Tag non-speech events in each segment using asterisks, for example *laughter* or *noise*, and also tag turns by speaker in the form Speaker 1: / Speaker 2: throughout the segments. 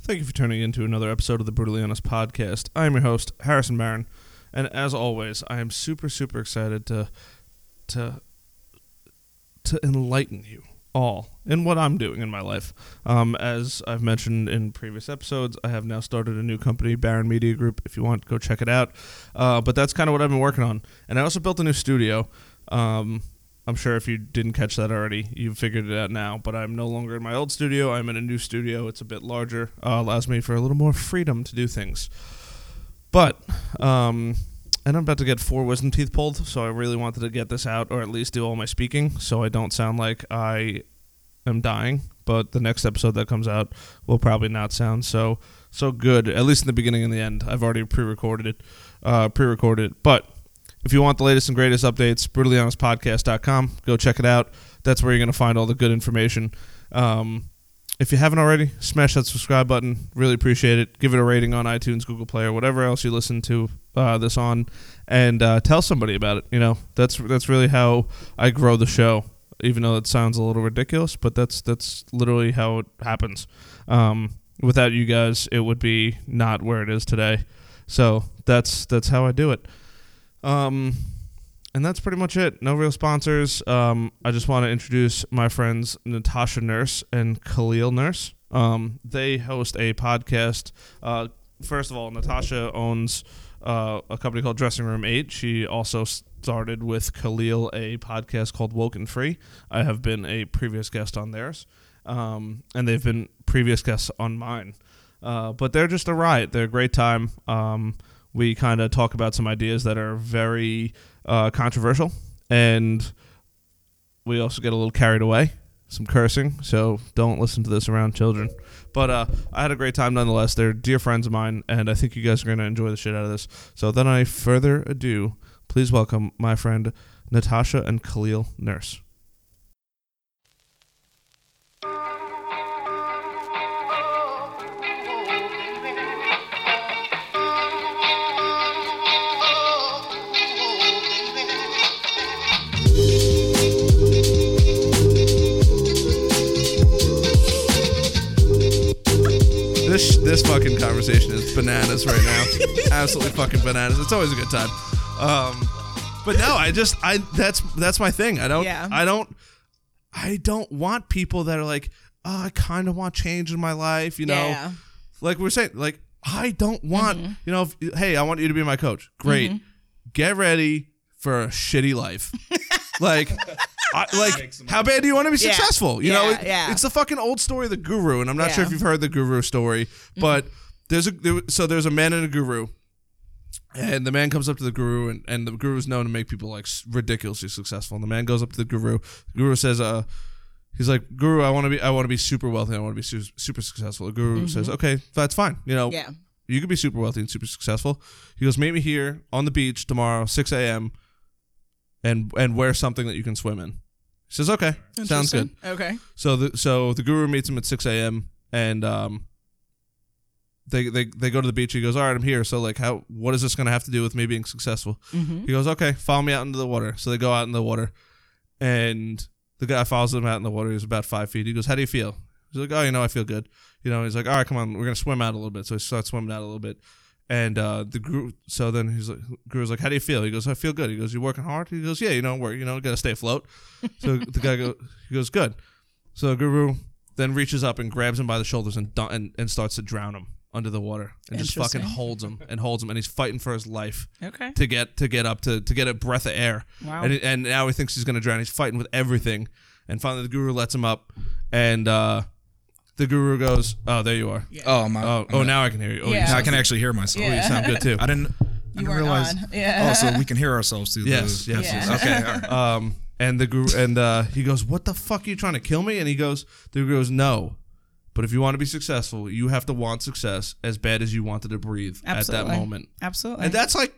Speaker 1: Thank you for tuning in to another episode of the Brutally Honest Podcast. I am your host, Harrison Barron, and as always, I am super, super excited to to to enlighten you all in what I'm doing in my life. Um, as I've mentioned in previous episodes, I have now started a new company, Barron Media Group. If you want, go check it out. Uh, but that's kind of what I've been working on, and I also built a new studio. Um, I'm sure if you didn't catch that already, you've figured it out now. But I'm no longer in my old studio. I'm in a new studio. It's a bit larger, uh, allows me for a little more freedom to do things. But, um, and I'm about to get four wisdom teeth pulled, so I really wanted to get this out, or at least do all my speaking, so I don't sound like I am dying. But the next episode that comes out will probably not sound so so good, at least in the beginning and the end. I've already pre-recorded it, uh, pre-recorded it, but. If you want the latest and greatest updates, brutallyhonestpodcast.com. Go check it out. That's where you're going to find all the good information. Um, if you haven't already, smash that subscribe button. Really appreciate it. Give it a rating on iTunes, Google Play, or whatever else you listen to uh, this on, and uh, tell somebody about it. You know, that's that's really how I grow the show. Even though it sounds a little ridiculous, but that's that's literally how it happens. Um, without you guys, it would be not where it is today. So that's that's how I do it. Um, and that's pretty much it. No real sponsors. Um, I just want to introduce my friends Natasha Nurse and Khalil Nurse. Um, they host a podcast. Uh, first of all, Natasha owns uh, a company called Dressing Room 8. She also started with Khalil a podcast called Woken Free. I have been a previous guest on theirs, um, and they've been previous guests on mine. Uh, but they're just a riot. They're a great time. Um, we kind of talk about some ideas that are very uh, controversial, and we also get a little carried away, some cursing. So don't listen to this around children. But uh, I had a great time nonetheless. They're dear friends of mine, and I think you guys are going to enjoy the shit out of this. So without any further ado, please welcome my friend Natasha and Khalil Nurse. This this fucking conversation is bananas right
Speaker 2: *laughs*
Speaker 1: now. Absolutely fucking bananas. It's always a good time. Um, but no, I just I that's that's my thing. I don't
Speaker 2: Yeah.
Speaker 1: I don't I don't want people that are like, oh, I kind of want change in my life, you know.
Speaker 2: Yeah. Mm-hmm.
Speaker 1: Like we are saying, like I don't want, you know, if, hey, I want you to be my coach. Great. Get ready for a shitty
Speaker 2: *laughs*
Speaker 1: life. like I, like how bad do you want to be
Speaker 2: Yeah.
Speaker 1: successful? You know,
Speaker 2: Yeah, yeah.
Speaker 1: it's the fucking old story of the guru, and I'm not
Speaker 2: Yeah. Mm-hmm.
Speaker 1: sure if you've heard the guru story, but there's a there, so there's a man and a guru, and the man comes up to the guru, and, and the guru is known to make people like s- ridiculously successful. And the man goes up to the guru. The guru says, "Uh, he's like, Guru, I want to be, I want to be super wealthy. I want to be su- super successful." The guru says, "Okay, that's fine. You know,
Speaker 2: Mm-hmm. Yeah.
Speaker 1: you could be super wealthy and super successful." He goes, "Meet me here on the beach tomorrow, 6 a.m., and and wear something that you can swim in." He says, "Okay, sounds good."
Speaker 2: Interesting. Okay.
Speaker 1: So the so the guru meets him at six a.m. and um, they they they go to the beach. He goes, "All right, I'm here." So like, how what is this going to have to do with me being successful? He goes, "Okay, follow me out into the water." So they go out in the water, and the guy follows them out in the water. He's about five feet. He goes, "How do you feel?" He's like, "Oh, you know, I feel good." You know, he's like, "All right, come on, we're gonna swim out a little bit." So he starts swimming out a little bit, and uh, the guru. So then he's like, "Guru's like, how do you feel?" He goes, "I feel good." He goes, "You working hard?" He goes, "Yeah, you know, work, you know, gotta stay afloat." So the guy goes, he goes, "Good." So the guru then reaches up and grabs him by the shoulders and dun- and, and starts to drown him under the water and just fucking
Speaker 2: Interesting.
Speaker 1: holds him and holds him and he's fighting for his life
Speaker 2: Okay.
Speaker 1: to get to get up to to get a breath of air.
Speaker 2: Wow.
Speaker 1: And and now he thinks he's gonna drown. He's fighting with everything, and finally the guru lets him up, and uh, the guru goes, "Oh, there you are.
Speaker 3: Oh my!
Speaker 1: Oh, oh, now I can hear you. Oh, you
Speaker 2: Yeah.
Speaker 3: now I
Speaker 1: sound,
Speaker 3: can actually hear myself.
Speaker 1: Oh, you sound good too."
Speaker 3: I didn't. I didn't
Speaker 2: weren't
Speaker 3: realize.
Speaker 2: on. Yeah.
Speaker 3: Oh, so we can hear ourselves through
Speaker 1: Yes,
Speaker 3: the.
Speaker 1: yes,
Speaker 2: Yeah.
Speaker 3: yes. Okay. All right.
Speaker 1: Um, and the guru and uh, he goes, "What the fuck are you trying to kill me?" And he goes, "The guru goes, no." But if you want to be successful, you have to want success as bad as you wanted to breathe at
Speaker 2: Absolutely.
Speaker 1: that moment.
Speaker 2: Absolutely.
Speaker 1: And that's like,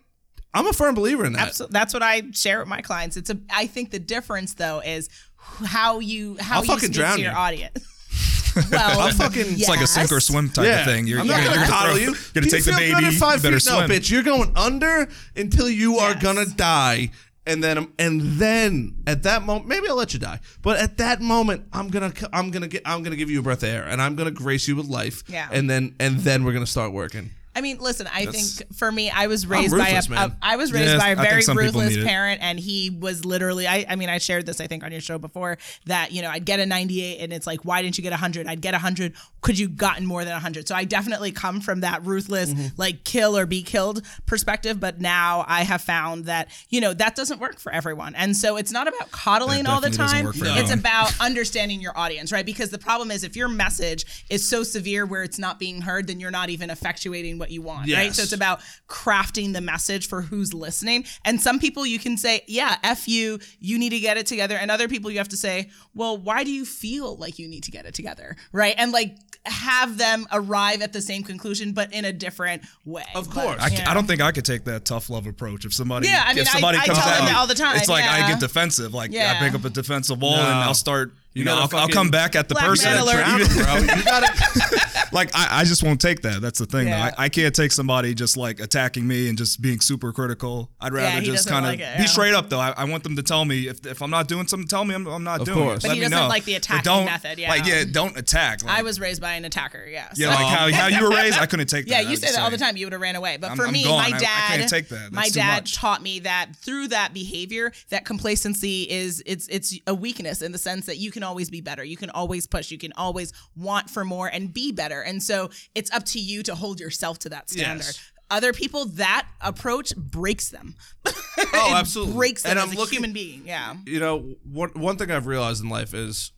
Speaker 1: I'm a firm believer in that.
Speaker 2: Absolutely. That's what I share with my clients. It's a. I think the difference though is how you how
Speaker 1: I'll
Speaker 2: you
Speaker 1: fucking
Speaker 2: speak
Speaker 1: drown
Speaker 2: to your
Speaker 1: you.
Speaker 2: audience.
Speaker 1: *laughs*
Speaker 2: well,
Speaker 1: I'll fucking-
Speaker 3: It's like a sink or
Speaker 2: yes.
Speaker 3: swim type
Speaker 1: yeah.
Speaker 3: of thing. You're,
Speaker 1: I'm
Speaker 3: you're
Speaker 1: not gonna
Speaker 3: gonna
Speaker 1: coddle
Speaker 3: throw-
Speaker 1: you.
Speaker 3: Gonna
Speaker 1: Do
Speaker 3: take
Speaker 1: you
Speaker 3: the
Speaker 1: feel good
Speaker 3: baby.
Speaker 1: at five
Speaker 3: better
Speaker 1: feet?
Speaker 3: swim.
Speaker 1: No, bitch, you're going under until you are
Speaker 2: Yes.
Speaker 1: gonna die. and then and then at that moment maybe I'll let you die but at that moment I'm gonna I'm gonna get I'm gonna give you a breath of air and I'm gonna grace you with life
Speaker 2: Yeah.
Speaker 1: and then and then we're gonna start working
Speaker 2: I mean, listen. I
Speaker 3: That's-
Speaker 2: think for me, I was raised by a,
Speaker 1: ruthless,
Speaker 2: a
Speaker 1: man.
Speaker 2: I was raised
Speaker 3: Yes,
Speaker 2: by a
Speaker 3: I think
Speaker 2: very
Speaker 3: some people
Speaker 2: ruthless
Speaker 3: need it.
Speaker 2: parent, and he was literally. I, I mean, I shared this I think on your show before that you know I'd get a 98, and it's like, why didn't you get 100? I'd get 100. Could you gotten more than 100? So I definitely come from that ruthless,
Speaker 3: Mm-hmm.
Speaker 2: like kill or be killed perspective. But now I have found that you know that doesn't work for everyone, and so it's not about coddling
Speaker 3: That
Speaker 2: all the
Speaker 3: definitely doesn't
Speaker 2: time.
Speaker 3: work for
Speaker 2: It's
Speaker 3: everyone.
Speaker 2: about understanding your audience, right? Because the problem is if your message is so severe where it's not being heard, then you're not even effectuating what you want, right?
Speaker 1: Yes.
Speaker 2: So it's about crafting the message for who's listening. And some people you can say, yeah, F you, you need to get it together. And other people you have to say, well, why do you feel like you need to get it together, right? And like have them arrive at the same conclusion, but in a different way.
Speaker 1: Of
Speaker 2: But-
Speaker 1: course.
Speaker 3: I, c-
Speaker 2: Yeah.
Speaker 3: I don't think I could take that tough love approach. If somebody,
Speaker 2: Yeah, I mean,
Speaker 3: if
Speaker 2: I-
Speaker 3: somebody
Speaker 2: I
Speaker 3: comes
Speaker 2: tell
Speaker 3: at
Speaker 2: them
Speaker 3: me,
Speaker 2: all the time,
Speaker 3: It's like
Speaker 2: yeah.
Speaker 3: I get defensive. Like
Speaker 2: Yeah.
Speaker 3: I pick up a defensive wall
Speaker 1: No.
Speaker 3: and I'll start. You,
Speaker 1: You
Speaker 3: know,
Speaker 1: gotta
Speaker 3: I'll, I'll
Speaker 1: fucking-
Speaker 3: come back at the
Speaker 2: Black man
Speaker 3: person.
Speaker 2: alert.
Speaker 3: Even-
Speaker 1: bro *laughs* you gotta
Speaker 3: *laughs* like I, I just won't take that. That's the thing.
Speaker 2: Yeah.
Speaker 3: Though. I, I can't take somebody just like attacking me and just being super critical. I'd rather
Speaker 2: he
Speaker 3: just
Speaker 2: doesn't
Speaker 3: kind of
Speaker 2: like it,
Speaker 3: be
Speaker 2: yeah.
Speaker 3: straight up though. I, I want them to tell me if, if I'm not doing something, tell me I'm, I'm not
Speaker 1: Of
Speaker 3: doing
Speaker 1: course.
Speaker 3: it.
Speaker 1: But
Speaker 3: Let
Speaker 2: he
Speaker 3: me
Speaker 2: doesn't
Speaker 3: know.
Speaker 2: like the
Speaker 3: But
Speaker 2: attacking
Speaker 3: don't-
Speaker 2: method, yeah.
Speaker 3: Like yeah, don't attack. Like,
Speaker 2: I was raised by an attacker, yeah.
Speaker 3: yeah,
Speaker 2: So-
Speaker 3: like how, how you were raised. I couldn't take
Speaker 2: *laughs*
Speaker 3: that.
Speaker 2: Yeah,
Speaker 3: I
Speaker 2: you
Speaker 3: would
Speaker 2: say that all the
Speaker 3: say.
Speaker 2: time. You would have ran away. But
Speaker 3: I'm-
Speaker 2: for
Speaker 3: I'm
Speaker 2: me,
Speaker 3: gone.
Speaker 2: my
Speaker 3: I- I
Speaker 2: dad,
Speaker 3: can't take that. That's
Speaker 2: my
Speaker 3: too
Speaker 2: dad
Speaker 3: much.
Speaker 2: taught me that through that behavior, that complacency is it's it's a weakness in the sense that you can always be better. You can always push. You can always want for more and be better. And so it's up to you to hold yourself to that standard.
Speaker 1: Yes.
Speaker 2: Other people, that approach breaks them.
Speaker 1: oh
Speaker 2: *laughs* It
Speaker 1: absolutely
Speaker 2: breaks them
Speaker 1: and
Speaker 2: as
Speaker 1: I'm
Speaker 2: a
Speaker 1: looking
Speaker 2: human being. Yeah.
Speaker 1: you know one one thing I've realized in life is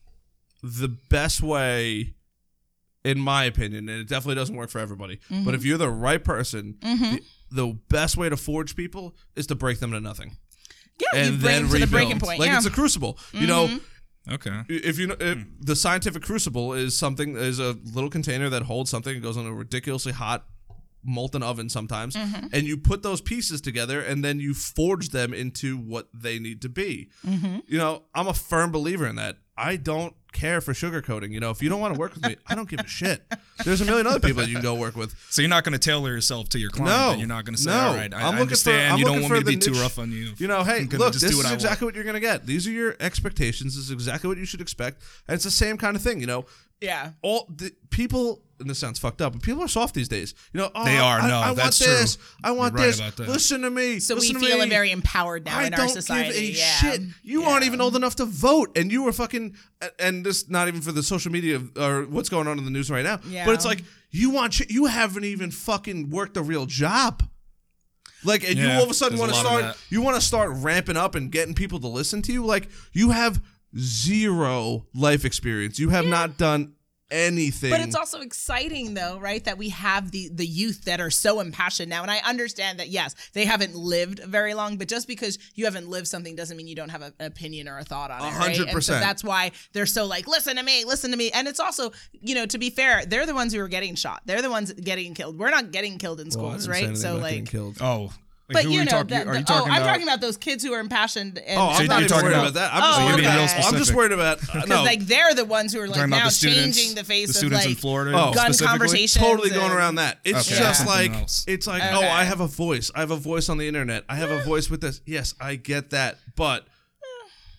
Speaker 1: the best way in my opinion and it definitely doesn't work for everybody
Speaker 2: Mm-hmm.
Speaker 1: but if you're the right person the, the best way to forge people is to break them to nothing
Speaker 2: Yeah,
Speaker 1: and
Speaker 2: *laughs* you bring
Speaker 1: then
Speaker 2: them to
Speaker 1: rebuild.
Speaker 2: the breaking point.
Speaker 1: like
Speaker 2: yeah.
Speaker 1: it's
Speaker 2: Mm-hmm.
Speaker 1: a crucible you know
Speaker 3: Okay.
Speaker 1: if you know if the scientific crucible is something is a little container that holds something it goes in a ridiculously hot molten oven sometimes
Speaker 2: Mm-hmm.
Speaker 1: and you put those pieces together and then you forge them into what they need to be
Speaker 2: Mm-hmm.
Speaker 1: you know i'm a firm believer in that i don't care for sugarcoating you know if you don't want to work with me i don't give a shit there's a million other people that you can go work with
Speaker 3: So you're not going to tailor yourself to your client.
Speaker 1: No,
Speaker 3: and you're not going to say,
Speaker 1: no.
Speaker 3: all right, I,
Speaker 1: I'm
Speaker 3: I
Speaker 1: looking for-
Speaker 3: understand.
Speaker 1: I'm
Speaker 3: you don't
Speaker 1: looking
Speaker 3: want
Speaker 1: for
Speaker 3: me to be
Speaker 1: the
Speaker 3: too
Speaker 1: niche-
Speaker 3: rough on you.
Speaker 1: You know, hey,
Speaker 3: I'm gonna
Speaker 1: look,
Speaker 3: just
Speaker 1: this
Speaker 3: do
Speaker 1: is
Speaker 3: what I want.
Speaker 1: exactly what you're gonna get. These are your expectations. This is exactly what you should expect, and it's the same kind of thing. You know,
Speaker 2: yeah.
Speaker 1: all the people. And this sounds fucked up, but people are soft these days. You know, oh,
Speaker 3: They are,
Speaker 1: I,
Speaker 3: no,
Speaker 1: I
Speaker 3: that's
Speaker 1: want this.
Speaker 3: true.
Speaker 1: I want
Speaker 3: You're right
Speaker 1: this.
Speaker 3: about that.
Speaker 1: Listen to me.
Speaker 2: So we
Speaker 1: listen to
Speaker 2: feel
Speaker 1: me.
Speaker 2: very empowered now
Speaker 1: I
Speaker 2: in
Speaker 1: don't
Speaker 2: our society.
Speaker 1: give a
Speaker 2: yeah. um,
Speaker 1: shit. You
Speaker 2: Yeah.
Speaker 1: aren't even old enough to vote, and you were fucking. And this not even for the social media or what's going on in the news right now.
Speaker 2: Yeah.
Speaker 1: But it's like you want shit. You haven't even fucking worked a real job. Like, and you
Speaker 3: Yeah,
Speaker 1: all of a sudden
Speaker 3: there's
Speaker 1: want
Speaker 3: a
Speaker 1: to
Speaker 3: lot of
Speaker 1: start.
Speaker 3: that.
Speaker 1: You want to start ramping up and getting people to listen to you. Like you have zero life experience. You have not done anything.
Speaker 2: But it's also exciting though, right? That we have the the youth that are so impassioned now. And I understand that yes, they haven't lived very long, but just because you haven't lived something doesn't mean you don't have a- an opinion or a thought on it. right? And so
Speaker 1: 100%.
Speaker 2: that's why they're so like, listen to me, listen to me. And it's also, you know, to be fair, they're the ones who are getting shot. They're the ones getting killed. We're not getting killed in
Speaker 1: Well, I didn't
Speaker 2: schools,
Speaker 1: say
Speaker 2: right?
Speaker 1: anything
Speaker 2: So
Speaker 1: about getting
Speaker 2: like
Speaker 1: killed.
Speaker 3: Oh,
Speaker 2: but
Speaker 3: like, who
Speaker 2: you
Speaker 3: are
Speaker 2: know,
Speaker 3: talking,
Speaker 2: the,
Speaker 3: are
Speaker 2: the-
Speaker 3: you talking
Speaker 2: oh,
Speaker 3: about?
Speaker 2: I'm talking about those kids who are impassioned. And,
Speaker 1: Oh, I'm
Speaker 3: So
Speaker 1: not
Speaker 3: you're
Speaker 1: even
Speaker 3: talking
Speaker 1: worried about,
Speaker 3: about-
Speaker 1: that. I'm
Speaker 2: Oh,
Speaker 1: just worried
Speaker 2: okay.
Speaker 1: about.
Speaker 2: You're being
Speaker 1: I'm
Speaker 3: real
Speaker 1: just worried about. uh, no,
Speaker 2: *laughs* because like they're the ones who are like
Speaker 3: Talking about
Speaker 2: now
Speaker 3: the students,
Speaker 2: changing the face
Speaker 3: the
Speaker 2: of
Speaker 3: students
Speaker 2: like
Speaker 3: in Florida,
Speaker 1: Oh.
Speaker 2: gun
Speaker 3: specifically?
Speaker 2: conversations.
Speaker 1: totally going
Speaker 2: and-
Speaker 1: around that. It's
Speaker 3: Okay.
Speaker 1: just
Speaker 3: Yeah.
Speaker 1: like
Speaker 3: Something else.
Speaker 1: it's like oh,
Speaker 2: Okay.
Speaker 1: I have a voice. I have a voice on the internet. I have a voice with this. Yes, I get that, but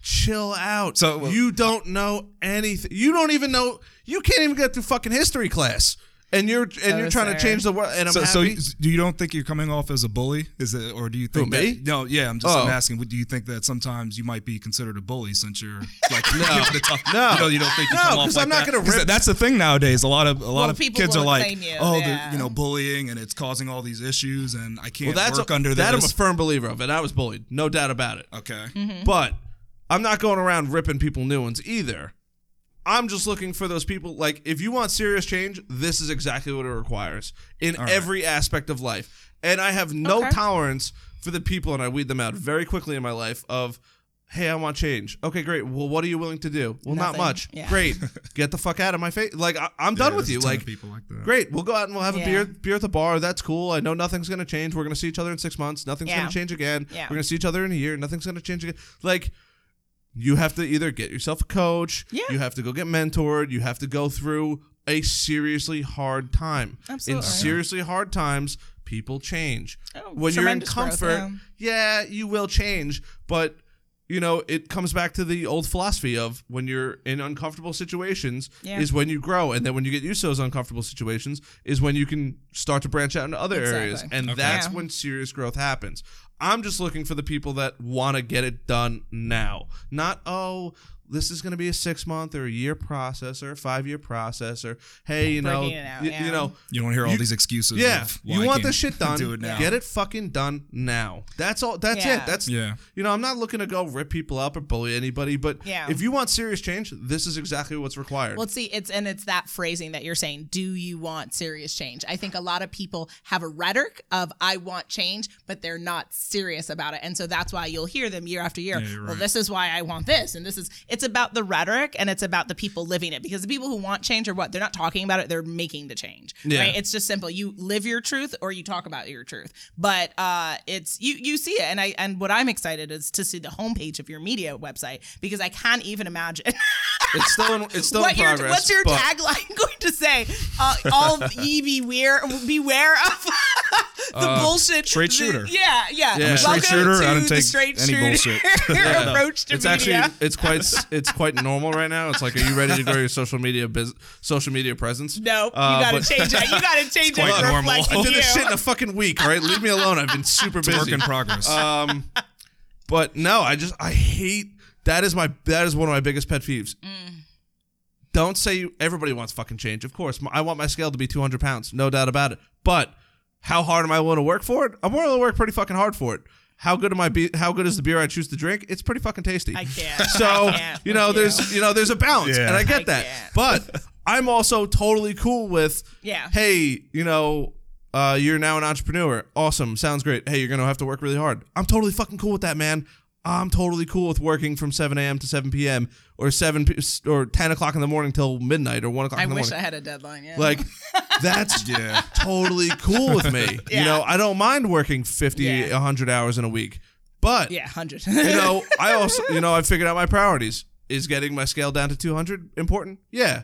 Speaker 1: chill out.
Speaker 3: So, well-
Speaker 1: you don't know anything. You don't even know. You can't even get through fucking history class, and you're and you're
Speaker 2: was
Speaker 1: trying
Speaker 2: there.
Speaker 1: to change the world. And I'm
Speaker 3: so, so
Speaker 1: happy.
Speaker 3: you, do you don't think you're coming off as a bully? Is it, or do you think
Speaker 1: Who,
Speaker 3: that,
Speaker 1: Oh, me?
Speaker 3: No, yeah, I'm just
Speaker 1: Oh.
Speaker 3: I'm asking. Do you think that sometimes you might be considered a bully
Speaker 1: *laughs*
Speaker 3: since *laughs* you're like giving the tough?
Speaker 1: No.
Speaker 3: you, know, you don't think you
Speaker 1: No,
Speaker 3: come off
Speaker 1: 'cause
Speaker 3: like
Speaker 1: I'm not
Speaker 3: that?
Speaker 1: gonna
Speaker 3: 'Cause
Speaker 1: rip-
Speaker 3: That's the thing nowadays. A lot of a lot
Speaker 2: Well,
Speaker 3: of
Speaker 2: people
Speaker 3: kids
Speaker 2: will
Speaker 3: are like,
Speaker 2: acclaim you,
Speaker 3: oh,
Speaker 2: yeah.
Speaker 3: the, you know, bullying, and it's causing all these issues, and I can't
Speaker 1: well, that's
Speaker 3: work
Speaker 1: a,
Speaker 3: under
Speaker 1: that
Speaker 3: this.
Speaker 1: I'm a firm believer of, and I was bullied, no doubt about it.
Speaker 3: okay,
Speaker 2: Mm-hmm.
Speaker 1: But I'm not going around ripping people new ones either. I'm just looking for those people. Like, if you want serious change, this is exactly what it requires in every aspect of life. And I have no
Speaker 2: Okay.
Speaker 1: tolerance for the people, and I weed them out very quickly in my life. Of, hey, I want change. Okay, great. Well, what are you willing to do? Well, not
Speaker 2: Nothing.
Speaker 1: much.
Speaker 2: Yeah.
Speaker 1: Great.
Speaker 2: *laughs*
Speaker 1: Get the fuck out of my face. Like, I- I'm done
Speaker 3: Yeah,
Speaker 1: with
Speaker 3: there's a
Speaker 1: you.
Speaker 3: ton of
Speaker 1: Like,
Speaker 3: people like that.
Speaker 1: great. We'll go out and we'll have
Speaker 2: Yeah.
Speaker 1: a beer beer at the bar. That's cool. I know nothing's gonna change. We're gonna see each other in six months. Nothing's
Speaker 2: Yeah.
Speaker 1: gonna change again.
Speaker 2: Yeah.
Speaker 1: We're gonna see each other in a year. Nothing's gonna change again. Like you have to either get yourself a coach.
Speaker 2: Yeah.
Speaker 1: You have to go get mentored. You have to go through a seriously hard time.
Speaker 2: Absolutely.
Speaker 1: In seriously hard times, people change.
Speaker 2: Oh,
Speaker 1: when you're in
Speaker 2: tremendous growth,
Speaker 1: comfort, yeah, you will change, but you know, it comes back to the old philosophy of when you're in uncomfortable situations
Speaker 2: Yeah.
Speaker 1: is when you grow, and then when you get used to those uncomfortable situations is when you can start to branch out into other areas,
Speaker 2: Exactly.
Speaker 1: and that's
Speaker 2: Yeah.
Speaker 1: when serious growth happens. I'm just looking for the people that want to get it done now, not oh. This is going to be a six month or a year process or a five year process or hey you know
Speaker 2: Breaking it out,
Speaker 1: y-
Speaker 2: yeah.
Speaker 1: you know
Speaker 3: You don't hear all
Speaker 1: You-
Speaker 3: these excuses.
Speaker 1: yeah,
Speaker 3: of why
Speaker 1: you
Speaker 3: I
Speaker 1: want
Speaker 3: can't
Speaker 1: this shit done.
Speaker 3: *laughs* Do it now.
Speaker 1: Get it fucking done now. That's all. That's
Speaker 2: Yeah.
Speaker 1: it. That's
Speaker 3: Yeah.
Speaker 1: You know, I'm not looking to go rip people up or bully anybody, but
Speaker 2: Yeah.
Speaker 1: if you want serious change, this is exactly what's required.
Speaker 2: Well, see, it's and it's that phrasing that you're saying. Do you want serious change? I think a lot of people have a rhetoric of "I want change," but they're not serious about it, and so that's why you'll hear them year after year.
Speaker 3: Yeah, you're
Speaker 2: Well,
Speaker 3: right.
Speaker 2: this is why I want this, and this is. It's about the rhetoric, and it's about the people living it, because the people who want change are what they're not talking about it; they're making the change.
Speaker 1: Yeah.
Speaker 2: Right? It's just simple. You live your truth, or you talk about your truth. But uh, it's you you see it, and I and what I'm excited is to see the homepage of your media website because I can't even imagine *laughs*
Speaker 1: it's still in, it's still in
Speaker 2: your-
Speaker 1: progress.
Speaker 2: what's your
Speaker 1: but
Speaker 2: tagline *laughs* going to say? Uh,
Speaker 1: *laughs*
Speaker 2: all ye beware, beware of *laughs* the bullshit.
Speaker 3: straight
Speaker 2: the-
Speaker 3: shooter.
Speaker 2: yeah, yeah.
Speaker 1: I'm a straight
Speaker 2: Welcome
Speaker 3: shooter.
Speaker 2: To
Speaker 3: I don't
Speaker 2: the
Speaker 3: take
Speaker 2: straight
Speaker 3: any
Speaker 2: shooter *laughs* approach to
Speaker 1: It's
Speaker 2: media.
Speaker 1: actually it's quite s- it's quite normal right now. It's like, are you ready to grow your social media bus- social media presence?
Speaker 2: no, you
Speaker 1: Uh,
Speaker 2: gotta
Speaker 1: but-
Speaker 2: change that. You
Speaker 1: *laughs*
Speaker 2: gotta change it.
Speaker 3: quite
Speaker 2: to
Speaker 3: normal.
Speaker 2: reflect
Speaker 1: I did
Speaker 2: you.
Speaker 1: this shit in a fucking week. All right, leave me alone. I've been super
Speaker 3: It's a
Speaker 1: busy.
Speaker 3: work in progress.
Speaker 1: Um, but no, I just I hate that is my that is one of my biggest pet peeves. Don't say you, everybody wants fucking change. Of course, my, I want my scale to be 200 pounds, no doubt about it. But how hard am I willing to work for it? I'm willing to work pretty fucking hard for it. How good am I? Be- how good is the beer I choose to drink? It's pretty fucking tasty.
Speaker 2: I can't.
Speaker 1: *laughs* So
Speaker 2: I can't
Speaker 1: you know,
Speaker 2: with
Speaker 1: there's you know, there's a balance,
Speaker 3: Yeah.
Speaker 1: and I
Speaker 2: I
Speaker 1: get that.
Speaker 2: can't.
Speaker 1: But I'm also totally cool with
Speaker 2: Yeah.
Speaker 1: Hey, you know, uh, you're now an entrepreneur. Awesome, sounds great. Hey, you're gonna have to work really hard. I'm totally fucking cool with that, man. I'm totally cool with working from 7 a.m. to 7 p.m. or 7 p- or 10 o'clock in the morning till midnight or 1 o'clock
Speaker 2: I
Speaker 1: in the
Speaker 2: wish
Speaker 1: morning.
Speaker 2: I had a deadline. Yeah.
Speaker 1: Like that's
Speaker 3: *laughs* Yeah.
Speaker 1: totally cool with
Speaker 2: *laughs*
Speaker 1: me.
Speaker 2: Yeah.
Speaker 1: You know, I don't mind working 50,
Speaker 2: Yeah.
Speaker 1: 100 hours in a week, but
Speaker 2: yeah, hundred.
Speaker 1: you know, I also, you know, I figured out my priorities. Is getting my scale down to 200 important? Yeah.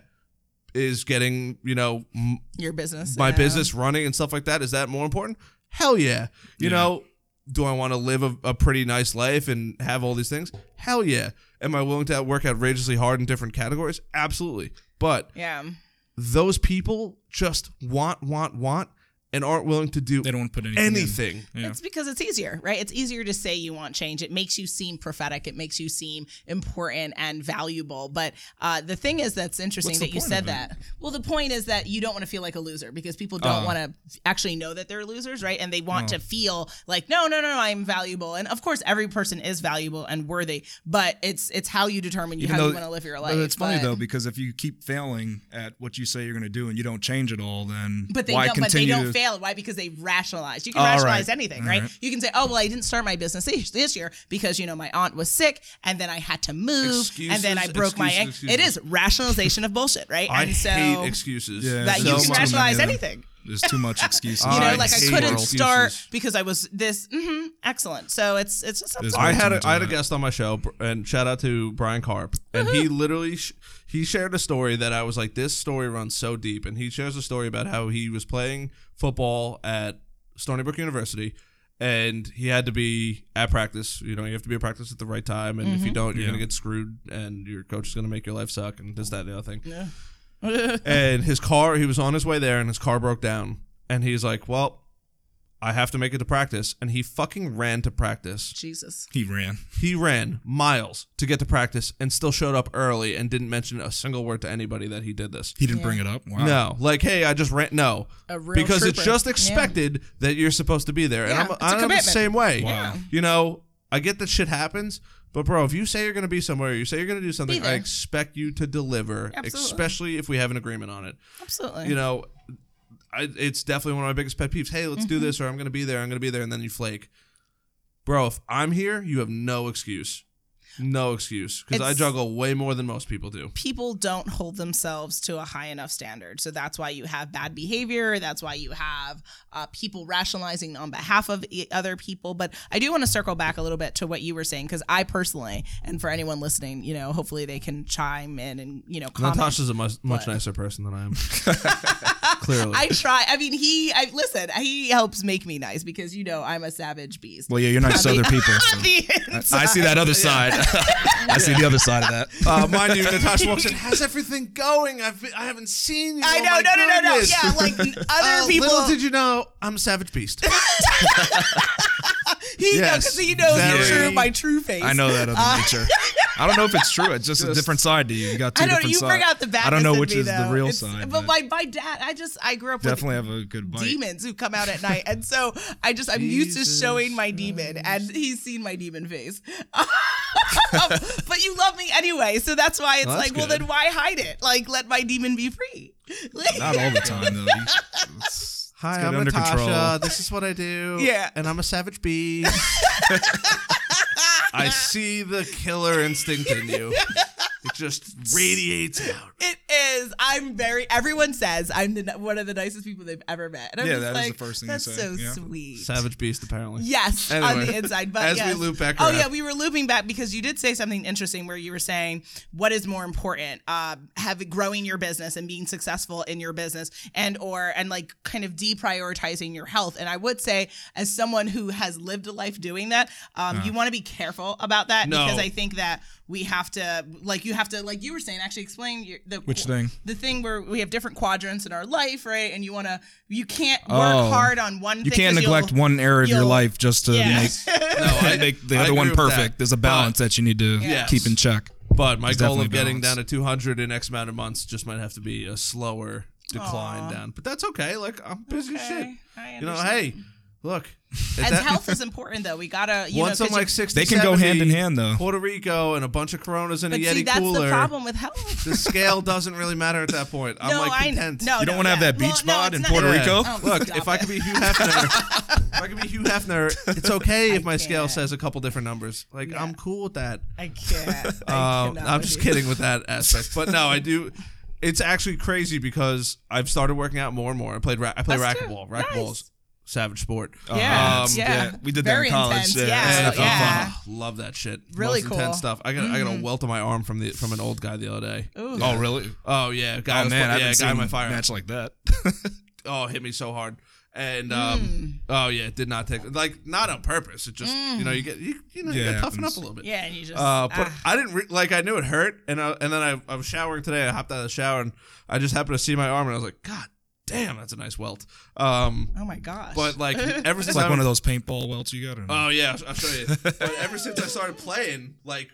Speaker 1: Is getting, you know, m-
Speaker 2: *laughs* your business.
Speaker 1: my
Speaker 2: yeah.
Speaker 1: business running and stuff like that, is that more important? Hell yeah. You know, do I want to live a, a pretty nice life and have all these things? Hell yeah. Am I willing to work outrageously hard in different categories? Absolutely. But
Speaker 2: Yeah.
Speaker 1: those people just want, want, want and aren't willing to do
Speaker 3: They don't want to put anything. in.
Speaker 1: anything.
Speaker 3: Yeah.
Speaker 2: It's because it's easier, right? It's easier to say you want change. It makes you seem prophetic. It makes you seem important and valuable. But uh, the thing is that's interesting
Speaker 3: What's the
Speaker 2: that you
Speaker 3: point
Speaker 2: said
Speaker 3: of it? Oh.
Speaker 2: that. Well, the point is that you don't want to feel like a loser because people don't want to actually know that they're losers, right? And they want to feel like, no, no, no, no, I'm valuable. And of course, every person is valuable and worthy, but it's it's how you determine
Speaker 3: Even
Speaker 2: how
Speaker 3: though-
Speaker 2: you want to live your life.
Speaker 3: But it's funny
Speaker 2: But-
Speaker 3: though because if you keep failing at what you say you're going to do and you don't change it all, then
Speaker 2: But they
Speaker 3: why
Speaker 2: don't. But they
Speaker 3: continue?
Speaker 2: don't fail. Why? Because they rationalize. You can
Speaker 3: All right.
Speaker 2: rationalize anything,
Speaker 3: All
Speaker 2: right?
Speaker 1: Mm-hmm.
Speaker 3: right.
Speaker 2: You can say, "Oh well, I didn't start my business this this year because you know my aunt was sick, and then I had to move, and then I
Speaker 1: Excuses,
Speaker 2: broke my ankle."
Speaker 1: excuses,
Speaker 2: It
Speaker 1: excuses.
Speaker 2: is rationalization of bullshit, right?
Speaker 1: I
Speaker 2: and so
Speaker 1: hate excuses.
Speaker 3: Yeah,
Speaker 2: that
Speaker 3: so
Speaker 2: you can
Speaker 3: much.
Speaker 2: rationalize
Speaker 3: Yeah.
Speaker 2: anything.
Speaker 3: There's too much
Speaker 2: *laughs*
Speaker 3: excuses.
Speaker 2: You know,
Speaker 1: I
Speaker 2: like I
Speaker 1: hate
Speaker 2: couldn't
Speaker 1: excuses.
Speaker 2: start because I was this hmm excellent. So it's it's just
Speaker 3: There's
Speaker 1: I
Speaker 3: way
Speaker 1: had
Speaker 3: too
Speaker 1: a,
Speaker 3: much
Speaker 1: I had
Speaker 3: of
Speaker 1: a
Speaker 3: that.
Speaker 1: guest on my show, br- and shout out to Brian Carp, and he literally sh- he shared a story that I was like, this story runs so deep, and he shares a story about how he was playing football at Stony Brook University, and he had to be at practice. You know, you have to be at practice at the right time, and if you don't, you're
Speaker 3: Yeah.
Speaker 1: gonna get screwed, and your coach is gonna make your life suck, and this, that, and the other thing and his car he was on his way there and his car broke down and he's like well i have to make it to practice and he fucking ran to practice
Speaker 2: Jesus.
Speaker 3: He ran.
Speaker 1: he ran miles to get to practice and still showed up early and didn't mention a single word to anybody that he did this
Speaker 3: He didn't bring it up. Wow.
Speaker 1: no like hey i just ran no
Speaker 2: A real
Speaker 1: because it's
Speaker 2: trooper.
Speaker 1: just expected that you're supposed to be there and
Speaker 2: Yeah,
Speaker 1: i'm,
Speaker 2: it's a
Speaker 1: I'm the
Speaker 2: commitment.
Speaker 1: same way
Speaker 3: Wow. Yeah.
Speaker 1: you know i get that shit happens but bro if you say you're gonna be somewhere you say you're gonna do something i
Speaker 2: there.
Speaker 1: expect you to deliver
Speaker 2: Absolutely.
Speaker 1: especially if we have an agreement on it
Speaker 2: Absolutely.
Speaker 1: you know, I, it's definitely one of my biggest pet peeves. Hey, let's do
Speaker 2: Mm-hmm.
Speaker 1: this, or I'm going to be there, I'm going to be there, and then you flake. Bro, if I'm here, you have no excuse. No excuse because I
Speaker 2: It's-
Speaker 1: juggle way more than most people do.
Speaker 2: people don't hold themselves to a high enough standard. So that's why you have bad behavior. That's why you have uh, people rationalizing on behalf of e- other people. But I do want to circle back a little bit to what you were saying because I personally, and for anyone listening, you know, hopefully they can chime in and you know comment.
Speaker 1: Natasha's a much, much nicer person than I
Speaker 2: *laughs*
Speaker 1: am. Clearly,
Speaker 2: I try. I mean, he. I listen. He helps make me nice because you know I'm a savage beast. *laughs*
Speaker 3: Well, yeah, you're nice to other people. so.
Speaker 2: On the
Speaker 3: I
Speaker 2: inside.
Speaker 3: see that other side.
Speaker 2: *laughs*
Speaker 3: I see the other side of that.
Speaker 1: uh, mind you, Natasha walks in. How's everything going? I've been, I haven't seen you.
Speaker 2: I
Speaker 1: Oh
Speaker 2: know.
Speaker 1: my
Speaker 2: no, no, no, no.
Speaker 1: goodness.
Speaker 2: Yeah, like n- other
Speaker 1: Uh,
Speaker 2: people.
Speaker 1: Little did you know, I'm a savage beast.
Speaker 2: he
Speaker 1: Yes,
Speaker 2: knows. He knows the
Speaker 1: very-
Speaker 2: true, my true face.
Speaker 3: I know
Speaker 2: *laughs*
Speaker 3: that other
Speaker 2: Uh,
Speaker 3: nature. I don't know if it's true. It's *laughs* just, a different side to you. You got two
Speaker 2: I don't.
Speaker 3: different
Speaker 2: You
Speaker 3: sides.
Speaker 2: bring out the bad.
Speaker 3: I don't know
Speaker 2: in
Speaker 3: which
Speaker 2: me,
Speaker 3: is the
Speaker 2: though.
Speaker 3: real
Speaker 2: It's-
Speaker 3: side.
Speaker 2: But
Speaker 3: But
Speaker 2: my, my dad, I just I grew up
Speaker 3: definitely
Speaker 2: with
Speaker 3: have a good bite.
Speaker 2: demons who come out at night, and so I just I'm used
Speaker 1: Jesus
Speaker 2: to showing my demon, and he's seen my demon face. *laughs* but you love me anyway, so that's why it's
Speaker 1: Well, that's
Speaker 2: like, well, then
Speaker 1: good.
Speaker 2: why hide it? Like, let my demon be free. *laughs* Like-
Speaker 3: Not all the time
Speaker 2: *laughs*
Speaker 3: though. You- It's,
Speaker 1: Hi,
Speaker 3: it's good
Speaker 1: I'm
Speaker 3: under
Speaker 1: Natasha. *laughs*
Speaker 3: control.
Speaker 1: This is what I do.
Speaker 2: Yeah.
Speaker 1: and I'm a savage beast. *laughs* I see the killer instinct in you. It just radiates out.
Speaker 2: It is. I'm very. Everyone says I'm the one of the nicest people they've ever met, and I'm
Speaker 3: Yeah,
Speaker 2: just
Speaker 3: that is
Speaker 2: like,
Speaker 3: the first thing they
Speaker 2: that's
Speaker 3: say,
Speaker 2: so
Speaker 3: yeah.
Speaker 2: sweet.
Speaker 1: Savage beast, apparently.
Speaker 2: Yes, on
Speaker 1: Anyway,
Speaker 2: the inside. But
Speaker 1: as we
Speaker 2: yes.
Speaker 1: loop back
Speaker 2: Oh
Speaker 1: around.
Speaker 2: yeah, we were looping back because you did say something interesting where you were saying what is more important, uh, having growing your business and being successful in your business, and or and like kind of deprioritizing your health. And I would say, as someone who has lived a life doing that, um, you want to be careful about that
Speaker 1: Uh-huh. No.
Speaker 2: because I think that we have to like you have to like you were saying actually explain your, the
Speaker 3: Which thing?
Speaker 2: the thing where we have different quadrants in our life right and you want to you can't work
Speaker 3: Oh.
Speaker 2: hard on one
Speaker 3: You
Speaker 2: thing
Speaker 3: can't
Speaker 2: 'cause you'll-
Speaker 3: neglect one area of your
Speaker 2: you'll-
Speaker 3: life just
Speaker 2: *laughs*
Speaker 3: to
Speaker 2: yeah.
Speaker 1: No, I,
Speaker 3: make, *laughs* make the
Speaker 1: I
Speaker 3: other one
Speaker 1: agree with that.
Speaker 3: perfect. There's a balance that you need to
Speaker 1: Yes.
Speaker 3: keep in check.
Speaker 2: Oh,
Speaker 1: But my
Speaker 3: It's
Speaker 1: goal of
Speaker 3: definitely
Speaker 1: getting
Speaker 3: balanced.
Speaker 1: down to 200 in X amount of months just might have to be a slower decline down. But that's okay. Like, I'm busy as shit.
Speaker 2: Okay, I
Speaker 1: You know,
Speaker 2: understand.
Speaker 1: hey, look.
Speaker 2: As
Speaker 1: that- *laughs*
Speaker 2: health is important, though, we gotta you
Speaker 1: once
Speaker 2: know.
Speaker 1: I'm
Speaker 2: 'cause
Speaker 1: like
Speaker 2: you,
Speaker 1: 60,
Speaker 3: They can go hand in
Speaker 1: 70,
Speaker 3: hand, though.
Speaker 1: Puerto Rico and a bunch of Coronas in a
Speaker 2: but
Speaker 1: Yeti
Speaker 2: see, that's
Speaker 1: cooler.
Speaker 2: the problem with health.
Speaker 1: the scale doesn't really matter at that point. I'm
Speaker 2: no,
Speaker 1: like
Speaker 2: I
Speaker 1: content.
Speaker 2: no,
Speaker 3: You
Speaker 2: no,
Speaker 3: don't want to have
Speaker 2: yeah.
Speaker 3: that beach
Speaker 2: well, no,
Speaker 3: bod
Speaker 2: it's
Speaker 3: in
Speaker 2: not-
Speaker 3: Puerto
Speaker 1: Yeah.
Speaker 3: Rico.
Speaker 2: Oh,
Speaker 1: Look,
Speaker 2: stop
Speaker 1: if I
Speaker 2: it.
Speaker 1: could be Hugh Hefner, if I could be Hugh Hefner, it's okay if my scale
Speaker 2: can't.
Speaker 1: says a couple different numbers. Like I'm cool with that. *laughs*
Speaker 2: I can't. I
Speaker 1: Uh,
Speaker 2: cannot
Speaker 1: I'm
Speaker 2: with
Speaker 1: just
Speaker 2: you.
Speaker 1: kidding with that aspect, but no, I do. It's actually crazy because I've started working out more and more. I played ra- I play
Speaker 2: That's true.
Speaker 1: racquetball. Racquetball's savage sport.
Speaker 2: Yeah,
Speaker 1: Um,
Speaker 2: yeah.
Speaker 3: yeah, we did that in
Speaker 2: Very
Speaker 3: college,
Speaker 2: Intense.
Speaker 3: yeah.
Speaker 2: Yeah,
Speaker 1: And,
Speaker 2: yeah.
Speaker 1: oh, love that shit.
Speaker 2: Really
Speaker 1: Most
Speaker 2: cool. Mm-hmm.
Speaker 1: intense stuff. I got I got a welt on my arm from the from an old guy the other day.
Speaker 2: Ooh.
Speaker 3: Oh, really?
Speaker 1: Oh yeah, guy
Speaker 3: Oh
Speaker 1: was-
Speaker 3: man,
Speaker 1: yeah,
Speaker 3: I've been
Speaker 1: guy
Speaker 3: seeing
Speaker 1: in my fire.
Speaker 3: match like that.
Speaker 1: oh, it hit me so hard. And um,
Speaker 2: Mm.
Speaker 1: oh yeah, it did not take like not on purpose. It just you know you get you, you know you
Speaker 3: Yeah,
Speaker 1: get toughen up
Speaker 3: happens.
Speaker 1: a little bit.
Speaker 2: Yeah, and you just.
Speaker 1: Uh, but
Speaker 2: ah.
Speaker 1: I didn't re- like I knew it hurt, and I, and then I, I was showering today. I hopped out of the shower and I just happened to see my arm, and I was like, God damn, that's a nice welt. Um,
Speaker 2: oh my gosh. *laughs*
Speaker 1: but like ever since
Speaker 3: It's like
Speaker 1: I,
Speaker 3: one of those paintball welts you got. Or not?
Speaker 1: oh yeah, I'll show
Speaker 3: *laughs*
Speaker 1: you. but ever since I started playing, like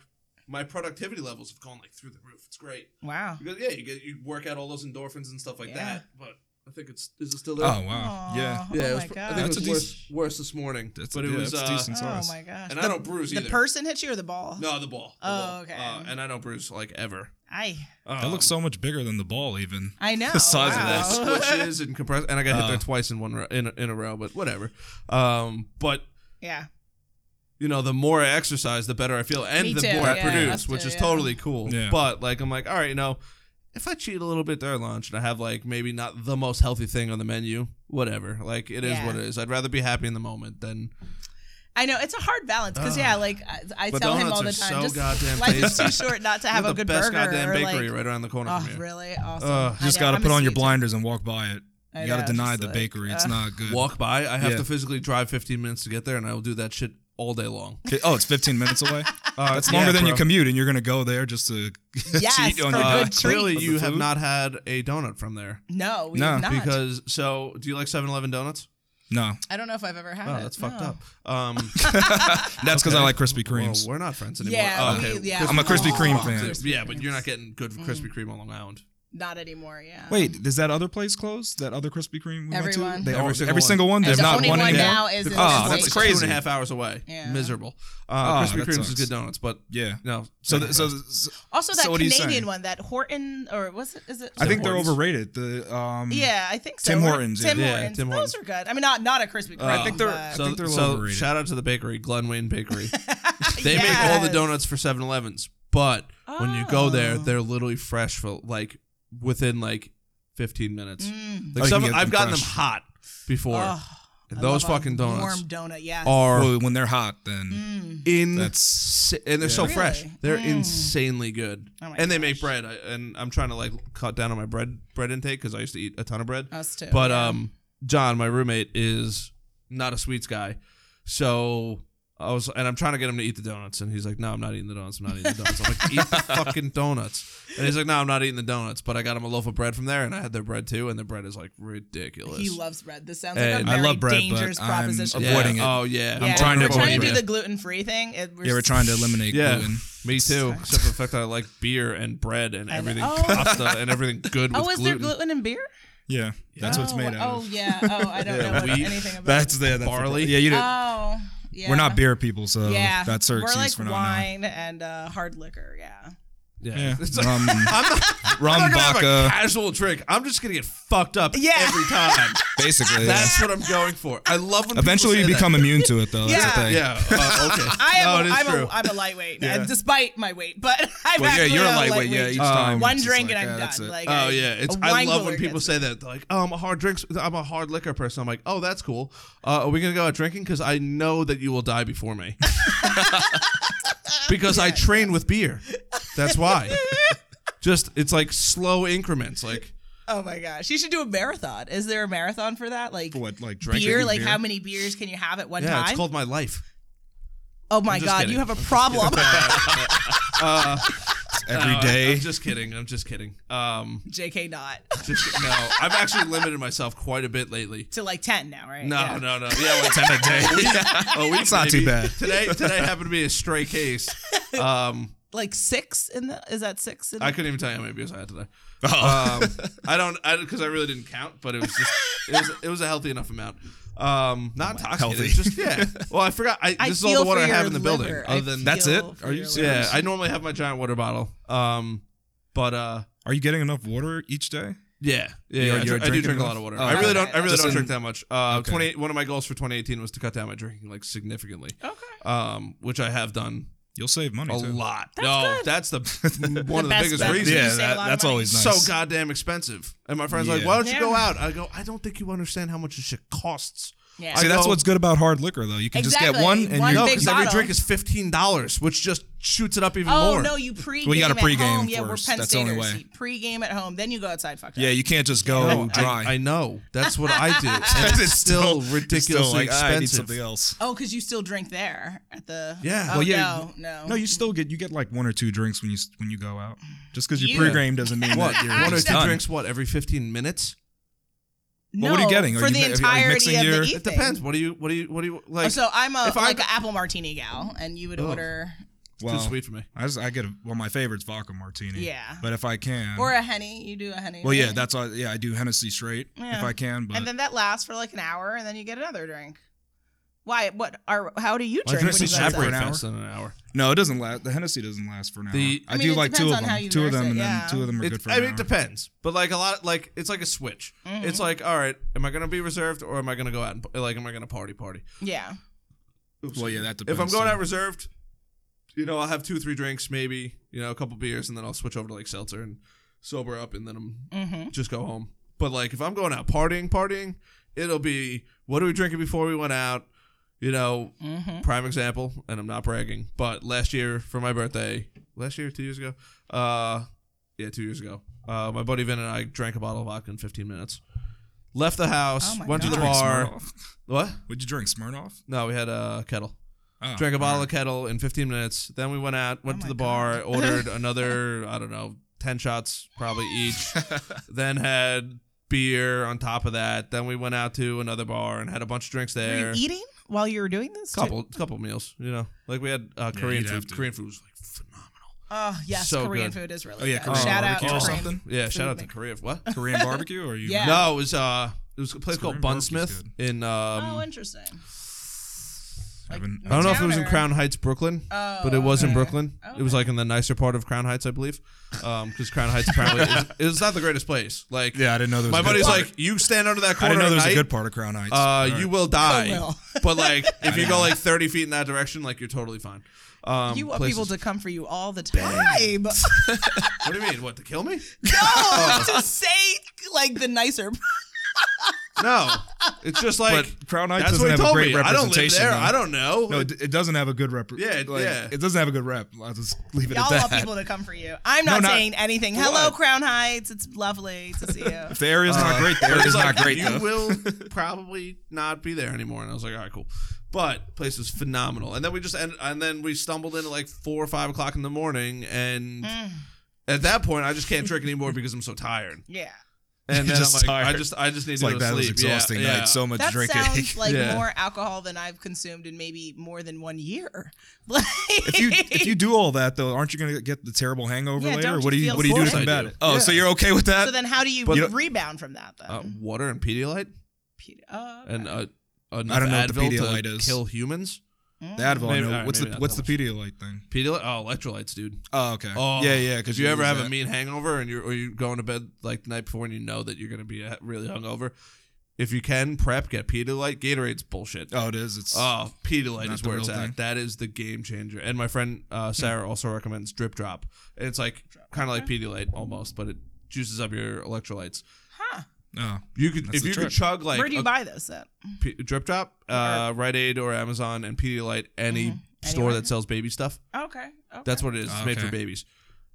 Speaker 1: my productivity levels have gone like through the roof. It's great
Speaker 2: wow.
Speaker 1: because yeah, you get you work out all those endorphins and stuff like
Speaker 2: Yeah.
Speaker 1: that. But I think it's is it still there?
Speaker 3: oh wow, yeah.
Speaker 2: Aw,
Speaker 1: Yeah,
Speaker 2: Oh
Speaker 1: it was, pr-
Speaker 2: my
Speaker 1: I think
Speaker 2: gosh.
Speaker 3: That's
Speaker 1: it was
Speaker 3: a
Speaker 1: worse, worse this morning.
Speaker 3: That's-
Speaker 1: but it
Speaker 3: yeah,
Speaker 1: was
Speaker 3: that's
Speaker 1: uh,
Speaker 3: decent.
Speaker 2: Oh
Speaker 3: Size.
Speaker 2: my gosh.
Speaker 1: and I don't bruise
Speaker 2: The
Speaker 1: either.
Speaker 2: person hit you or the ball?
Speaker 1: no, the ball. the
Speaker 2: Oh,
Speaker 1: ball.
Speaker 2: okay.
Speaker 1: Uh, and I don't bruise like ever.
Speaker 2: I.
Speaker 1: Um,
Speaker 3: That looks so much bigger than the ball, even.
Speaker 2: I
Speaker 1: *laughs*
Speaker 2: know.
Speaker 3: The size of
Speaker 2: wow.
Speaker 3: this.
Speaker 1: squishes and compress, and I got hit
Speaker 3: Uh.
Speaker 1: there twice in one ro- in a, in a row. But whatever. Um, but
Speaker 2: *laughs* yeah.
Speaker 1: you know, the more I exercise, the better I feel, and
Speaker 2: Me
Speaker 1: the
Speaker 2: too,
Speaker 1: more I
Speaker 2: yeah, us
Speaker 1: produce,
Speaker 2: too,
Speaker 1: which is
Speaker 2: yeah.
Speaker 1: totally cool.
Speaker 3: Yeah.
Speaker 1: But like, I'm like, all right, you know, if I cheat a little bit there at lunch and I have like maybe not the most healthy thing on the menu, whatever. Like, it is
Speaker 2: Yeah.
Speaker 1: what it is. I'd rather be happy in the moment than
Speaker 2: I know it's a hard balance because yeah, like I, I
Speaker 1: But
Speaker 2: tell him
Speaker 1: donuts
Speaker 2: all the
Speaker 1: are so
Speaker 2: time, just
Speaker 1: goddamn
Speaker 2: life is
Speaker 1: tasty.
Speaker 2: too short not to
Speaker 1: I
Speaker 2: have a
Speaker 1: the
Speaker 2: good
Speaker 1: best
Speaker 2: burger
Speaker 1: goddamn
Speaker 2: or
Speaker 1: bakery
Speaker 2: like.
Speaker 1: right around the corner
Speaker 2: Oh,
Speaker 1: from here.
Speaker 2: really? Awesome.
Speaker 1: Ugh.
Speaker 2: I
Speaker 3: You just
Speaker 2: know,
Speaker 3: got to
Speaker 2: I'm a
Speaker 3: put on
Speaker 2: sweet
Speaker 3: your
Speaker 2: tooth.
Speaker 3: blinders and walk by it.
Speaker 2: I
Speaker 3: You got
Speaker 2: know,
Speaker 3: to deny
Speaker 2: just
Speaker 3: the
Speaker 2: like,
Speaker 3: bakery. It's
Speaker 2: uh,
Speaker 3: not good.
Speaker 1: Walk by. I have
Speaker 3: Yeah.
Speaker 1: to physically drive 15 minutes to get there, and I will do that shit all day long.
Speaker 3: Fi- Oh, it's 15 minutes *laughs* away.
Speaker 1: Uh,
Speaker 3: That's longer than you commute, and you're gonna go there just to *laughs*
Speaker 2: Yes,
Speaker 3: cheat
Speaker 2: *laughs*
Speaker 3: on
Speaker 2: for good
Speaker 3: your
Speaker 1: Uh,
Speaker 2: treat.
Speaker 1: clearly,
Speaker 3: Of the
Speaker 1: you have
Speaker 3: food?
Speaker 1: not had a donut from there.
Speaker 2: No, we
Speaker 3: No,
Speaker 2: have not.
Speaker 1: Because so, do you like 7-Eleven donuts?
Speaker 3: No,
Speaker 2: I don't know if I've ever had
Speaker 1: Oh,
Speaker 2: it.
Speaker 1: that's
Speaker 2: No.
Speaker 1: fucked up. Um,
Speaker 3: *laughs* that's because I like Krispy
Speaker 1: well,
Speaker 3: Kremes.
Speaker 1: we're not friends anymore.
Speaker 2: Yeah,
Speaker 1: Oh,
Speaker 2: we- yeah.
Speaker 1: Krispy
Speaker 3: I'm a Krispy Kreme
Speaker 1: Kreme.
Speaker 3: fan.
Speaker 1: Yeah, but you're not getting good Krispy Kreme on Long Island.
Speaker 2: Not anymore. Yeah.
Speaker 3: Wait, does that other place close? That other Krispy Kreme we went
Speaker 2: Everyone.
Speaker 3: to? They
Speaker 1: Every
Speaker 3: all-
Speaker 1: single
Speaker 3: every
Speaker 1: one.
Speaker 3: single one. Uh,
Speaker 1: There's
Speaker 3: There's
Speaker 2: the
Speaker 3: not
Speaker 2: only
Speaker 3: one,
Speaker 2: one
Speaker 3: in there.
Speaker 2: now is in
Speaker 1: Oh,
Speaker 2: Wait.
Speaker 1: that's
Speaker 3: It's
Speaker 1: crazy. Two
Speaker 3: crazy.
Speaker 1: and a half hours away.
Speaker 2: Yeah.
Speaker 1: Miserable. Uh,
Speaker 3: Oh,
Speaker 1: Krispy
Speaker 3: that
Speaker 1: Kreme's is
Speaker 3: sucks.
Speaker 1: good donuts, but
Speaker 3: Yeah.
Speaker 1: no.
Speaker 3: So, th- so, so
Speaker 2: Also, that
Speaker 3: So what are you
Speaker 2: Canadian
Speaker 3: saying?
Speaker 2: one, that Horton or was it? Is it?
Speaker 3: I think they're
Speaker 1: Hortons.
Speaker 3: overrated. The um,
Speaker 2: Yeah, I think so.
Speaker 3: Tim
Speaker 2: right?
Speaker 3: Hortons, yeah.
Speaker 2: Tim
Speaker 1: Yeah,
Speaker 2: Hortons.
Speaker 1: Tim
Speaker 2: Those
Speaker 1: Hortons. Uh,
Speaker 2: are good. I mean, not not a Krispy Kreme.
Speaker 1: I
Speaker 3: think they're-
Speaker 2: but- *laughs*
Speaker 1: So,
Speaker 3: think they're a little
Speaker 1: so
Speaker 3: overrated.
Speaker 1: shout out to the bakery, Glen Wayne Bakery. they make all
Speaker 2: Yes.
Speaker 1: the donuts for 7-Elevens, but when you go there,
Speaker 2: Oh.
Speaker 1: they're literally fresh for like within like 15 minutes.
Speaker 2: Mm.
Speaker 1: Like
Speaker 3: Oh, you
Speaker 1: some,
Speaker 3: can get
Speaker 1: I've
Speaker 3: them
Speaker 1: gotten
Speaker 3: fresh.
Speaker 1: them hot before.
Speaker 2: Oh,
Speaker 1: And
Speaker 2: I
Speaker 1: those
Speaker 2: love a
Speaker 1: fucking donuts
Speaker 2: Warm donut. Yes.
Speaker 1: are
Speaker 3: Well, when they're hot, then
Speaker 2: Mm.
Speaker 1: in
Speaker 3: That's-
Speaker 1: and they're so
Speaker 2: Really?
Speaker 1: fresh. They're
Speaker 2: Mm.
Speaker 1: insanely good.
Speaker 2: Oh my
Speaker 1: and they
Speaker 2: gosh.
Speaker 1: make bread. I, and I'm trying to like cut down on my bread bread intake because I used to eat a ton of bread.
Speaker 2: Us too.
Speaker 1: But
Speaker 2: yeah.
Speaker 1: um, John, my roommate, is not a sweets guy, so I was, and I'm trying to get him to eat the donuts, and he's like, "No, I'm not eating the donuts. I'm not eating the donuts." I'm like, "Eat the
Speaker 2: *laughs*
Speaker 1: fucking donuts," and he's like, "No, I'm not eating the donuts." But I got him a loaf of bread from there, and I had their bread too, and their bread is like ridiculous.
Speaker 2: he loves bread. This sounds like a
Speaker 1: And-
Speaker 2: very
Speaker 3: I love bread, but
Speaker 2: dangerous
Speaker 3: I'm
Speaker 2: proposition.
Speaker 1: yeah.
Speaker 3: avoiding it.
Speaker 1: Oh yeah,
Speaker 2: Yeah,
Speaker 3: trying to
Speaker 2: we're trying to
Speaker 3: avoid
Speaker 2: do
Speaker 3: it.
Speaker 2: the gluten free thing. It,
Speaker 3: yeah, we're trying to eliminate
Speaker 1: Yeah,
Speaker 3: gluten.
Speaker 1: me too. Except for the fact that I like beer and bread and
Speaker 2: know.
Speaker 1: everything
Speaker 2: Oh.
Speaker 1: pasta and everything good with
Speaker 2: Oh, is
Speaker 1: gluten.
Speaker 2: there gluten in beer?
Speaker 3: Yeah, that's what it's
Speaker 2: oh,
Speaker 3: made out
Speaker 2: Oh
Speaker 3: of.
Speaker 2: yeah. Oh, I
Speaker 3: *laughs*
Speaker 2: don't know what,
Speaker 1: wheat.
Speaker 2: anything about.
Speaker 3: That's the that's the
Speaker 1: Barley?
Speaker 3: problem. yeah, you. didn't-
Speaker 2: Oh, yeah.
Speaker 3: We're not beer people, so
Speaker 2: Yeah,
Speaker 3: that's our
Speaker 2: we're
Speaker 3: excuse
Speaker 2: like
Speaker 3: for not knowing.
Speaker 2: wine and uh, hard liquor. Yeah.
Speaker 1: Yeah,
Speaker 3: Yeah,
Speaker 1: *laughs* It's like,
Speaker 3: rum,
Speaker 1: I'm not, I'm
Speaker 3: rum
Speaker 1: not gonna have a
Speaker 3: Um, vodka,
Speaker 1: casual drink. I'm just gonna get fucked up
Speaker 2: Yeah.
Speaker 1: every time.
Speaker 3: basically. yeah.
Speaker 1: That's what I'm going for. I love when people
Speaker 3: Eventually, you
Speaker 1: say that.
Speaker 3: become immune to it, though. That's the
Speaker 2: Yeah.
Speaker 3: thing.
Speaker 1: Yeah. uh, okay.
Speaker 2: *laughs* I am.
Speaker 1: no, it is
Speaker 2: I'm,
Speaker 1: true.
Speaker 2: a, I'm a lightweight,
Speaker 3: Yeah.
Speaker 2: uh, despite my weight. But *laughs* I'm
Speaker 3: Well, yeah,
Speaker 2: actually a
Speaker 3: you're a
Speaker 2: lightweight.
Speaker 3: lightweight. Yeah, each
Speaker 1: Um,
Speaker 3: time.
Speaker 2: One
Speaker 3: it's just
Speaker 2: drink
Speaker 3: like,
Speaker 2: and
Speaker 3: yeah,
Speaker 2: I'm
Speaker 3: that's
Speaker 2: done.
Speaker 3: it.
Speaker 2: Like,
Speaker 1: Oh
Speaker 2: I-
Speaker 1: yeah, it's.
Speaker 2: a
Speaker 1: I
Speaker 2: wine
Speaker 1: love
Speaker 2: cooler
Speaker 1: when people
Speaker 2: gets
Speaker 1: say that. They're like, "Oh, I'm a hard drinks. I'm a hard liquor person." I'm like, "Oh, that's cool. Uh, are we gonna go out drinking? Because I know that you will die before
Speaker 2: *laughs*
Speaker 1: me. because I train with beer. That's why. Just it's like slow increments. Like
Speaker 2: Oh my gosh, you should do a marathon. Is there a marathon for that? Like
Speaker 3: What like drinking
Speaker 2: beer? Like how many beers can you have at one
Speaker 1: yeah,
Speaker 2: time?
Speaker 1: it's called my life.
Speaker 2: oh my
Speaker 1: just
Speaker 2: god,
Speaker 1: kidding.
Speaker 2: you have a problem, *laughs*
Speaker 3: every
Speaker 1: No, I,
Speaker 3: day?
Speaker 1: am *laughs* just kidding. Oh, I'm just kidding. Um,
Speaker 2: Jk. Not
Speaker 1: just, no, I've actually limited myself quite a bit lately.
Speaker 2: to like ten now, right?
Speaker 1: No,
Speaker 2: Yeah.
Speaker 1: no, no. Yeah, like
Speaker 3: Ten a day.
Speaker 1: *laughs* a week.
Speaker 3: It's not too
Speaker 1: maybe.
Speaker 3: bad.
Speaker 1: Today, today happened to be a stray case. Um,
Speaker 2: Like six in the? Is that six? In the,
Speaker 1: I couldn't even tell you how many beers I had today.
Speaker 3: Oh.
Speaker 1: Um, I don't, I because I really didn't count, but it was just, it was, it was a healthy enough amount. Um, not toxic.
Speaker 3: Healthy.
Speaker 1: It's just yeah. Well, I forgot. I,
Speaker 2: I
Speaker 1: this is all
Speaker 2: feel
Speaker 1: the water
Speaker 2: for
Speaker 1: I have
Speaker 2: your
Speaker 1: in the building.
Speaker 2: liver. I
Speaker 1: Other than
Speaker 3: That's
Speaker 2: feel
Speaker 3: it?
Speaker 2: for
Speaker 3: Are you
Speaker 2: your
Speaker 3: serious?
Speaker 1: yeah, I normally have my giant water bottle. Um, but uh,
Speaker 3: Are you getting enough water each day?
Speaker 1: yeah, yeah,
Speaker 3: You're-
Speaker 1: yeah, I dr-
Speaker 3: you're
Speaker 1: I do
Speaker 3: drinking
Speaker 1: drink a lot
Speaker 3: enough?
Speaker 1: of water.
Speaker 3: Oh,
Speaker 1: I really
Speaker 2: okay.
Speaker 1: don't. I really
Speaker 3: Just
Speaker 1: don't
Speaker 3: in-
Speaker 1: drink that much. Uh,
Speaker 3: Okay.
Speaker 1: twenty. One of my goals for 2018 was to cut down my drinking like significantly.
Speaker 2: liver. Okay.
Speaker 1: Um, which I have done
Speaker 3: You'll save money
Speaker 1: a
Speaker 3: too.
Speaker 1: lot. no, that's the
Speaker 3: *laughs*
Speaker 1: one of the
Speaker 2: best
Speaker 1: biggest
Speaker 2: bet.
Speaker 1: reasons.
Speaker 2: You
Speaker 3: Yeah,
Speaker 2: save a
Speaker 3: that-
Speaker 2: lot of
Speaker 3: that's
Speaker 2: money.
Speaker 3: always nice.
Speaker 1: So goddamn expensive. And my friend's like,
Speaker 3: Yeah.
Speaker 1: why don't you
Speaker 2: Yeah.
Speaker 1: go out? I go, I don't think you understand how much this shit costs.
Speaker 2: Yeah.
Speaker 1: I
Speaker 3: See, that's
Speaker 1: go-
Speaker 3: what's good about hard liquor, though. You can just
Speaker 2: Exactly.
Speaker 3: get one, and
Speaker 2: One
Speaker 1: No,
Speaker 3: you're
Speaker 2: big
Speaker 1: because every
Speaker 2: bottle.
Speaker 1: drink is fifteen dollars, which just shoots it up even
Speaker 2: Oh
Speaker 1: more.
Speaker 2: no, you pregame.
Speaker 3: Well, you gotta
Speaker 2: at home.
Speaker 3: pregame
Speaker 2: Yeah, we're
Speaker 3: first.
Speaker 2: Penn
Speaker 3: That's the only
Speaker 2: Staters.
Speaker 3: way.
Speaker 2: Pregame at home, then you go outside. Fuck.
Speaker 3: *laughs* yeah, you can't just go
Speaker 1: No, I-
Speaker 3: Oh, *laughs* dry.
Speaker 1: I, know. That's what I
Speaker 3: *laughs*
Speaker 1: do. And it's still ridiculously
Speaker 3: Still, like, "Ah, I need
Speaker 1: expensive.
Speaker 3: something else.
Speaker 2: Oh, because you still drink there at the.
Speaker 1: Yeah.
Speaker 2: Oh,
Speaker 1: Well,
Speaker 3: yeah,
Speaker 2: No, no.
Speaker 3: No, you still get you get like one or two drinks when you when you go out. Just because
Speaker 2: You-
Speaker 3: you pregame doesn't mean
Speaker 1: What?
Speaker 3: that you're
Speaker 1: One or
Speaker 3: just
Speaker 1: two
Speaker 3: done.
Speaker 1: drinks? What? Every fifteen minutes?
Speaker 3: Well, what are you
Speaker 2: No,
Speaker 3: getting? Are
Speaker 2: for
Speaker 3: you
Speaker 2: the
Speaker 3: mi- are you
Speaker 2: entirety
Speaker 3: mixing
Speaker 2: of
Speaker 3: your-
Speaker 2: the
Speaker 3: It
Speaker 2: evening? Oh,
Speaker 1: It depends. What do you? What do you? What do you like?
Speaker 2: so I'm a
Speaker 1: if I-
Speaker 2: like an apple martini gal, and you would
Speaker 3: Oh.
Speaker 1: Ugh.
Speaker 2: order
Speaker 3: Well,
Speaker 1: Too sweet for me.
Speaker 3: I just I get a, well, my favorite's vodka martini.
Speaker 2: Yeah.
Speaker 3: but if I can,
Speaker 2: or a henny. You do a henny.
Speaker 3: well, yeah,
Speaker 2: right?
Speaker 3: that's all. Yeah, I do Hennessy straight
Speaker 2: Yeah.
Speaker 3: if I can. But
Speaker 2: and then that lasts for like an hour, and then you get another drink. Why? What are? How do you
Speaker 1: My drinks will
Speaker 2: drink? When you
Speaker 3: Drinks
Speaker 2: go
Speaker 3: is separate
Speaker 1: evaporate
Speaker 2: outside?
Speaker 3: an hour?
Speaker 1: faster than an hour.
Speaker 3: no, it doesn't last. The Hennessy doesn't last for an hour.
Speaker 1: The-
Speaker 3: I,
Speaker 2: I mean,
Speaker 3: do
Speaker 2: it
Speaker 3: like two
Speaker 2: depends
Speaker 3: of
Speaker 2: on
Speaker 3: them.
Speaker 2: how you
Speaker 3: two of
Speaker 2: nurse
Speaker 3: them,
Speaker 2: it,
Speaker 3: and
Speaker 2: yeah.
Speaker 3: then two of them are
Speaker 1: It's,
Speaker 3: good for
Speaker 1: I
Speaker 3: an
Speaker 1: mean, it
Speaker 3: hour.
Speaker 1: depends, but like a lot, like it's like a switch. It's like, all right, am I gonna be reserved or am I gonna go out and like, am I gonna party party?
Speaker 2: Yeah.
Speaker 3: Well, yeah, that
Speaker 1: If
Speaker 3: depends.
Speaker 1: I'm going
Speaker 3: too.
Speaker 1: out reserved, you know, I'll have two, three drinks, maybe you know, a couple beers, and then I'll switch over to like seltzer and sober up, and then I'm
Speaker 2: Mm-hmm.
Speaker 1: just go home. But like, if I'm going out partying, partying, it'll be what are we drinking before we went out? You know,
Speaker 2: Mm-hmm.
Speaker 1: prime example, and I'm not bragging, but last year for my birthday, last year, two years ago, uh, yeah, two years ago, uh, my buddy Vin and I drank a bottle of vodka in 15 minutes. Left the house,
Speaker 2: Oh my
Speaker 1: went to the
Speaker 2: God.
Speaker 3: Drink
Speaker 1: bar.
Speaker 3: Smirnoff.
Speaker 1: What?
Speaker 3: Would you drink Smirnoff?
Speaker 1: No, we had a kettle.
Speaker 3: Oh,
Speaker 1: Drank a
Speaker 3: all right.
Speaker 1: bottle of kettle in 15 minutes. Then we went out, went
Speaker 2: Oh
Speaker 1: to
Speaker 2: my
Speaker 1: the bar,
Speaker 2: *laughs*
Speaker 1: ordered another, I don't know, 10 shots probably
Speaker 3: *laughs*
Speaker 1: each. then had beer on top of that. Then we went out to another bar and had a bunch of drinks
Speaker 2: Were
Speaker 1: there
Speaker 2: you eating while you were doing this? too?
Speaker 1: couple couple meals. You know, like we had uh,
Speaker 3: Yeah,
Speaker 1: Korean
Speaker 3: you'd have
Speaker 1: food.
Speaker 3: to.
Speaker 1: Korean food was like phenomenal.
Speaker 2: Oh yes,
Speaker 1: So
Speaker 2: Korean
Speaker 1: good.
Speaker 2: food is really
Speaker 3: Oh, yeah,
Speaker 2: good.
Speaker 3: Korean
Speaker 2: Uh, Shout out
Speaker 3: barbecue
Speaker 2: to
Speaker 3: or
Speaker 2: Korean.
Speaker 3: something?
Speaker 1: Yeah, shout out to
Speaker 2: maker.
Speaker 1: Korea. What?
Speaker 3: *laughs* Korean barbecue or you?
Speaker 2: Yeah.
Speaker 1: No, it was uh, it was a place
Speaker 3: Korean
Speaker 1: called
Speaker 3: barbecue's
Speaker 1: Bunsmith in um,
Speaker 2: Oh, interesting.
Speaker 3: I haven't-
Speaker 1: I don't know if it was in
Speaker 2: Downer.
Speaker 1: Crown Heights, Brooklyn, but it was in Brooklyn. It was
Speaker 2: Okay.
Speaker 1: like in the nicer part of Crown Heights, I believe, because Crown Heights apparently is,
Speaker 2: *laughs*
Speaker 1: it's not the greatest place. Like,
Speaker 3: Yeah, I didn't know there was
Speaker 1: my
Speaker 3: a good
Speaker 1: buddy's
Speaker 3: part.
Speaker 1: like, you stand under that
Speaker 3: I
Speaker 1: corner
Speaker 3: didn't know there was
Speaker 1: at
Speaker 3: a
Speaker 1: night,
Speaker 3: good part of Crown Heights.
Speaker 1: uh, you
Speaker 2: Oh,
Speaker 1: will die.
Speaker 2: will.
Speaker 1: *laughs* but like, if you go like thirty feet in that direction, like you're totally fine. Um,
Speaker 2: You want
Speaker 1: places-
Speaker 2: people to come for you all the
Speaker 3: *laughs*
Speaker 2: time. no,
Speaker 1: What do you mean? What to kill me?
Speaker 3: *laughs*
Speaker 2: to say like the nicer.
Speaker 1: No, it's just like
Speaker 3: But Crown Heights
Speaker 1: that's
Speaker 3: doesn't
Speaker 1: what he
Speaker 3: have a
Speaker 1: told
Speaker 3: great
Speaker 1: me. I don't live
Speaker 3: representation, though.
Speaker 1: there. I don't know.
Speaker 3: no, it, it doesn't have a good rep.
Speaker 1: Yeah, it-
Speaker 3: like,
Speaker 1: yeah.
Speaker 3: it doesn't have a good rep. I'll just leave it
Speaker 2: Y'all
Speaker 3: at
Speaker 2: want
Speaker 3: that.
Speaker 2: people to come for you. I'm
Speaker 3: No,
Speaker 2: not
Speaker 3: not-
Speaker 2: saying anything. Hello,
Speaker 1: What?
Speaker 2: Crown Heights. It's lovely to see you.
Speaker 3: *laughs* if *laughs* the area's not great, the
Speaker 1: Uh, It's
Speaker 3: area's
Speaker 1: like,
Speaker 3: not great
Speaker 1: you
Speaker 3: though. *laughs*
Speaker 1: will probably not be there anymore. And I was like, all right, cool. But place was phenomenal. And then we just ended, and then we stumbled in at like four or five o'clock in the morning. And at that point, I just can't drink anymore because I'm so tired.
Speaker 2: yeah.
Speaker 1: And
Speaker 3: *laughs* You're
Speaker 1: then I'm
Speaker 3: just
Speaker 1: like, I
Speaker 3: tired.
Speaker 1: just, I just need
Speaker 3: It's
Speaker 1: to
Speaker 3: like
Speaker 1: go
Speaker 3: that
Speaker 1: to
Speaker 3: was
Speaker 1: sleep. Yeah,
Speaker 3: exhausting
Speaker 1: yeah.
Speaker 3: night. So much
Speaker 2: That
Speaker 3: drinking.
Speaker 2: sounds like
Speaker 1: Yeah.
Speaker 2: more alcohol than I've consumed in maybe more than one year. *laughs* Like,
Speaker 3: *laughs* if you if you do all that though, aren't you going to get the terrible hangover
Speaker 2: Yeah,
Speaker 3: later?
Speaker 2: don't
Speaker 3: What do
Speaker 2: you
Speaker 3: you
Speaker 2: feel
Speaker 3: what do you do to
Speaker 1: sick?
Speaker 3: combat
Speaker 1: I do.
Speaker 3: it? Oh, so
Speaker 1: Yeah.
Speaker 3: you're okay with
Speaker 2: *laughs*
Speaker 3: that?
Speaker 2: so then how do you
Speaker 3: But- Um,
Speaker 2: rebound from that then?
Speaker 1: uh, water and Pedialyte
Speaker 2: Peter- oh, okay.
Speaker 1: and uh, enough
Speaker 3: I don't know what the
Speaker 1: Advil
Speaker 3: Pedialyte
Speaker 1: to
Speaker 3: is.
Speaker 1: kill humans.
Speaker 2: mm-hmm.
Speaker 3: the Advil. I
Speaker 1: Maybe-
Speaker 3: know.
Speaker 1: all right,
Speaker 3: what's
Speaker 1: maybe
Speaker 3: the
Speaker 1: not
Speaker 3: what's the
Speaker 1: that
Speaker 3: Pedialyte E thing?
Speaker 1: Pedialyte, oh, electrolytes, dude.
Speaker 3: Oh, okay.
Speaker 1: Oh,
Speaker 3: yeah, yeah.
Speaker 1: Because you ever
Speaker 3: use
Speaker 1: have
Speaker 3: that.
Speaker 1: a mean hangover and you're or you're going to bed like the night before and you know that you're going to be uh, really hungover. If you can prep, get Pedialyte. Gatorade's bullshit.
Speaker 3: Oh, it is. It's
Speaker 1: Oh, Pedialyte
Speaker 3: Not
Speaker 1: is
Speaker 3: the
Speaker 1: where
Speaker 3: real
Speaker 1: it's
Speaker 3: thing. Hmm.
Speaker 1: at. That is the game changer. And my friend uh, Sarah also recommends Drip Drop. And it's like kind of like Pedialyte almost, but it juices up your electrolytes.
Speaker 2: huh.
Speaker 3: oh.
Speaker 1: You could
Speaker 3: That's
Speaker 1: if
Speaker 3: the
Speaker 1: you could
Speaker 3: trick.
Speaker 1: chug like
Speaker 2: Where
Speaker 3: uh,
Speaker 2: do you
Speaker 1: a
Speaker 2: buy this at?
Speaker 1: P- Drip Drop, uh, Rite Aid or Amazon, and Pedialyte, any store
Speaker 2: Mm-hmm. Anywhere.
Speaker 1: that sells baby stuff.
Speaker 2: Okay. okay.
Speaker 1: That's what it is. It's made
Speaker 3: Okay.
Speaker 1: for babies.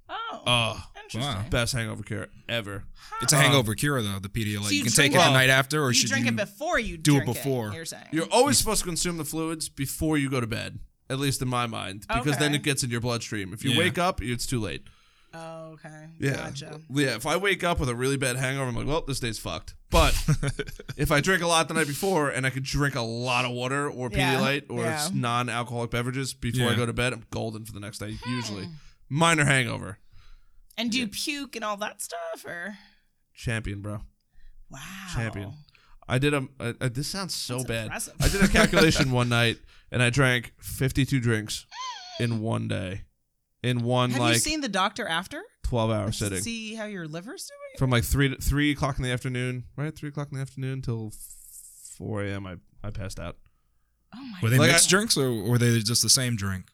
Speaker 2: Oh,
Speaker 1: Oh,
Speaker 2: interesting.
Speaker 3: wow.
Speaker 1: best hangover cure ever.
Speaker 3: It's a hangover cure though. The Pedialyte.
Speaker 2: So
Speaker 3: E. you,
Speaker 2: you
Speaker 3: can
Speaker 2: drink
Speaker 3: take it
Speaker 2: it-
Speaker 3: the night after, or
Speaker 2: You
Speaker 3: should
Speaker 2: drink
Speaker 3: you
Speaker 2: it before you
Speaker 3: do it
Speaker 2: drink
Speaker 3: before.
Speaker 2: you're saying.
Speaker 1: You're always supposed to consume the fluids before you go to bed, at least in my mind, because then
Speaker 2: Okay.
Speaker 1: it gets in your bloodstream. If you
Speaker 3: Yeah.
Speaker 1: wake up, it's too late.
Speaker 2: oh, okay.
Speaker 1: Yeah.
Speaker 2: Gotcha.
Speaker 1: Yeah. If I wake up with a really bad hangover, I'm like, well, this day's fucked.
Speaker 2: *laughs*
Speaker 1: But
Speaker 3: *laughs*
Speaker 1: if I drink a lot the night before and I could drink a lot of water or
Speaker 2: Yeah.
Speaker 1: Pedialyte or
Speaker 2: Yeah.
Speaker 1: non alcoholic beverages before I
Speaker 3: Yeah.
Speaker 1: go to bed, I'm golden for the next day,
Speaker 2: Hmm.
Speaker 1: usually. Minor hangover.
Speaker 2: And do you puke and all that stuff, or
Speaker 1: Champion, bro.
Speaker 2: wow,
Speaker 1: champion. I did a. Uh, uh, this sounds so
Speaker 2: That's
Speaker 1: bad.
Speaker 2: impressive.
Speaker 1: I did a calculation one night, and I drank fifty-two drinks in one day, in one
Speaker 2: *laughs* Have
Speaker 1: like
Speaker 2: you seen the doctor after?
Speaker 1: twelve-hour
Speaker 2: To
Speaker 1: sitting,
Speaker 2: See how your liver's doing.
Speaker 1: from like three to, three o'clock in the afternoon, right? Three o'clock in the afternoon till four a.m. I I passed out.
Speaker 2: Oh my.
Speaker 3: Were they
Speaker 1: Like,
Speaker 3: mixed
Speaker 1: I-
Speaker 3: drinks, or were they just the same drink?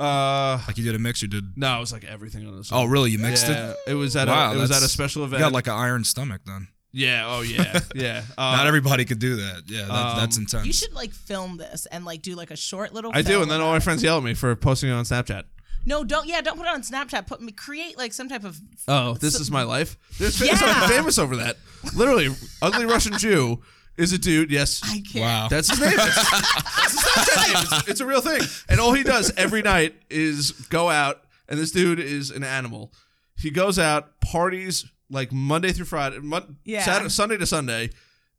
Speaker 1: Uh,
Speaker 3: Like you did a mix, you did.
Speaker 1: no, it was like everything on this.
Speaker 3: Oh, really? You mixed
Speaker 1: yeah,
Speaker 3: it.
Speaker 1: it was at
Speaker 3: Wow,
Speaker 1: a, it was at
Speaker 3: that's-
Speaker 1: a special
Speaker 3: You
Speaker 1: event.
Speaker 3: got like an iron stomach then.
Speaker 1: yeah, oh yeah,
Speaker 3: *laughs*
Speaker 1: yeah. Uh,
Speaker 3: Not everybody could do that. Yeah, that,
Speaker 1: um,
Speaker 3: that's intense.
Speaker 2: You should like film this and like do like a short little.
Speaker 1: I do,
Speaker 2: film
Speaker 1: and then all
Speaker 2: about
Speaker 1: my
Speaker 2: it.
Speaker 1: friends yell at me for posting it on Snapchat.
Speaker 2: No, don't. Yeah, don't put it on Snapchat. Put me create like some type of.
Speaker 1: Oh, this is my life. There's been
Speaker 2: Yeah.
Speaker 1: something famous over that. Literally, ugly Russian Jew is a dude. Yes,
Speaker 2: I can't.
Speaker 3: Wow.
Speaker 1: that's his name. It's, that's his Snapchat name. It's, it's a real thing. And all he does every night is go out, and this dude is an animal. He goes out, parties like Monday through Friday, mon-
Speaker 2: Yeah.
Speaker 1: Saturday, Sunday to Sunday,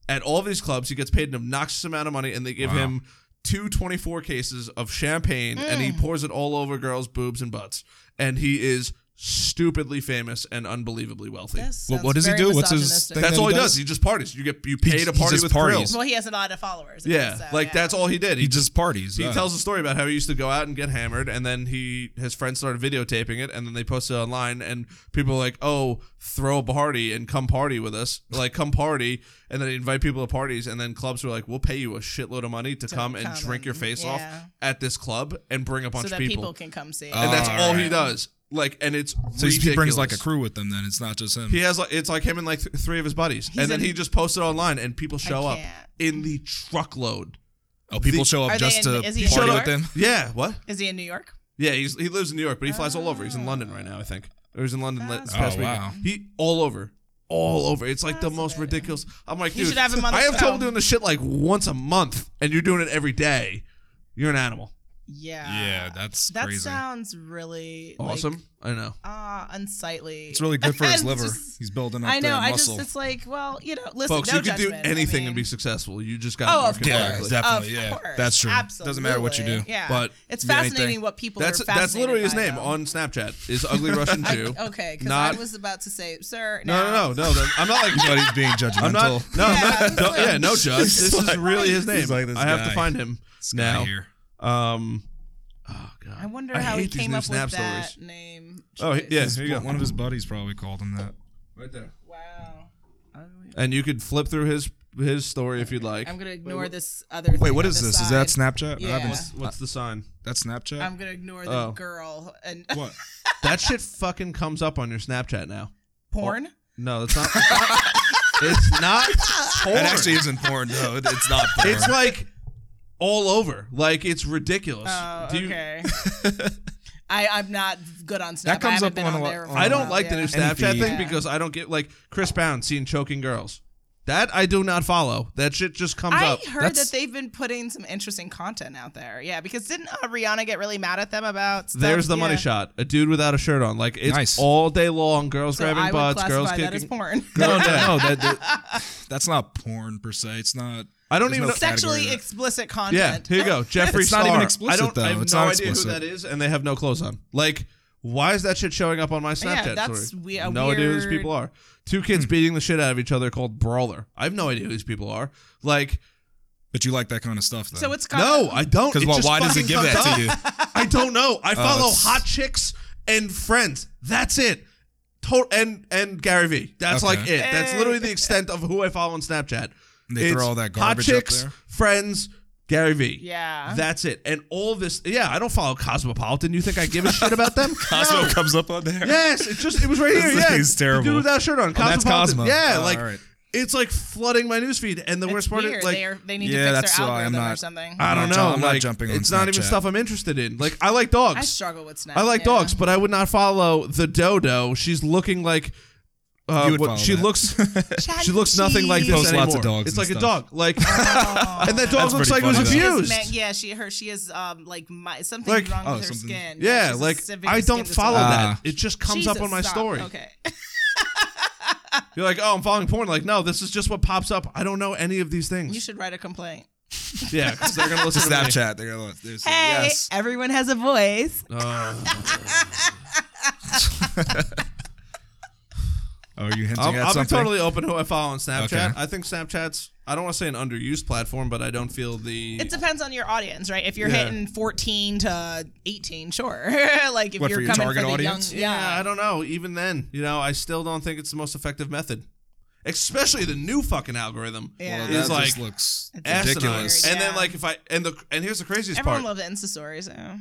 Speaker 1: at all these clubs. He gets paid an obnoxious amount of money, and they give him two 24 cases of champagne, and
Speaker 2: Mm.
Speaker 1: he pours it all over girls' boobs and butts. And he is stupidly famous and unbelievably wealthy.
Speaker 2: This
Speaker 3: What- what
Speaker 2: sounds
Speaker 3: does he
Speaker 2: very
Speaker 3: do? What's his
Speaker 2: misogynistic.
Speaker 3: thing?
Speaker 1: That's
Speaker 3: that
Speaker 1: all
Speaker 3: he
Speaker 1: he does.
Speaker 3: does?
Speaker 1: He just parties. You get you pay to
Speaker 3: he
Speaker 1: party
Speaker 3: just
Speaker 1: with
Speaker 3: parties.
Speaker 1: girls.
Speaker 2: Well, he has a lot of followers. I
Speaker 1: Yeah,
Speaker 2: guess, so,
Speaker 1: like
Speaker 2: yeah.
Speaker 1: that's all he did.
Speaker 3: he just parties. uh,
Speaker 1: he
Speaker 3: yeah.
Speaker 1: tells a story about how he used to go out and get hammered, and then he his friends started videotaping it, and then they posted it online, and people were like, "Oh, throw a party and come party with
Speaker 3: *laughs*
Speaker 1: us, like come party," and then they invite people to parties, and then clubs were like, "We'll pay you a shitload of money to come, and
Speaker 2: come
Speaker 1: drink your
Speaker 2: and-
Speaker 1: face
Speaker 2: yeah.
Speaker 1: off at this club and bring a bunch
Speaker 2: so
Speaker 1: of
Speaker 2: that people. can come see. it.
Speaker 1: and that's
Speaker 3: Oh,
Speaker 1: all he
Speaker 3: right.
Speaker 1: does. Like, and it's
Speaker 3: So he brings like a
Speaker 1: ridiculous.
Speaker 3: crew with them. Then it's not just him.
Speaker 1: He has like it's like him and like th- three of his buddies, and then
Speaker 2: in-
Speaker 1: he just posted online, and people show up
Speaker 2: can't.
Speaker 1: in the truckload.
Speaker 3: oh, people
Speaker 1: the-
Speaker 3: show
Speaker 2: Are
Speaker 3: up
Speaker 2: they
Speaker 3: just
Speaker 2: in-
Speaker 3: to
Speaker 2: is he
Speaker 3: party
Speaker 2: in New
Speaker 3: with them.
Speaker 2: York?
Speaker 1: Yeah, what?
Speaker 2: Is he in New York?
Speaker 1: Yeah, he's, he lives in New York, but he flies all over. He's in London right now, I think. Or he's in London la- this
Speaker 3: Oh,
Speaker 1: past weekend.
Speaker 3: wow.
Speaker 1: He all over, all over. It's like the most ridiculous. I'm like,
Speaker 2: You
Speaker 1: dude,
Speaker 2: should have him on the
Speaker 1: I have
Speaker 2: show.
Speaker 1: trouble doing this shit like once a month, and you're doing it every day. You're an animal.
Speaker 2: Yeah.
Speaker 3: Yeah, that's
Speaker 2: that
Speaker 3: crazy.
Speaker 2: sounds really like,
Speaker 1: Awesome. I know.
Speaker 2: Ah, unsightly.
Speaker 3: it's really good for his
Speaker 2: *laughs* It's
Speaker 3: liver.
Speaker 2: just-
Speaker 3: He's building up
Speaker 2: I know.
Speaker 3: the
Speaker 2: I
Speaker 3: muscle.
Speaker 2: just it's like, well, you know, listen,
Speaker 1: Folks,
Speaker 2: no
Speaker 1: you could do
Speaker 2: judgment. I
Speaker 1: anything
Speaker 2: mean,
Speaker 1: and be successful. You just got
Speaker 2: Oh, of
Speaker 1: market
Speaker 2: course.
Speaker 1: correctly.
Speaker 3: Yeah, definitely,
Speaker 2: Of
Speaker 3: yeah.
Speaker 2: course.
Speaker 3: That's true.
Speaker 2: Absolutely.
Speaker 3: Doesn't matter what you do,
Speaker 2: Yeah.
Speaker 3: but
Speaker 2: it's
Speaker 3: do anything.
Speaker 2: fascinating what people
Speaker 1: That's
Speaker 2: are fascinated
Speaker 1: that's literally his
Speaker 2: by,
Speaker 1: name
Speaker 2: though.
Speaker 1: on Snapchat. Is
Speaker 2: *laughs*
Speaker 1: ugly Russian Jew.
Speaker 2: Okay, because
Speaker 1: Not-
Speaker 2: I was about to say, sir.
Speaker 1: No,
Speaker 2: now-
Speaker 1: no, no, no. that- I'm not like.
Speaker 3: *laughs* He's not even being judgmental.
Speaker 1: I'm not. No,
Speaker 2: Yeah, I
Speaker 1: I'm
Speaker 2: *laughs* was
Speaker 1: not. No,
Speaker 2: like-
Speaker 1: yeah, no judge. This
Speaker 3: He's
Speaker 1: is
Speaker 3: like-
Speaker 1: really his name.
Speaker 3: like this
Speaker 1: I have to
Speaker 3: guy.
Speaker 1: find him
Speaker 3: This guy
Speaker 1: now.
Speaker 3: here.
Speaker 1: Um. Oh God.
Speaker 2: I wonder
Speaker 1: I
Speaker 2: how
Speaker 1: hate
Speaker 2: he
Speaker 1: these
Speaker 2: came
Speaker 1: new
Speaker 2: up
Speaker 1: Snap
Speaker 2: with that
Speaker 1: stories.
Speaker 2: name.
Speaker 1: Oh, he-
Speaker 2: Jeez.
Speaker 1: yeah.
Speaker 3: His-
Speaker 1: Here you go.
Speaker 3: One of his buddies probably called him that.
Speaker 1: Right there.
Speaker 2: Wow. Ugly.
Speaker 1: And you could flip through his his story if you'd like.
Speaker 2: I'm gonna ignore this other.
Speaker 3: Wait,
Speaker 2: thing
Speaker 3: what
Speaker 2: on
Speaker 3: is
Speaker 2: the
Speaker 3: this? Is
Speaker 2: side.
Speaker 3: that Snapchat?
Speaker 2: Yeah.
Speaker 3: I've been-
Speaker 1: What's, what's the sign?
Speaker 3: That's Snapchat.
Speaker 2: I'm gonna ignore the
Speaker 1: Oh.
Speaker 2: girl and
Speaker 1: *laughs*
Speaker 3: what?
Speaker 1: That shit fucking comes up on your Snapchat now.
Speaker 2: *laughs* porn.
Speaker 1: No, *laughs* it's not. it's not porn.
Speaker 3: That actually isn't porn. No, it- it's not
Speaker 1: *laughs*
Speaker 3: porn.
Speaker 1: it's like all over. Like it's ridiculous.
Speaker 2: Oh,
Speaker 1: Do you- *laughs*
Speaker 2: okay. I I'm not good on Snap.
Speaker 3: That comes
Speaker 2: I haven't
Speaker 3: up
Speaker 2: been
Speaker 3: on
Speaker 2: on
Speaker 3: a lot-
Speaker 2: there. for
Speaker 3: on
Speaker 2: a
Speaker 1: I don't
Speaker 2: while,
Speaker 1: like the
Speaker 2: yeah.
Speaker 1: new Snapchat
Speaker 3: feed.
Speaker 1: thing
Speaker 2: Yeah.
Speaker 1: because I don't get like Chris Brown seeing choking girls. That I do not follow. That shit just comes
Speaker 2: I
Speaker 1: up.
Speaker 2: heard
Speaker 3: That's-
Speaker 2: that they've been putting some interesting content out there. Yeah, because didn't uh, Rihanna get really mad at them about? Stuff?
Speaker 1: There's the
Speaker 2: yeah.
Speaker 1: money shot. A dude without a shirt on. Like it's
Speaker 3: Nice.
Speaker 1: all day long. Girls
Speaker 2: So
Speaker 1: grabbing
Speaker 2: I would
Speaker 1: butts. Girls
Speaker 2: classify
Speaker 1: kicking.
Speaker 2: that
Speaker 1: *laughs*
Speaker 2: as porn.
Speaker 3: no, no, *laughs* no. That, that- that's not porn per se. It's not.
Speaker 1: I don't
Speaker 3: there's
Speaker 1: even know-
Speaker 3: category
Speaker 2: Sexually
Speaker 3: there.
Speaker 2: explicit
Speaker 1: Yeah,
Speaker 2: content.
Speaker 1: here you go. Jeffree
Speaker 3: It's
Speaker 1: Star.
Speaker 3: not even
Speaker 1: I
Speaker 3: explicit,
Speaker 1: don't. I have
Speaker 3: though. It's
Speaker 1: no
Speaker 3: not
Speaker 1: idea who
Speaker 3: explicit.
Speaker 1: that is, and they have no clothes on. Like, why is that shit showing up on my Snapchat?
Speaker 2: that's
Speaker 1: story?
Speaker 2: we- a
Speaker 1: no idea who these
Speaker 2: weird-
Speaker 1: people are. Two kids
Speaker 3: Hmm.
Speaker 1: beating the shit out of each other called Brawler. I have no idea who these people are. Like,
Speaker 3: But you like that kind of stuff,
Speaker 2: *laughs*
Speaker 3: though.
Speaker 2: So it's got
Speaker 1: no, I don't.
Speaker 3: because
Speaker 1: It
Speaker 3: well,
Speaker 1: just
Speaker 3: why does it
Speaker 1: fucking
Speaker 3: give
Speaker 1: comes
Speaker 3: that
Speaker 1: up.
Speaker 3: to you?
Speaker 1: I don't know.
Speaker 3: Oh,
Speaker 1: I follow
Speaker 3: it's-
Speaker 1: hot chicks and friends. That's it. To- and and Gary V. That's
Speaker 3: Okay.
Speaker 1: like it. That's literally the extent of who I follow on Snapchat.
Speaker 3: They throw all that
Speaker 1: hot
Speaker 3: garbage up
Speaker 1: chicks,
Speaker 3: there.
Speaker 1: friends, Gary V.
Speaker 2: Yeah.
Speaker 1: that's it. And all this. Yeah, I don't follow Cosmopolitan. You think I give a shit about
Speaker 3: *laughs*
Speaker 1: them? *laughs*
Speaker 3: Cosmo
Speaker 1: No.
Speaker 3: comes up on there.
Speaker 1: Yes, it just it was right here.
Speaker 3: *laughs* This
Speaker 1: Yeah,
Speaker 3: is terrible.
Speaker 1: The dude without a shirt on.
Speaker 3: Oh, that's
Speaker 1: Cosmopolitan.
Speaker 3: Cosmo.
Speaker 1: Yeah,
Speaker 3: Oh,
Speaker 1: like
Speaker 3: all right.
Speaker 1: it's like flooding my newsfeed. And the
Speaker 2: it's
Speaker 1: worst part
Speaker 2: weird.
Speaker 1: is like
Speaker 2: they, are, they need
Speaker 3: Yeah,
Speaker 2: to fix
Speaker 3: that's
Speaker 2: their
Speaker 3: why I'm
Speaker 2: algorithm or
Speaker 3: not-
Speaker 2: something.
Speaker 1: I
Speaker 3: I'm
Speaker 1: don't
Speaker 3: not
Speaker 1: know.
Speaker 3: ju- I'm not
Speaker 1: like,
Speaker 3: jumping on
Speaker 1: It's not even
Speaker 3: Snapchat.
Speaker 1: stuff I'm interested in. Like I like dogs.
Speaker 2: I struggle with Snap.
Speaker 1: I like
Speaker 2: yeah.
Speaker 1: dogs, but I would not follow the dodo. She's looking like uh,
Speaker 3: You would
Speaker 1: what-
Speaker 3: follow
Speaker 1: she
Speaker 3: that.
Speaker 2: *laughs*
Speaker 1: looks.
Speaker 2: Chat
Speaker 1: she looks nothing like this
Speaker 2: cheese.
Speaker 3: Posts
Speaker 1: anymore.
Speaker 3: lots of dogs
Speaker 1: it's like
Speaker 3: and
Speaker 1: a
Speaker 3: stuff.
Speaker 1: dog.
Speaker 2: *laughs*
Speaker 1: Like, *laughs* and that dog
Speaker 3: That's
Speaker 1: looks like
Speaker 3: pretty
Speaker 1: it was
Speaker 3: funny, though.
Speaker 1: abused.
Speaker 2: She is ma- yeah, she her she is um like my, something
Speaker 1: Like-
Speaker 2: wrong
Speaker 3: Oh,
Speaker 2: with her
Speaker 3: something-
Speaker 2: skin.
Speaker 1: yeah,
Speaker 2: she's a
Speaker 1: like
Speaker 2: specific
Speaker 1: I don't
Speaker 2: skin
Speaker 1: follow
Speaker 2: disorder.
Speaker 1: that.
Speaker 3: Ah.
Speaker 1: It just comes up
Speaker 2: Jesus,
Speaker 1: on my
Speaker 2: stop.
Speaker 1: story.
Speaker 2: Okay. *laughs*
Speaker 1: You're like, oh, I'm following porn. Like, no, this is just what pops up. I don't know any of these things.
Speaker 2: You should write
Speaker 1: *laughs*
Speaker 2: a complaint. *laughs*
Speaker 1: yeah, because they're gonna
Speaker 3: To
Speaker 1: listen to me.
Speaker 3: Snapchat, they're gonna look. There's
Speaker 2: Hey,
Speaker 3: yes.
Speaker 2: everyone has a voice.
Speaker 1: Oh.
Speaker 3: Oh, are you hinting
Speaker 1: I'll,
Speaker 3: at
Speaker 1: I'll be
Speaker 3: something?
Speaker 1: totally open who I follow on Snapchat.
Speaker 3: Okay.
Speaker 1: I think Snapchat's. I don't want to say an underused platform, but I don't feel the.
Speaker 2: It depends on your audience, right? If you're
Speaker 1: Yeah.
Speaker 2: hitting 14 to 18, sure. *laughs* like if
Speaker 3: What,
Speaker 2: you're
Speaker 3: for your
Speaker 2: coming
Speaker 3: target
Speaker 2: for the
Speaker 3: audience?
Speaker 2: young,
Speaker 1: Yeah,
Speaker 2: yeah.
Speaker 1: I don't know. Even then, you know, I still don't think it's the most effective method. Especially the new fucking algorithm
Speaker 2: Yeah. Well,
Speaker 3: That
Speaker 2: that
Speaker 1: is like
Speaker 3: just looks
Speaker 2: It's
Speaker 1: asinine.
Speaker 3: ridiculous.
Speaker 2: weird,
Speaker 1: And then
Speaker 2: yeah.
Speaker 1: like if I and the and here's the craziest
Speaker 2: Everyone
Speaker 1: part.
Speaker 2: loves Insta stories. Yeah.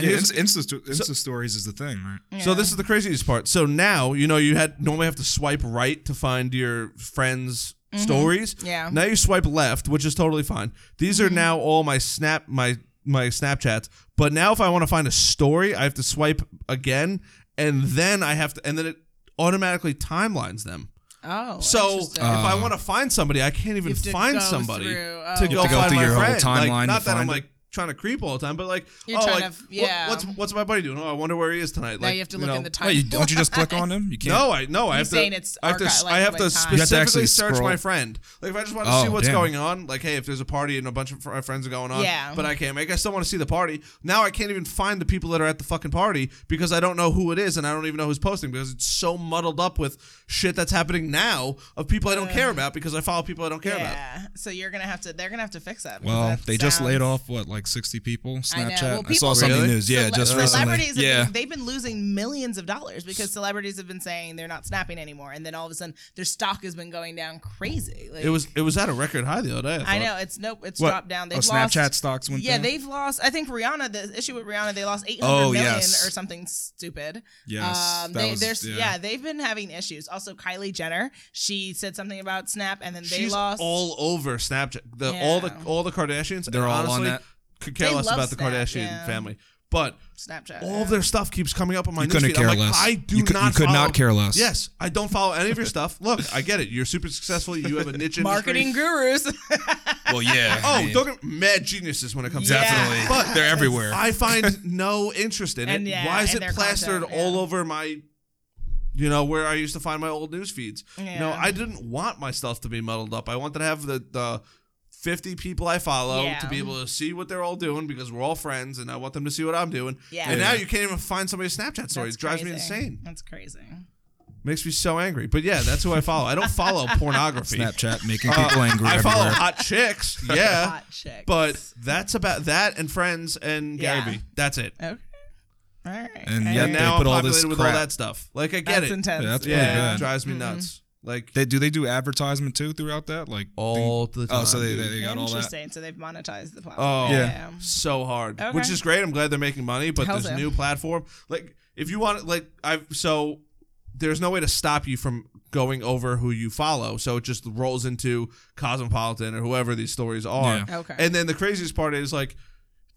Speaker 3: Yeah, Insta, Insta, sto- Insta stories is the thing, right?
Speaker 2: Mm,
Speaker 1: So this is the craziest part. So now you know you had normally have to swipe right to find your friends. Stories.
Speaker 2: Mm-hmm. Yeah. Mm-hmm.
Speaker 1: Now you swipe left, which is totally fine. These are now all my snap my my Snapchats. But now if I want to find a story, I have to swipe again, and then I have to, and then it automatically timelines them.
Speaker 2: Oh,
Speaker 1: So uh, if
Speaker 2: interesting.
Speaker 1: I
Speaker 3: Uh,
Speaker 1: want to find somebody, I can't even
Speaker 2: have to
Speaker 1: find
Speaker 2: go
Speaker 1: somebody
Speaker 2: through- oh.
Speaker 1: to
Speaker 2: You
Speaker 1: go
Speaker 2: have
Speaker 3: to go
Speaker 1: find
Speaker 3: through
Speaker 1: my
Speaker 3: your whole
Speaker 1: friend.
Speaker 3: timeline
Speaker 1: like,
Speaker 3: to
Speaker 1: not that I'm
Speaker 3: find it.
Speaker 1: like trying to creep all the time, but like,
Speaker 2: You're
Speaker 1: oh, like,
Speaker 2: trying to f-
Speaker 1: what-
Speaker 2: yeah.
Speaker 1: what's what's my buddy doing? Oh, I wonder where he is tonight.
Speaker 2: now
Speaker 1: like,
Speaker 2: you have to look
Speaker 1: know.
Speaker 2: in the time.
Speaker 3: Wait, you, don't you
Speaker 2: *laughs*
Speaker 3: just click on them? You can't.
Speaker 1: No, I no, I have
Speaker 2: saying
Speaker 1: to.
Speaker 2: it's
Speaker 1: I have to,
Speaker 2: archi- like,
Speaker 1: I have to
Speaker 2: like time. You
Speaker 1: specifically
Speaker 3: have to actually
Speaker 1: search
Speaker 3: scroll.
Speaker 1: my friend. Like if I just want to
Speaker 3: Oh,
Speaker 1: see what's
Speaker 3: damn.
Speaker 1: going on, like hey, if there's a party and a bunch of fr- my friends are going on,
Speaker 2: Yeah.
Speaker 1: but I can't make. I still want to see the party. Now I can't even find the people that are at the fucking party because I don't know who it is and I don't even know who's posting because it's so muddled up with shit that's happening now of people I don't care about because I follow people I don't care about.
Speaker 2: yeah. So you're gonna have to. They're gonna have to fix that. because uh,
Speaker 3: Well,
Speaker 2: that
Speaker 3: they just
Speaker 2: sounds-
Speaker 3: laid off what like sixty people. Snapchat.
Speaker 2: I know. Well, people,
Speaker 3: saw something
Speaker 1: Really?
Speaker 3: news. Yeah,
Speaker 2: cele-
Speaker 3: just recently.
Speaker 2: uh, celebrities. Have
Speaker 3: Yeah,
Speaker 2: been, they've been losing millions of dollars because celebrities have been saying they're not snapping anymore, and then all of a sudden their stock has been going down crazy. Like,
Speaker 1: It was it was at a record high the other day.
Speaker 2: I
Speaker 1: thought.
Speaker 2: know it's nope. It's
Speaker 3: What?
Speaker 2: dropped down. They've
Speaker 3: Oh,
Speaker 2: lost,
Speaker 3: Snapchat stocks went
Speaker 2: Yeah,
Speaker 3: down?
Speaker 2: they've lost. I think Rihanna. The issue with Rihanna, they lost eight hundred
Speaker 3: Oh,
Speaker 2: million
Speaker 3: yes.
Speaker 2: or something stupid. Um,
Speaker 3: Yes, that
Speaker 2: they,
Speaker 3: was-
Speaker 2: there's yeah.
Speaker 3: yeah.
Speaker 2: they've been having issues. Also, Kylie Jenner, she said something about Snap, and then they
Speaker 1: She's
Speaker 2: lost.
Speaker 1: all over Snapchat. The all the
Speaker 2: Yeah.
Speaker 1: all the Kardashians.
Speaker 3: They're
Speaker 1: and
Speaker 3: all on
Speaker 1: honestly,
Speaker 3: that.
Speaker 1: Could care
Speaker 2: They
Speaker 1: less
Speaker 2: love
Speaker 1: about the
Speaker 2: Snap,
Speaker 1: Kardashian
Speaker 2: yeah.
Speaker 1: family. But
Speaker 2: Snapchat.
Speaker 1: all of their stuff keeps coming up on my
Speaker 3: You couldn't
Speaker 1: newsfeed.
Speaker 3: care
Speaker 1: I'm like,
Speaker 3: less.
Speaker 1: I do
Speaker 3: You cou- you
Speaker 1: not.
Speaker 3: could not
Speaker 1: follow-
Speaker 3: care less.
Speaker 1: Yes, I don't follow any of your stuff. Look, I get it. You're super successful. You have a niche industry.
Speaker 2: marketing gurus.
Speaker 3: Well, yeah.
Speaker 1: Oh,
Speaker 3: I mean,
Speaker 1: don't get mad geniuses when it comes
Speaker 2: Yeah.
Speaker 1: to that. *laughs*
Speaker 3: definitely.
Speaker 1: But-
Speaker 3: they're everywhere.
Speaker 1: I
Speaker 3: *laughs*
Speaker 1: find no interest in it.
Speaker 2: And yeah,
Speaker 1: Why is
Speaker 2: and
Speaker 1: it
Speaker 2: their
Speaker 1: plastered
Speaker 2: content, yeah.
Speaker 1: all over my, you know, where I used to find my old news feeds? No,
Speaker 2: Yeah.
Speaker 1: I didn't want my stuff to be muddled up. I wanted to have the the. 50 people I follow
Speaker 2: Yeah.
Speaker 1: to be able to see what they're all doing because we're all friends and I want them to see what I'm doing.
Speaker 2: Yeah.
Speaker 1: And now
Speaker 3: Yeah.
Speaker 1: you can't even find somebody's Snapchat story.
Speaker 2: That's
Speaker 1: it drives me
Speaker 2: crazy.
Speaker 1: insane.
Speaker 2: That's crazy.
Speaker 1: Makes me so angry. But yeah, that's who I follow. I don't
Speaker 3: *laughs*
Speaker 1: follow pornography.
Speaker 3: *laughs* Snapchat making people angry.
Speaker 1: Uh, I follow
Speaker 3: everywhere.
Speaker 1: hot
Speaker 2: *laughs*
Speaker 1: chicks. Yeah.
Speaker 2: Hot chicks.
Speaker 1: But that's about that and friends and Gary
Speaker 2: Yeah.
Speaker 1: Vee. That's it.
Speaker 2: Okay. All right.
Speaker 3: And
Speaker 2: All
Speaker 3: yet
Speaker 1: And
Speaker 2: right.
Speaker 3: they
Speaker 1: now I'm
Speaker 3: put all this
Speaker 1: populated with all
Speaker 3: crap.
Speaker 1: that stuff. Like I get
Speaker 2: that's
Speaker 1: it.
Speaker 2: intense.
Speaker 3: Yeah, that's
Speaker 1: Yeah,
Speaker 3: Pretty
Speaker 1: it
Speaker 3: bad.
Speaker 1: drives me nuts. Like
Speaker 3: They do they do advertisement too throughout that? Like
Speaker 1: all
Speaker 3: they-
Speaker 1: the time.
Speaker 3: oh, so they, they,
Speaker 1: dude.
Speaker 3: they got all that.
Speaker 2: Interesting. So they've monetized the platform.
Speaker 1: Oh,
Speaker 3: Yeah.
Speaker 1: so hard.
Speaker 2: Okay.
Speaker 1: Which is great. I'm glad they're making money, but
Speaker 2: Hell's
Speaker 1: this
Speaker 2: yeah.
Speaker 1: new platform, like if you want, like I've so there's no way to stop you from going over who you follow. So it just rolls into Cosmopolitan or whoever these stories are.
Speaker 3: Yeah.
Speaker 2: Okay.
Speaker 1: And then the craziest part is like.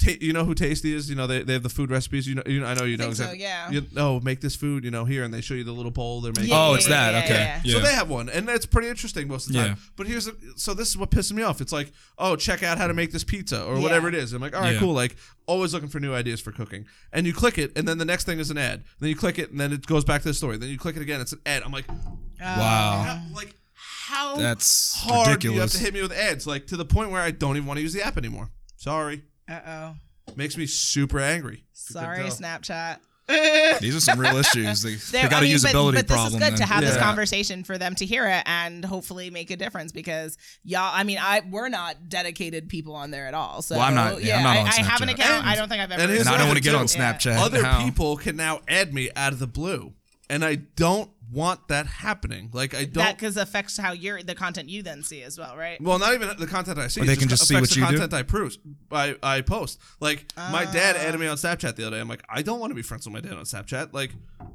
Speaker 1: Ta- you know who Tasty is? You know they, they have the food recipes. You know, you know I know you know
Speaker 2: think so,
Speaker 1: exactly.
Speaker 2: yeah.
Speaker 1: You know, make this food. You know here, and they show you the little bowl they're making.
Speaker 2: Yeah,
Speaker 3: Oh,
Speaker 2: yeah,
Speaker 3: it's
Speaker 2: yeah,
Speaker 3: that.
Speaker 2: yeah,
Speaker 3: okay.
Speaker 2: yeah.
Speaker 1: So they have one, and it's pretty interesting most of the time.
Speaker 3: Yeah.
Speaker 1: But here's the, so this is what pisses me off. It's like, oh, check out how to make this pizza or
Speaker 2: Yeah.
Speaker 1: whatever it is. I'm like, all right,
Speaker 3: Yeah.
Speaker 1: cool. Like always looking for new ideas for cooking, and you click it, and then the next thing is an ad. Then you click it, and then it goes back to the story. Then you click it again, it's an ad. I'm like,
Speaker 2: Uh,
Speaker 3: Wow.
Speaker 1: how- like how
Speaker 3: Oh. That's
Speaker 1: hard do you have
Speaker 3: ridiculous.
Speaker 1: to hit me with ads? Like to the point where I don't even want to use the app anymore. Sorry,
Speaker 2: Uh oh.
Speaker 1: makes me super angry. You can
Speaker 2: Sorry,
Speaker 1: tell.
Speaker 2: Snapchat. *laughs*
Speaker 3: These are some real issues. They,
Speaker 2: There-
Speaker 3: they got a
Speaker 2: I mean, but-
Speaker 3: usability
Speaker 2: but, this
Speaker 3: problem.
Speaker 2: is good to
Speaker 3: then.
Speaker 2: have this
Speaker 1: Yeah.
Speaker 2: conversation for them to hear it and hopefully make a difference because y'all. I mean, I we're not dedicated people on there at all. So
Speaker 3: Well, I'm not- yeah, I'm not
Speaker 2: I,
Speaker 3: on
Speaker 2: I have an
Speaker 3: Snapchat.
Speaker 2: account.
Speaker 1: And-
Speaker 2: I don't think I've ever.
Speaker 1: and here's
Speaker 3: And
Speaker 1: the
Speaker 3: I don't want to
Speaker 1: Snapchat
Speaker 3: get on
Speaker 1: too.
Speaker 3: Snapchat.
Speaker 1: other
Speaker 3: now.
Speaker 1: people can now add me out of the blue and i don't want that happening like i
Speaker 2: that
Speaker 1: don't
Speaker 2: because affects how you're the content you then see as well, right?
Speaker 1: well not even the content i see
Speaker 3: Or they
Speaker 1: it
Speaker 3: can just see
Speaker 1: affects
Speaker 3: what
Speaker 1: the
Speaker 3: you do?
Speaker 1: content i produce i i post like my dad
Speaker 2: Ah.
Speaker 1: added me on snapchat the other day i'm like i don't want to be friends with my dad on snapchat like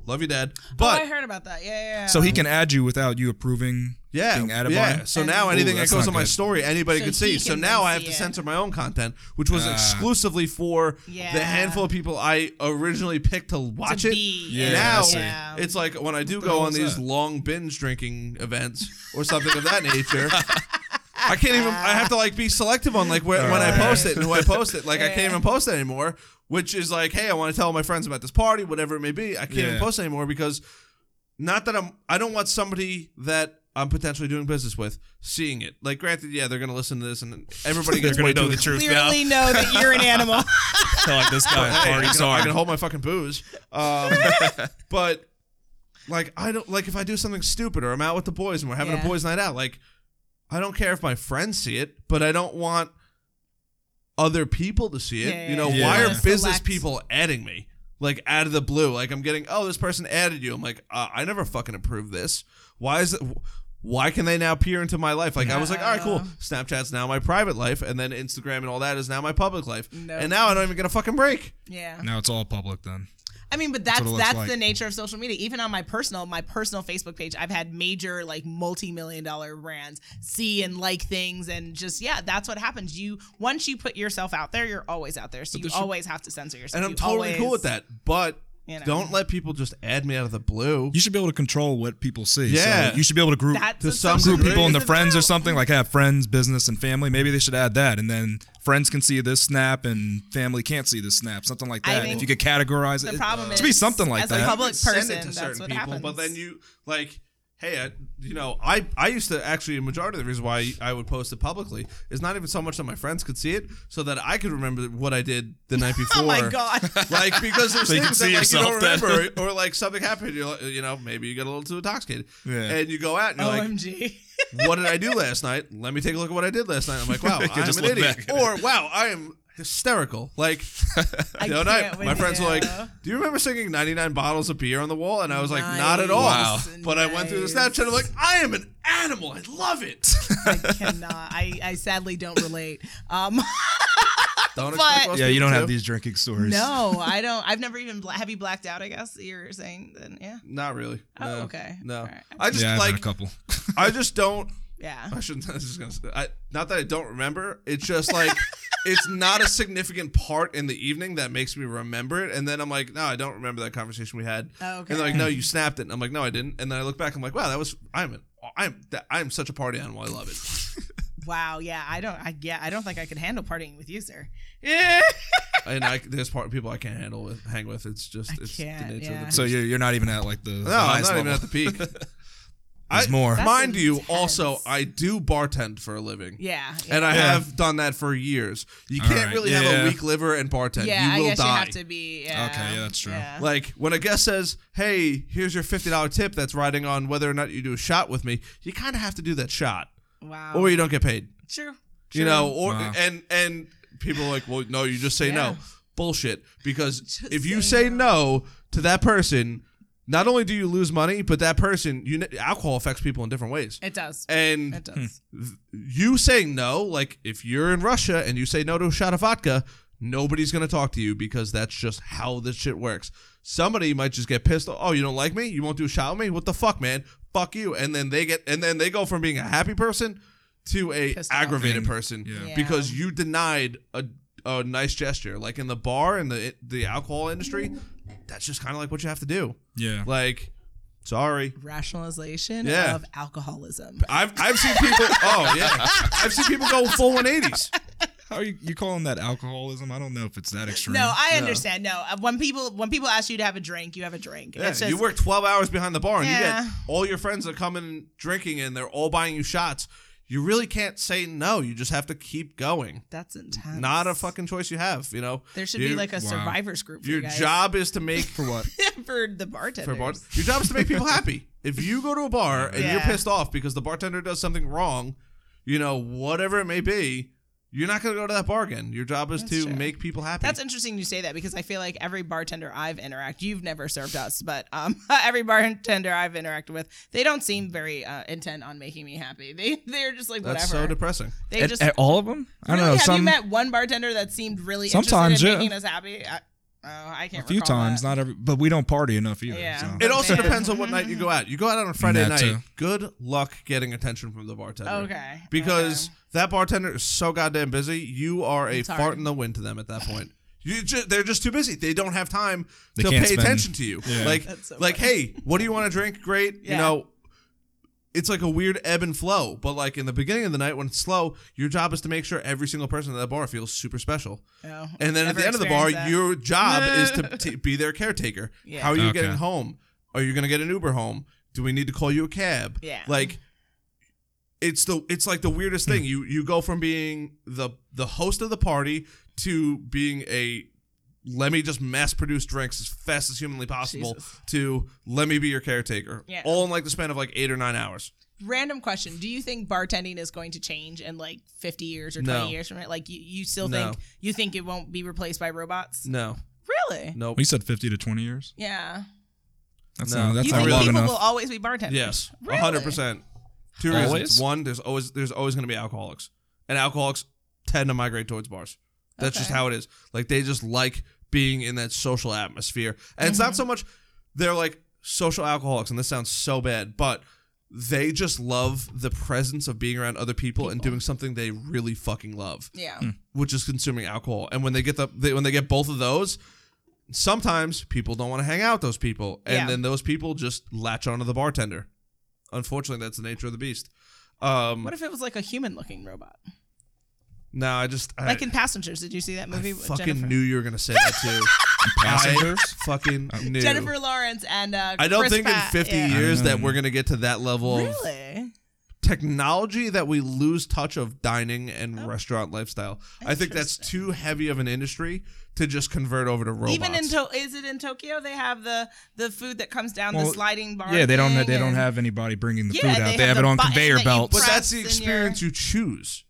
Speaker 1: love you dad
Speaker 2: oh, I
Speaker 1: but
Speaker 2: heard about that. Yeah, yeah. yeah.
Speaker 3: So he can add you without you approving
Speaker 1: yeah,
Speaker 3: being added by
Speaker 1: yeah.
Speaker 3: him?
Speaker 1: So now
Speaker 3: Ooh,
Speaker 1: anything that
Speaker 3: that's
Speaker 1: goes on
Speaker 3: not
Speaker 1: my
Speaker 3: good.
Speaker 1: story, anybody
Speaker 2: So
Speaker 1: could
Speaker 2: he
Speaker 1: see. So
Speaker 2: can
Speaker 1: now
Speaker 2: then
Speaker 1: I have
Speaker 2: see
Speaker 1: to
Speaker 2: it.
Speaker 1: censor my own content, which was
Speaker 3: Ah.
Speaker 1: exclusively for
Speaker 2: Yeah.
Speaker 1: the handful of people I originally picked to watch it.
Speaker 2: be in.
Speaker 1: now
Speaker 2: Yeah.
Speaker 1: it's like when I do
Speaker 3: the
Speaker 1: go
Speaker 3: hell
Speaker 1: on
Speaker 3: is
Speaker 1: these
Speaker 3: that?
Speaker 1: long binge drinking events or something of that
Speaker 3: *laughs*
Speaker 1: nature. I can't even. I have to like be selective on like where, when I post it and who I post it. Like I can't
Speaker 2: *laughs*
Speaker 1: even post it anymore, which is like, hey, I want to tell my friends about this party, whatever it may be. I can't even
Speaker 3: Yeah.
Speaker 1: post anymore because not that I'm I don't want somebody that I'm potentially doing business with seeing it. Like granted, yeah, they're gonna listen to this and
Speaker 4: *laughs*
Speaker 1: everybody
Speaker 4: They're
Speaker 1: gets
Speaker 4: gonna
Speaker 1: way
Speaker 4: know
Speaker 1: too
Speaker 4: the truth now.
Speaker 1: *laughs*
Speaker 2: clearly know that you're an
Speaker 3: *laughs*
Speaker 2: animal.
Speaker 4: They're like this guy
Speaker 1: Hey,
Speaker 4: party
Speaker 1: I, can, I can
Speaker 4: sorry.
Speaker 1: hold my fucking booze. Um, but like I don't like if I do something stupid or I'm out with the boys and we're having
Speaker 2: Yeah.
Speaker 1: a boys' night out. Like I don't care if my friends see it, but I don't want other people to see it.
Speaker 2: Yeah,
Speaker 1: you know,
Speaker 3: yeah,
Speaker 1: why
Speaker 3: yeah.
Speaker 1: are
Speaker 2: Yeah.
Speaker 1: business
Speaker 2: Select.
Speaker 1: people adding me? Like out of the blue, like I'm getting, oh, this person added you. I'm like, uh, I never fucking approved this. Why is it? Why can they now peer into my life? Like I was like, all right, cool. Snapchat's now my private life, and then Instagram and all that is now my public life.
Speaker 2: Nope.
Speaker 1: And now I don't even get a fucking break.
Speaker 2: yeah.
Speaker 3: Now it's all public then.
Speaker 2: I mean, but that's
Speaker 3: what it
Speaker 2: that's,
Speaker 3: looks like.
Speaker 2: the nature of social media. Even on my personal my personal Facebook page, I've had major like multi million dollar brands see and like things, and just yeah, that's what happens. You once you put yourself out there, you're always out there, so you always have to censor yourself.
Speaker 1: and I'm
Speaker 2: You
Speaker 1: totally cool
Speaker 2: always-
Speaker 1: with that. But
Speaker 2: You know.
Speaker 1: don't let people just add me out of the blue.
Speaker 3: You should be able to control what people see. So
Speaker 1: Yeah.
Speaker 3: you should be able to group
Speaker 2: That's
Speaker 1: To
Speaker 2: what
Speaker 1: some
Speaker 2: social
Speaker 3: group people
Speaker 2: media
Speaker 3: and their
Speaker 2: is
Speaker 3: friends or
Speaker 2: about.
Speaker 3: something like have friends business and family maybe they should add that and then friends can see this snap and family can't see this snap something like
Speaker 2: I
Speaker 3: that
Speaker 2: think
Speaker 3: if you could categorize
Speaker 2: The
Speaker 3: it
Speaker 2: problem is
Speaker 3: to be something like
Speaker 2: as
Speaker 3: that
Speaker 2: a public
Speaker 1: You send
Speaker 2: person,
Speaker 1: it to
Speaker 2: that's
Speaker 1: certain
Speaker 2: what
Speaker 1: people,
Speaker 2: happens.
Speaker 1: but then you like, hey, I, you know, I I used to actually a majority of the reason why I would post it publicly is not even so much that my friends could see it, so that I could remember what I did the night before.
Speaker 2: *laughs* *laughs* oh my
Speaker 1: *laughs*
Speaker 2: god.
Speaker 1: Like because *laughs* there's
Speaker 4: So you can
Speaker 1: things that
Speaker 4: see
Speaker 1: like you don't
Speaker 4: yourself then.
Speaker 1: remember, *laughs* or like something happened, you're like, you know, maybe you get a little too intoxicated,
Speaker 3: Yeah.
Speaker 1: and you go out and you're
Speaker 2: Oh,
Speaker 1: like,
Speaker 2: OMG.
Speaker 1: what did I do last night? Let me take a look at what I did last night. I'm
Speaker 3: *laughs*
Speaker 1: like, wow, I'm
Speaker 4: just
Speaker 1: an
Speaker 4: look
Speaker 1: idiot.
Speaker 4: back.
Speaker 1: Or wow, I am hysterical. Like
Speaker 2: I
Speaker 1: the other
Speaker 2: can't
Speaker 1: night,
Speaker 2: with
Speaker 1: my friends were like,
Speaker 2: you.
Speaker 1: "Do you remember singing 99 bottles of beer on the wall?" And I was like, "Not at all."
Speaker 2: Nice,
Speaker 1: But I went through the
Speaker 2: nice.
Speaker 1: Snapchat. I'm like, "I am an animal. I love
Speaker 3: *laughs*
Speaker 1: it."
Speaker 2: I *laughs* cannot. I, I sadly don't relate. Um, *laughs*
Speaker 1: Don't
Speaker 2: But-
Speaker 1: most
Speaker 3: yeah you
Speaker 1: people
Speaker 3: don't
Speaker 1: to.
Speaker 3: have these drinking stories
Speaker 2: no, I don't. I've never even. Bla- have you blacked out? I guess you're saying then. Yeah.
Speaker 1: Not really.
Speaker 2: Oh,
Speaker 1: no.
Speaker 2: okay.
Speaker 1: No,
Speaker 2: All right.
Speaker 1: I just
Speaker 3: yeah I've had
Speaker 1: like
Speaker 3: a couple
Speaker 1: I just don't.
Speaker 2: Yeah.
Speaker 1: *laughs* I shouldn't. I was just gonna. Say, I, not that I don't remember. It's just like it's not a significant part in the evening that makes me remember it. And then I'm like, no, I don't remember that conversation we had.
Speaker 2: Oh, okay.
Speaker 1: And they're like, no, you snapped it. And I'm like, no, I didn't. And then I look back, I'm like, wow, that was I'm an, I'm that, I'm such a party animal. I love it.
Speaker 2: Wow. Yeah. I don't. I, yeah. I don't think I could handle partying with you, sir. *laughs*
Speaker 1: and I there's part people I can't handle with hang with. It's just it's
Speaker 2: can't,
Speaker 1: the nature
Speaker 2: yeah.
Speaker 1: of the
Speaker 3: So you're, you're not even at like the,
Speaker 1: No,
Speaker 3: the
Speaker 1: I'm
Speaker 3: highest
Speaker 1: not even
Speaker 3: level.
Speaker 1: at the peak.
Speaker 3: *laughs* There's more.
Speaker 2: That's
Speaker 1: Mind you,
Speaker 2: intense.
Speaker 1: also I do bartend for a living.
Speaker 2: Yeah.
Speaker 1: And I
Speaker 3: Yeah.
Speaker 1: have done that for years. You can't
Speaker 3: right,
Speaker 1: really
Speaker 3: yeah.
Speaker 1: have a weak liver and bartend.
Speaker 2: yeah.
Speaker 1: you will
Speaker 2: I guess
Speaker 1: die.
Speaker 2: you have to be. Yeah,
Speaker 3: Okay, yeah, that's true.
Speaker 2: yeah.
Speaker 1: Like when a guest says, "Hey, here's your fifty dollar tip," that's riding on whether or not you do a shot with me. You kind of have to do that shot,
Speaker 2: wow.
Speaker 1: or you don't get paid.
Speaker 2: Oh. true.
Speaker 1: You know, or
Speaker 3: Wow.
Speaker 1: and and people are like, "Well, no, you just say
Speaker 2: Yeah.
Speaker 1: no." Bullshit. Because if you
Speaker 2: say
Speaker 1: say no. to that person, not only do you lose money, but that person, you kn- alcohol affects people in different ways.
Speaker 2: It does.
Speaker 1: And *laughs*
Speaker 2: it does.
Speaker 1: you saying no, like if you're in Russia and you say no to a shot of vodka, nobody's gonna talk to you because that's just how this shit works. Somebody might just get pissed. Oh, you don't like me? You won't do a shot with me? What the fuck, man? Fuck you! And then they get, and then they go from being a happy person to a
Speaker 2: Pissed off.
Speaker 1: aggravated
Speaker 3: Yeah.
Speaker 1: person
Speaker 3: Yeah.
Speaker 1: because you denied a, a nice gesture. Like in the bar and the the alcohol industry, that's just kind of like what you have to do.
Speaker 3: Yeah.
Speaker 1: Like, sorry.
Speaker 2: Rationalization
Speaker 1: Yeah.
Speaker 2: of alcoholism.
Speaker 1: I've, I've seen people. Oh yeah, I've seen people go full 180s.
Speaker 3: How are you, you calling that alcoholism? I don't know if it's that extreme.
Speaker 2: No, I understand. No, Uh, when people when people ask you to have a drink, you have a drink.
Speaker 1: Yeah,
Speaker 2: it's just,
Speaker 1: you work 12 hours behind the bar and you
Speaker 2: Yeah.
Speaker 1: get all your friends that come in drinking and they're all buying you shots. You really can't say no. You just have to keep going.
Speaker 2: That's intense.
Speaker 1: Not a fucking choice you have, you know?
Speaker 2: There should
Speaker 1: You-
Speaker 2: be like a survivors group for
Speaker 1: Your
Speaker 2: you guys.
Speaker 1: job is to make for what?
Speaker 2: *laughs* for the bartender.
Speaker 1: *laughs* For bar- your job is to make people happy. If you go to a bar and you're
Speaker 2: Yeah.
Speaker 1: pissed off because the bartender does something wrong, you know, whatever it may be, you're not going to go to that bar again. Your job is to
Speaker 2: true.
Speaker 1: make people happy.
Speaker 2: That's interesting you say that because I feel like every bartender I've interacted, you've never served us, but um, *laughs* every bartender I've interacted with, they don't seem very uh, intent on making me happy. They they're just like
Speaker 1: That's so
Speaker 2: whatever.
Speaker 1: depressing.
Speaker 2: they
Speaker 3: At,
Speaker 2: just
Speaker 3: at all of them? I don't
Speaker 2: Really?
Speaker 3: know.
Speaker 2: Have
Speaker 3: some
Speaker 2: you met one bartender that seemed really
Speaker 3: Sometimes,
Speaker 2: interested in
Speaker 3: yeah.
Speaker 2: making us happy? I, oh, I
Speaker 3: a
Speaker 2: can't.
Speaker 3: few
Speaker 2: recall
Speaker 3: times,
Speaker 2: that.
Speaker 3: not every, but we don't party enough either.
Speaker 2: Yeah.
Speaker 3: so.
Speaker 1: It also
Speaker 2: man.
Speaker 1: depends on what night you go out. You go out on a Friday
Speaker 3: That
Speaker 1: night.
Speaker 3: too.
Speaker 1: Good luck getting attention from the bartender.
Speaker 2: Okay,
Speaker 1: Because that bartender is so goddamn busy. You are a
Speaker 2: It's hard.
Speaker 1: fart in the wind to them at that point. You just, they're just too busy. They don't have time
Speaker 3: They
Speaker 1: to pay
Speaker 3: can't spend-
Speaker 1: attention to you.
Speaker 3: Yeah.
Speaker 1: Like,
Speaker 2: That's so
Speaker 1: like, hey, what do you want to drink? Great. You
Speaker 2: Yeah.
Speaker 1: know, it's like a weird ebb and flow. But like in the beginning of the night when it's slow, your job is to make sure every single person at that bar feels super special.
Speaker 2: Oh,
Speaker 1: And then at
Speaker 2: never
Speaker 1: the end of the bar,
Speaker 2: experienced that.
Speaker 1: your job is
Speaker 2: *laughs*
Speaker 1: to t- be their caretaker.
Speaker 2: Yeah.
Speaker 1: How are you
Speaker 3: Okay.
Speaker 1: getting home? Are you going to get an Uber home? Do we need to call you a cab?
Speaker 2: Yeah.
Speaker 1: Like it's the it's like the weirdest thing. You you go from being the the host of the party to being a let me just mass produce drinks as fast as humanly possible
Speaker 2: Jesus.
Speaker 1: to let me be your caretaker.
Speaker 2: Yeah.
Speaker 1: All in like the span of like 8 or 9 hours.
Speaker 2: Random question: Do you think bartending is going to change in like fifty years or
Speaker 1: No.
Speaker 2: twenty years from it? Like you, you still
Speaker 1: No.
Speaker 2: think you think it won't be replaced by robots?
Speaker 1: No.
Speaker 2: Really?
Speaker 1: Nope.
Speaker 3: We said 50 to 20 years.
Speaker 2: Yeah.
Speaker 3: That's
Speaker 1: No.
Speaker 3: not, that's
Speaker 2: you
Speaker 3: not
Speaker 2: think
Speaker 3: long
Speaker 2: people
Speaker 3: enough.
Speaker 2: will always be bartenders?
Speaker 1: Yes, a
Speaker 2: Really?
Speaker 1: hundred percent. Two
Speaker 3: Always?
Speaker 1: reasons: one, there's always there's always going to be alcoholics, and alcoholics tend to migrate towards bars. That's just
Speaker 2: Okay.
Speaker 1: how it is. Like they just like being in that social atmosphere, and it's
Speaker 2: Mm-hmm.
Speaker 1: not so much they're like social alcoholics, and this sounds so bad, but they just love the presence of being around other people, and doing something they really fucking love,
Speaker 2: Yeah.
Speaker 1: which is consuming alcohol. And when they get the they, when they get both of those. Sometimes people don't want to hang out with those people, and
Speaker 2: Yeah.
Speaker 1: then those people just latch onto the bartender unfortunately that's the nature of the beast um
Speaker 2: What if it was like a human-looking robot?
Speaker 1: no i just i,
Speaker 2: Like in Passengers, did you see that movie?
Speaker 1: I
Speaker 2: with
Speaker 1: fucking
Speaker 2: Jennifer?
Speaker 1: knew you were gonna say that
Speaker 2: *laughs*
Speaker 1: too
Speaker 3: Passengers?
Speaker 1: I fucking knew
Speaker 2: Jennifer Lawrence and uh,
Speaker 1: i don't
Speaker 2: Chris
Speaker 1: think
Speaker 2: Pratt,
Speaker 1: in 50
Speaker 2: yeah.
Speaker 1: years
Speaker 3: I
Speaker 1: that
Speaker 3: know.
Speaker 1: we're gonna get to that level of
Speaker 2: Really?
Speaker 1: technology that we lose touch of dining and
Speaker 2: Oh.
Speaker 1: restaurant lifestyle i think that's too heavy of an industry to just convert over to robots
Speaker 2: Even in to- is it in Tokyo they have the the food that comes down the
Speaker 3: Well,
Speaker 2: sliding bar?
Speaker 3: Yeah, they don't.
Speaker 2: thing
Speaker 3: They don't
Speaker 2: and-
Speaker 3: have anybody bringing the
Speaker 2: Yeah,
Speaker 3: food
Speaker 2: they
Speaker 3: out. They,
Speaker 2: have
Speaker 3: have it
Speaker 2: the
Speaker 3: on
Speaker 2: button
Speaker 3: conveyor
Speaker 2: that you
Speaker 3: belts.
Speaker 1: but that's the
Speaker 2: press in your- Mm.
Speaker 1: experience you choose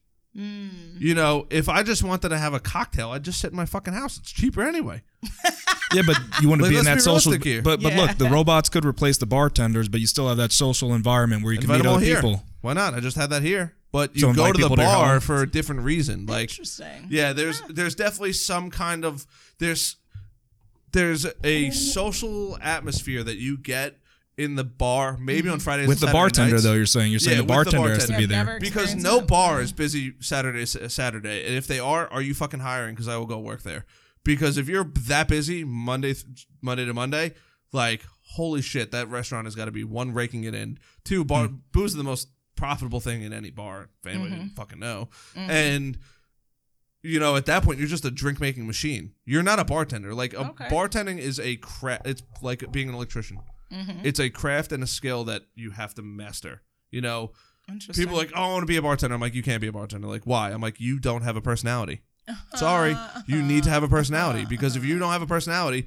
Speaker 1: you know if i just wanted to have a cocktail i'd just sit in my fucking house it's cheaper anyway
Speaker 3: yeah, but you want to
Speaker 1: Like,
Speaker 3: be in that
Speaker 1: let's be
Speaker 3: social.
Speaker 1: realistic here.
Speaker 3: But but look, the robots could replace the bartenders, but you still have that social environment where you can
Speaker 1: Invite
Speaker 3: meet
Speaker 1: them all
Speaker 3: other
Speaker 1: here.
Speaker 3: people.
Speaker 1: Why not? I just had that here. But you
Speaker 3: So
Speaker 1: go
Speaker 3: invite
Speaker 1: to the
Speaker 3: people to your
Speaker 1: bar
Speaker 3: home.
Speaker 1: for a different reason. Like,
Speaker 2: Interesting.
Speaker 1: yeah, there's there's definitely some kind of there's there's a social atmosphere that you get in the bar, maybe
Speaker 2: Mm-hmm.
Speaker 1: on Fridays
Speaker 3: With
Speaker 1: and
Speaker 3: the
Speaker 1: Saturday
Speaker 3: bartender,
Speaker 1: nights.
Speaker 3: though, you're saying you're saying
Speaker 1: Yeah,
Speaker 3: the
Speaker 1: with the
Speaker 3: bartender, has to
Speaker 1: bartender.
Speaker 3: be
Speaker 2: I've
Speaker 3: there.
Speaker 2: never
Speaker 1: because
Speaker 2: experienced
Speaker 1: no
Speaker 2: that.
Speaker 1: bar is busy Saturday Saturday, and if they are, are you fucking hiring? Because I will go work there. Because if you're that busy Monday th- Monday to Monday, like holy shit, that restaurant has got to be one raking it in. Two bar booze is the most profitable thing in any bar. If anybody didn't fucking know, and you know at that point you're just a drink making machine. You're not a bartender. Like a
Speaker 2: Okay. Mm-hmm.
Speaker 1: bartending is a craft. It's like being an electrician. It's a craft and a skill that you have to master. You know,
Speaker 2: Interesting.
Speaker 1: People are like, oh, I want to be a bartender. I'm like, you can't be a bartender. Like, why? I'm like, you don't have a
Speaker 2: *laughs*
Speaker 1: personality. Sorry, you need to have a personality because if you don't have a personality,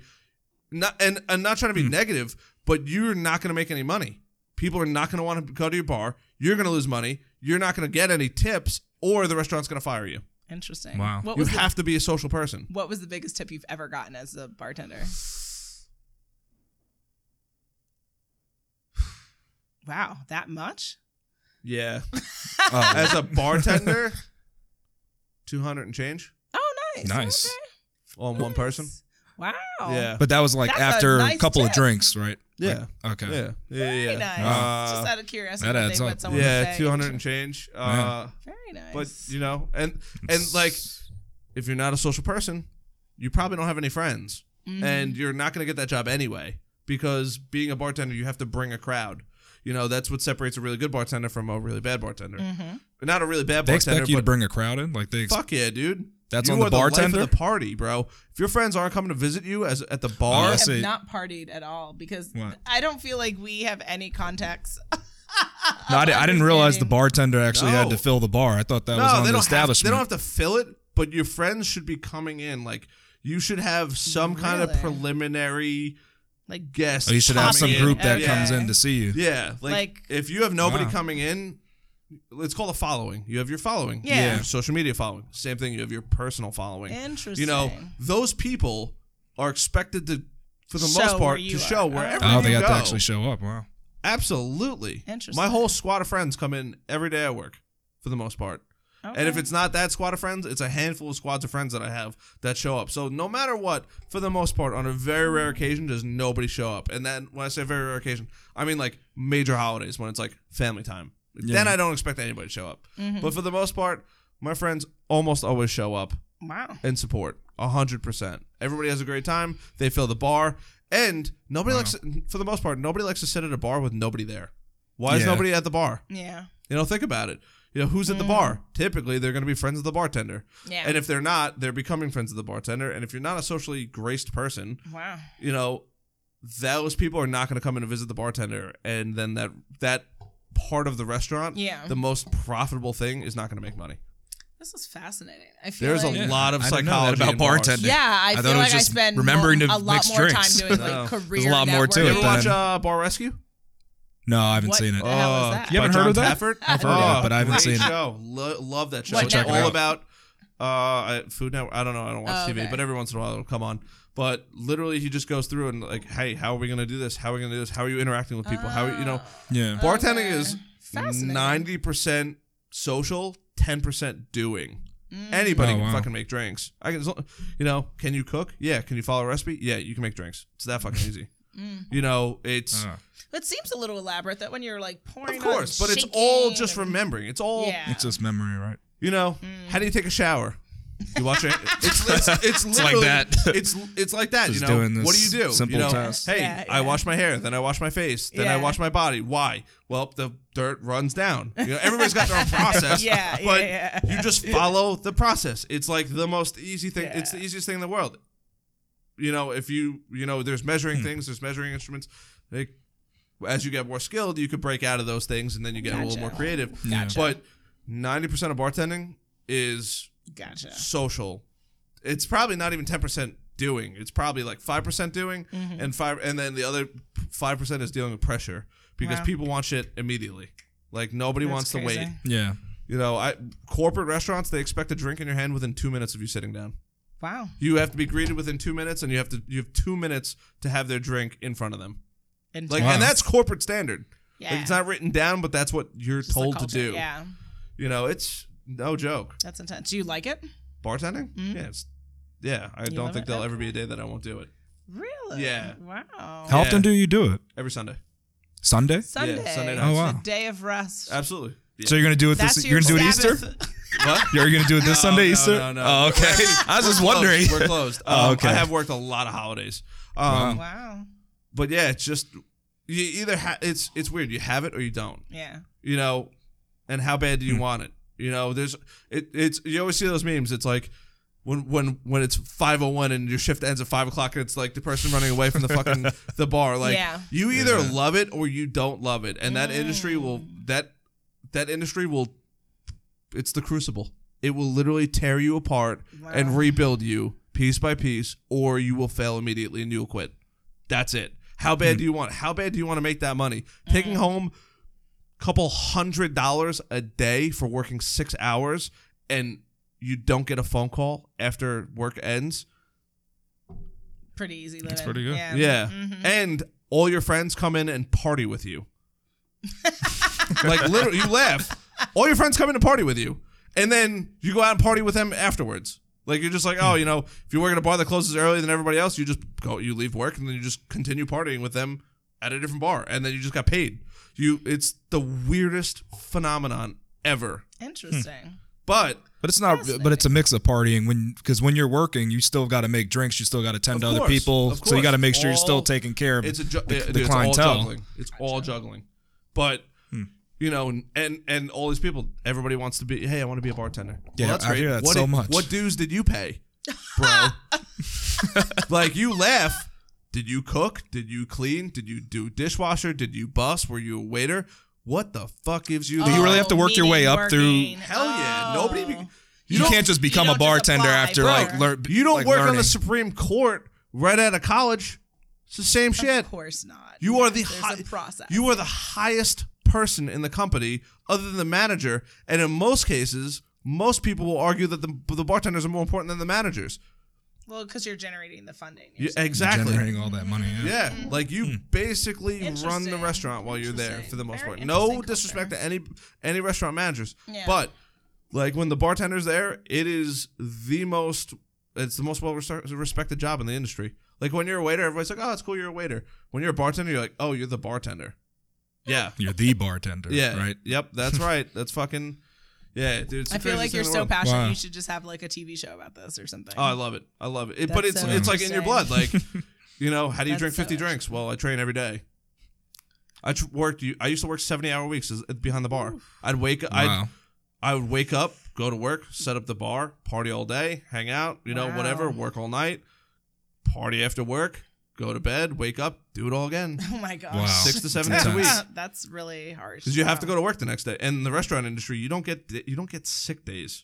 Speaker 1: not and I'm not trying to be negative, but you're not going to make any money. People are not going to want to go to your bar. You're going to lose money. You're not going to get any tips, or the restaurant's going to fire you.
Speaker 2: Interesting.
Speaker 3: Wow.
Speaker 2: What
Speaker 1: "Oh, You
Speaker 2: was the,
Speaker 1: have to be a social person.
Speaker 2: what was the biggest tip you've ever gotten as a bartender? Wow, that much?
Speaker 1: Yeah,
Speaker 3: Oh,
Speaker 1: *laughs* as a bartender, two hundred and change
Speaker 2: Oh, nice.
Speaker 3: Nice.
Speaker 2: Okay.
Speaker 1: on one person.
Speaker 2: Wow.
Speaker 1: Yeah,
Speaker 3: but that was like
Speaker 2: That's a
Speaker 3: after a,
Speaker 2: nice
Speaker 3: couple
Speaker 2: tip.
Speaker 3: of drinks, right?
Speaker 1: Oh. yeah,
Speaker 3: Like, okay.
Speaker 1: yeah, yeah, yeah.
Speaker 2: Very nice.
Speaker 3: Uh,
Speaker 2: Just out of curiosity,
Speaker 3: that
Speaker 2: what
Speaker 3: adds
Speaker 2: they- what
Speaker 3: up.
Speaker 2: someone would
Speaker 1: yeah,
Speaker 2: say.
Speaker 1: two hundred and change. Uh,
Speaker 2: Very nice.
Speaker 1: But you know, and and like, if you're not a social person, you probably don't have any friends,
Speaker 2: Mm-hmm.
Speaker 1: and you're not going to get that job anyway because being a bartender, you have to bring a crowd. You know, that's what separates a really good bartender from a really bad bartender.
Speaker 2: Mm. Mm-hmm.
Speaker 1: Not a really bad
Speaker 3: They
Speaker 1: bartender,
Speaker 3: expect you to
Speaker 1: but
Speaker 3: bring a crowd in, like they. Ex-
Speaker 1: fuck yeah, dude.
Speaker 3: That's
Speaker 1: you
Speaker 3: on the
Speaker 1: are The,
Speaker 3: bartender?
Speaker 1: life of the party, bro. If your friends aren't coming to visit you as at the
Speaker 3: Oh,
Speaker 1: bar,
Speaker 3: I
Speaker 2: I have
Speaker 3: see.
Speaker 2: not partied at all because
Speaker 3: What?
Speaker 2: I don't feel like we have any contacts.
Speaker 3: No, I, di- I didn't realize the bartender actually had
Speaker 1: No.
Speaker 3: to fill the bar. I thought that was
Speaker 1: no,
Speaker 3: on
Speaker 1: they
Speaker 3: the
Speaker 1: don't have. They
Speaker 3: establishment.
Speaker 1: don't have to fill it, but your friends should be coming in. Like you should have some kind of
Speaker 2: Really?
Speaker 1: preliminary
Speaker 2: Like
Speaker 1: guess.
Speaker 3: Oh, you should have some
Speaker 1: coming
Speaker 3: group
Speaker 2: in.
Speaker 3: that
Speaker 2: Okay.
Speaker 3: comes in to see you.
Speaker 1: Yeah, like,
Speaker 2: Like-
Speaker 1: if you have nobody
Speaker 3: Wow.
Speaker 1: coming in, it's called a following. You have your following.
Speaker 2: Yeah. Yeah.
Speaker 1: Your social media following. Same thing. You have your personal following.
Speaker 2: *laughs* Interesting.
Speaker 1: You know, those people are expected to, for the
Speaker 2: Show
Speaker 1: most
Speaker 2: where
Speaker 1: part,
Speaker 2: you
Speaker 1: to
Speaker 2: are.
Speaker 1: show wherever
Speaker 3: Oh,
Speaker 1: you
Speaker 3: they have
Speaker 1: go.
Speaker 3: to actually show up. Wow.
Speaker 1: Absolutely.
Speaker 2: Interesting.
Speaker 1: My whole squad of friends come in every day at work, for the most part. And if
Speaker 2: Okay.
Speaker 1: it's not that squad of friends, it's a handful of squads of friends that I have that show up. So no matter what, for the most part, on a very rare occasion, does nobody show up. And then when I say very rare occasion, I mean like major holidays when it's like family time. Then I don't expect anybody to show up. But for the most part, my friends almost always show up
Speaker 2: Wow.
Speaker 1: and support. a hundred percent. Everybody has a great time. They fill the bar, and nobody likes, for the most part, nobody likes to sit at a bar with nobody there. Why is
Speaker 3: Yeah.
Speaker 1: nobody at the bar?
Speaker 2: Yeah.
Speaker 1: You know, think about it. You know, who's at the bar? Typically, they're going to be friends of the bartender.
Speaker 2: Mm. Yeah.
Speaker 1: And if they're not, they're becoming friends of the bartender. And if you're not a socially graced person,
Speaker 2: Wow.
Speaker 1: you know, those people are not going to come in and visit the bartender. And then that that part of the restaurant,
Speaker 2: Yeah.
Speaker 1: the most profitable thing, is not going to make money.
Speaker 2: This is fascinating. I feel
Speaker 1: There's a
Speaker 2: like
Speaker 1: lot of
Speaker 3: I didn't know
Speaker 1: psychology
Speaker 3: that about
Speaker 1: in bars.
Speaker 3: bartending.
Speaker 2: Yeah, I,
Speaker 3: I thought
Speaker 2: feel
Speaker 3: it was
Speaker 2: like I
Speaker 3: just
Speaker 2: spend
Speaker 3: remembering
Speaker 2: mo-
Speaker 3: to
Speaker 2: a lot
Speaker 3: mix
Speaker 2: more
Speaker 3: drinks.
Speaker 2: time doing
Speaker 1: No. *laughs*
Speaker 2: like
Speaker 1: There's a
Speaker 2: career.
Speaker 3: lot more to
Speaker 1: You
Speaker 3: it
Speaker 1: ever
Speaker 2: networking.
Speaker 3: than-
Speaker 2: *laughs*
Speaker 1: watch uh, Bar Rescue?
Speaker 3: No, I haven't
Speaker 2: What
Speaker 3: seen it.
Speaker 1: Oh.
Speaker 2: the hell is that?
Speaker 3: Uh, You haven't
Speaker 1: by
Speaker 3: heard of
Speaker 1: John
Speaker 3: that?
Speaker 1: Taffer?
Speaker 3: I've heard of it, but I haven't
Speaker 1: great
Speaker 3: seen it.
Speaker 1: show. Lo- love that show.
Speaker 2: What
Speaker 1: it's
Speaker 2: network?
Speaker 1: all about uh, I- Food Network. I don't know. I don't watch
Speaker 2: Oh,
Speaker 1: TV,
Speaker 2: okay.
Speaker 1: but every once in a while it'll come on. But literally, he just goes through and like, hey, how are we gonna do this? How are we gonna do this? How are you interacting with people? How are you, you know,
Speaker 3: Yeah.
Speaker 1: bartending is
Speaker 2: Oh, Fascinating.
Speaker 1: ninety percent social, ten percent doing.
Speaker 2: Mm.
Speaker 1: Anybody
Speaker 3: Oh,
Speaker 1: can
Speaker 3: wow.
Speaker 1: fucking make drinks. I can, as long- you know, can you cook? Yeah. Can you follow a recipe? Yeah. You can make drinks. It's that
Speaker 2: *laughs*
Speaker 1: fucking easy.
Speaker 2: Mm.
Speaker 1: You know, it's
Speaker 3: Oh.
Speaker 2: It seems a little elaborate that when you're like pouring.
Speaker 1: of
Speaker 2: on
Speaker 1: course, but it's
Speaker 2: shaking
Speaker 1: all just
Speaker 2: and-
Speaker 1: remembering. It's all
Speaker 2: Yeah.
Speaker 3: It's just memory, right?
Speaker 1: You know, how do you take a shower? You watch it. It's, it's, it's
Speaker 3: like
Speaker 1: literally-
Speaker 3: that.
Speaker 1: It's it's like that.
Speaker 3: Just
Speaker 1: you know,
Speaker 3: doing this
Speaker 1: what do you do?
Speaker 3: simple
Speaker 1: you know,
Speaker 3: task.
Speaker 1: hey,
Speaker 2: Yeah,
Speaker 1: I
Speaker 2: yeah.
Speaker 1: wash my hair, then I wash my face, then I
Speaker 2: Yeah.
Speaker 1: wash my body. Why? Well, the dirt runs down. You know, everybody's got their own process. *laughs*
Speaker 2: *laughs* Yeah, yeah,
Speaker 1: but
Speaker 2: yeah.
Speaker 1: you just follow the process. It's like the most easy thing. It's the easiest thing in the world. You know, if you you know, there's measuring things, there's measuring instruments. Like, as you get more skilled, you could break out of those things, and then you get a
Speaker 2: Gotcha.
Speaker 1: little more creative.
Speaker 3: Gotcha.
Speaker 1: But ninety percent of bartending is
Speaker 2: *laughs* Gotcha.
Speaker 1: Mm-hmm. social. It's probably not even ten percent doing. It's probably like five percent doing,
Speaker 2: Mm-hmm.
Speaker 1: and five, and then the other five percent is dealing with pressure because
Speaker 2: Wow.
Speaker 1: people want shit immediately. Like nobody wants
Speaker 2: crazy.
Speaker 1: to wait.
Speaker 3: Yeah.
Speaker 1: You know, I corporate restaurants they expect a drink in your hand within two minutes of you sitting down.
Speaker 2: Wow.
Speaker 1: You have to be greeted within two minutes, and you have to you have two minutes to have their drink in front of them. Like,
Speaker 2: Intense.
Speaker 1: and that's corporate standard. Like,
Speaker 2: Yeah.
Speaker 1: it's not written down, but that's what you're
Speaker 2: It's the
Speaker 1: told to
Speaker 2: culture.
Speaker 1: do.
Speaker 2: Yeah,
Speaker 1: You know, it's no joke.
Speaker 2: that's intense. Do you like it?
Speaker 1: Bartending? Yeah, it's, yeah. I
Speaker 2: Mm-hmm. love
Speaker 1: don't think
Speaker 2: it?
Speaker 1: there'll ever be a day that I won't do it.
Speaker 2: Really?
Speaker 1: Yeah.
Speaker 2: Wow.
Speaker 3: How often do you do it?
Speaker 1: Every Sunday.
Speaker 3: Sunday.
Speaker 2: Sunday.
Speaker 1: Sunday nights.
Speaker 3: Oh, wow.
Speaker 2: The day of rest.
Speaker 1: Absolutely. Yeah.
Speaker 3: So you're gonna do it
Speaker 2: That's
Speaker 3: this?
Speaker 2: your
Speaker 3: You're gonna do it
Speaker 2: Sabbath.
Speaker 3: Easter?
Speaker 1: What?
Speaker 3: You're gonna do it *laughs* this
Speaker 1: *laughs*
Speaker 3: Sunday
Speaker 1: no,
Speaker 3: Easter?
Speaker 1: no, no.
Speaker 3: Oh, okay. *laughs* I was just wondering.
Speaker 1: We're closed.
Speaker 3: *laughs* Oh,
Speaker 1: Um,
Speaker 3: okay.
Speaker 1: I have worked a lot of holidays. Um,
Speaker 2: Wow.
Speaker 1: But yeah, it's just you either ha- it's it's weird. You have it or you don't.
Speaker 2: Yeah.
Speaker 1: You know, and how bad do you want it? You know, there's it. It's you always see those memes. It's like. When, when when it's 501 and your shift ends at 5 o'clock and it's like the person running away from the fucking the bar like
Speaker 2: Yeah.
Speaker 1: you either love it or you don't love it and that industry will that that industry will it's the crucible. It will literally tear you apart and rebuild you piece by piece, or you will fail immediately and you'll quit. That's it. How bad do you want? How bad do you want to make that money? Taking home a couple hundred dollars a day for working six hours and you don't get a phone call after work ends.
Speaker 2: Pretty easy living. That's
Speaker 5: pretty good.
Speaker 2: Yeah. Mm-hmm.
Speaker 1: Yeah. Hmm. And all your friends come in and party with you. *laughs* like literally you laugh. All your friends come in to party with you. And then you go out and party with them afterwards. Like you're just like, oh, you know, if you work at a bar that closes earlier than everybody else, you just go you leave work and then you just continue partying with them at a different bar. And then you just got paid. You it's the weirdest phenomenon ever.
Speaker 2: Interesting.
Speaker 1: But
Speaker 3: But it's not. But it's a mix of partying when because when you're working, you still got to make drinks. You still got to tend
Speaker 1: Of
Speaker 3: to other
Speaker 1: course,
Speaker 3: people.
Speaker 1: of
Speaker 3: So you got to
Speaker 1: course.
Speaker 3: make sure you're still
Speaker 1: All-
Speaker 3: taking care of
Speaker 1: it's a ju-
Speaker 3: the,
Speaker 1: yeah,
Speaker 3: the
Speaker 1: dude, it's all
Speaker 3: clientele. Hmm.
Speaker 1: juggling. It's all juggling. But you know, and and all these people, everybody wants to be. Hey, I want to be a bartender.
Speaker 3: Yeah,
Speaker 1: well, that's
Speaker 3: I
Speaker 1: great.
Speaker 3: hear that
Speaker 1: what
Speaker 3: so
Speaker 1: did-
Speaker 3: much.
Speaker 1: What dues did you pay, bro?
Speaker 2: *laughs*
Speaker 1: *laughs* like you laugh. Did you cook? Did you clean? Did you do dishwasher? Did you bus? Were you a waiter? What the fuck gives you?
Speaker 3: Do you
Speaker 1: the-
Speaker 3: really have to work your way
Speaker 2: meaning
Speaker 3: up through-
Speaker 2: Oh, working.
Speaker 1: Hell yeah!
Speaker 2: Oh.
Speaker 1: Nobody. Be,
Speaker 3: You,
Speaker 1: don't-
Speaker 3: can't just become
Speaker 2: you
Speaker 3: a
Speaker 2: don't just
Speaker 3: bartender
Speaker 2: apply
Speaker 3: after
Speaker 2: for-
Speaker 3: like learn.
Speaker 1: You don't
Speaker 3: like
Speaker 1: work on
Speaker 3: learning.
Speaker 1: the Supreme Court right out of college. It's the same shit.
Speaker 2: Of course not.
Speaker 1: You are the
Speaker 2: There's
Speaker 1: hi-
Speaker 2: a process.
Speaker 1: You are the highest person in the company, other than the manager. And in most cases, most people will argue that the, the bartenders are more important than the managers.
Speaker 2: well, because you're generating the funding.
Speaker 1: You- exactly.
Speaker 3: generating all that money. Yeah.
Speaker 1: Yeah, like you basically run the
Speaker 2: Mm-hmm. Interesting.
Speaker 1: restaurant while you're there for the most
Speaker 2: Very
Speaker 1: part. No
Speaker 2: interesting
Speaker 1: disrespect to any any restaurant managers,
Speaker 2: Yeah.
Speaker 1: but like when the bartender's there, it is the most it's the most well res- respected job in the industry. Like when you're a waiter, everybody's like, "Oh, it's cool, you're a waiter." When you're a bartender, you're like, "Oh, you're the bartender." Yeah,
Speaker 3: You're the bartender.
Speaker 1: Yeah.
Speaker 3: Right.
Speaker 1: Yep. That's
Speaker 3: *laughs*
Speaker 1: right. That's fucking. Yeah, dude. It's the
Speaker 2: I feel
Speaker 1: craziest
Speaker 2: like
Speaker 1: thing
Speaker 2: you're
Speaker 1: in the
Speaker 2: so
Speaker 1: world.
Speaker 2: passionate.
Speaker 3: Wow.
Speaker 2: You should just have like a TV show about this or something.
Speaker 1: Oh, I love it. I love it. It- but
Speaker 2: That's
Speaker 1: it's
Speaker 2: so
Speaker 1: it's like in your blood. Like,
Speaker 2: *laughs*
Speaker 1: you know, how do you
Speaker 2: That's
Speaker 1: drink
Speaker 2: so
Speaker 1: fifty drinks? Well, I train every day. I tr- worked. You, I used to work seventy hour weeks as, behind the bar. I'd wake. up.
Speaker 3: Wow.
Speaker 1: I would wake up, go to work, set up the bar, party all day, hang out, you know,
Speaker 2: Wow.
Speaker 1: whatever, work all night, party after work, go to bed, wake up, do it all again.
Speaker 2: *laughs* Oh my gosh.
Speaker 3: Wow.
Speaker 1: Six to seven
Speaker 3: It's
Speaker 1: days
Speaker 2: *laughs*
Speaker 1: a week.
Speaker 3: intense.
Speaker 2: That's really harsh.
Speaker 1: because you have to go to work the next day. And in the restaurant industry, you don't get you don't get sick days.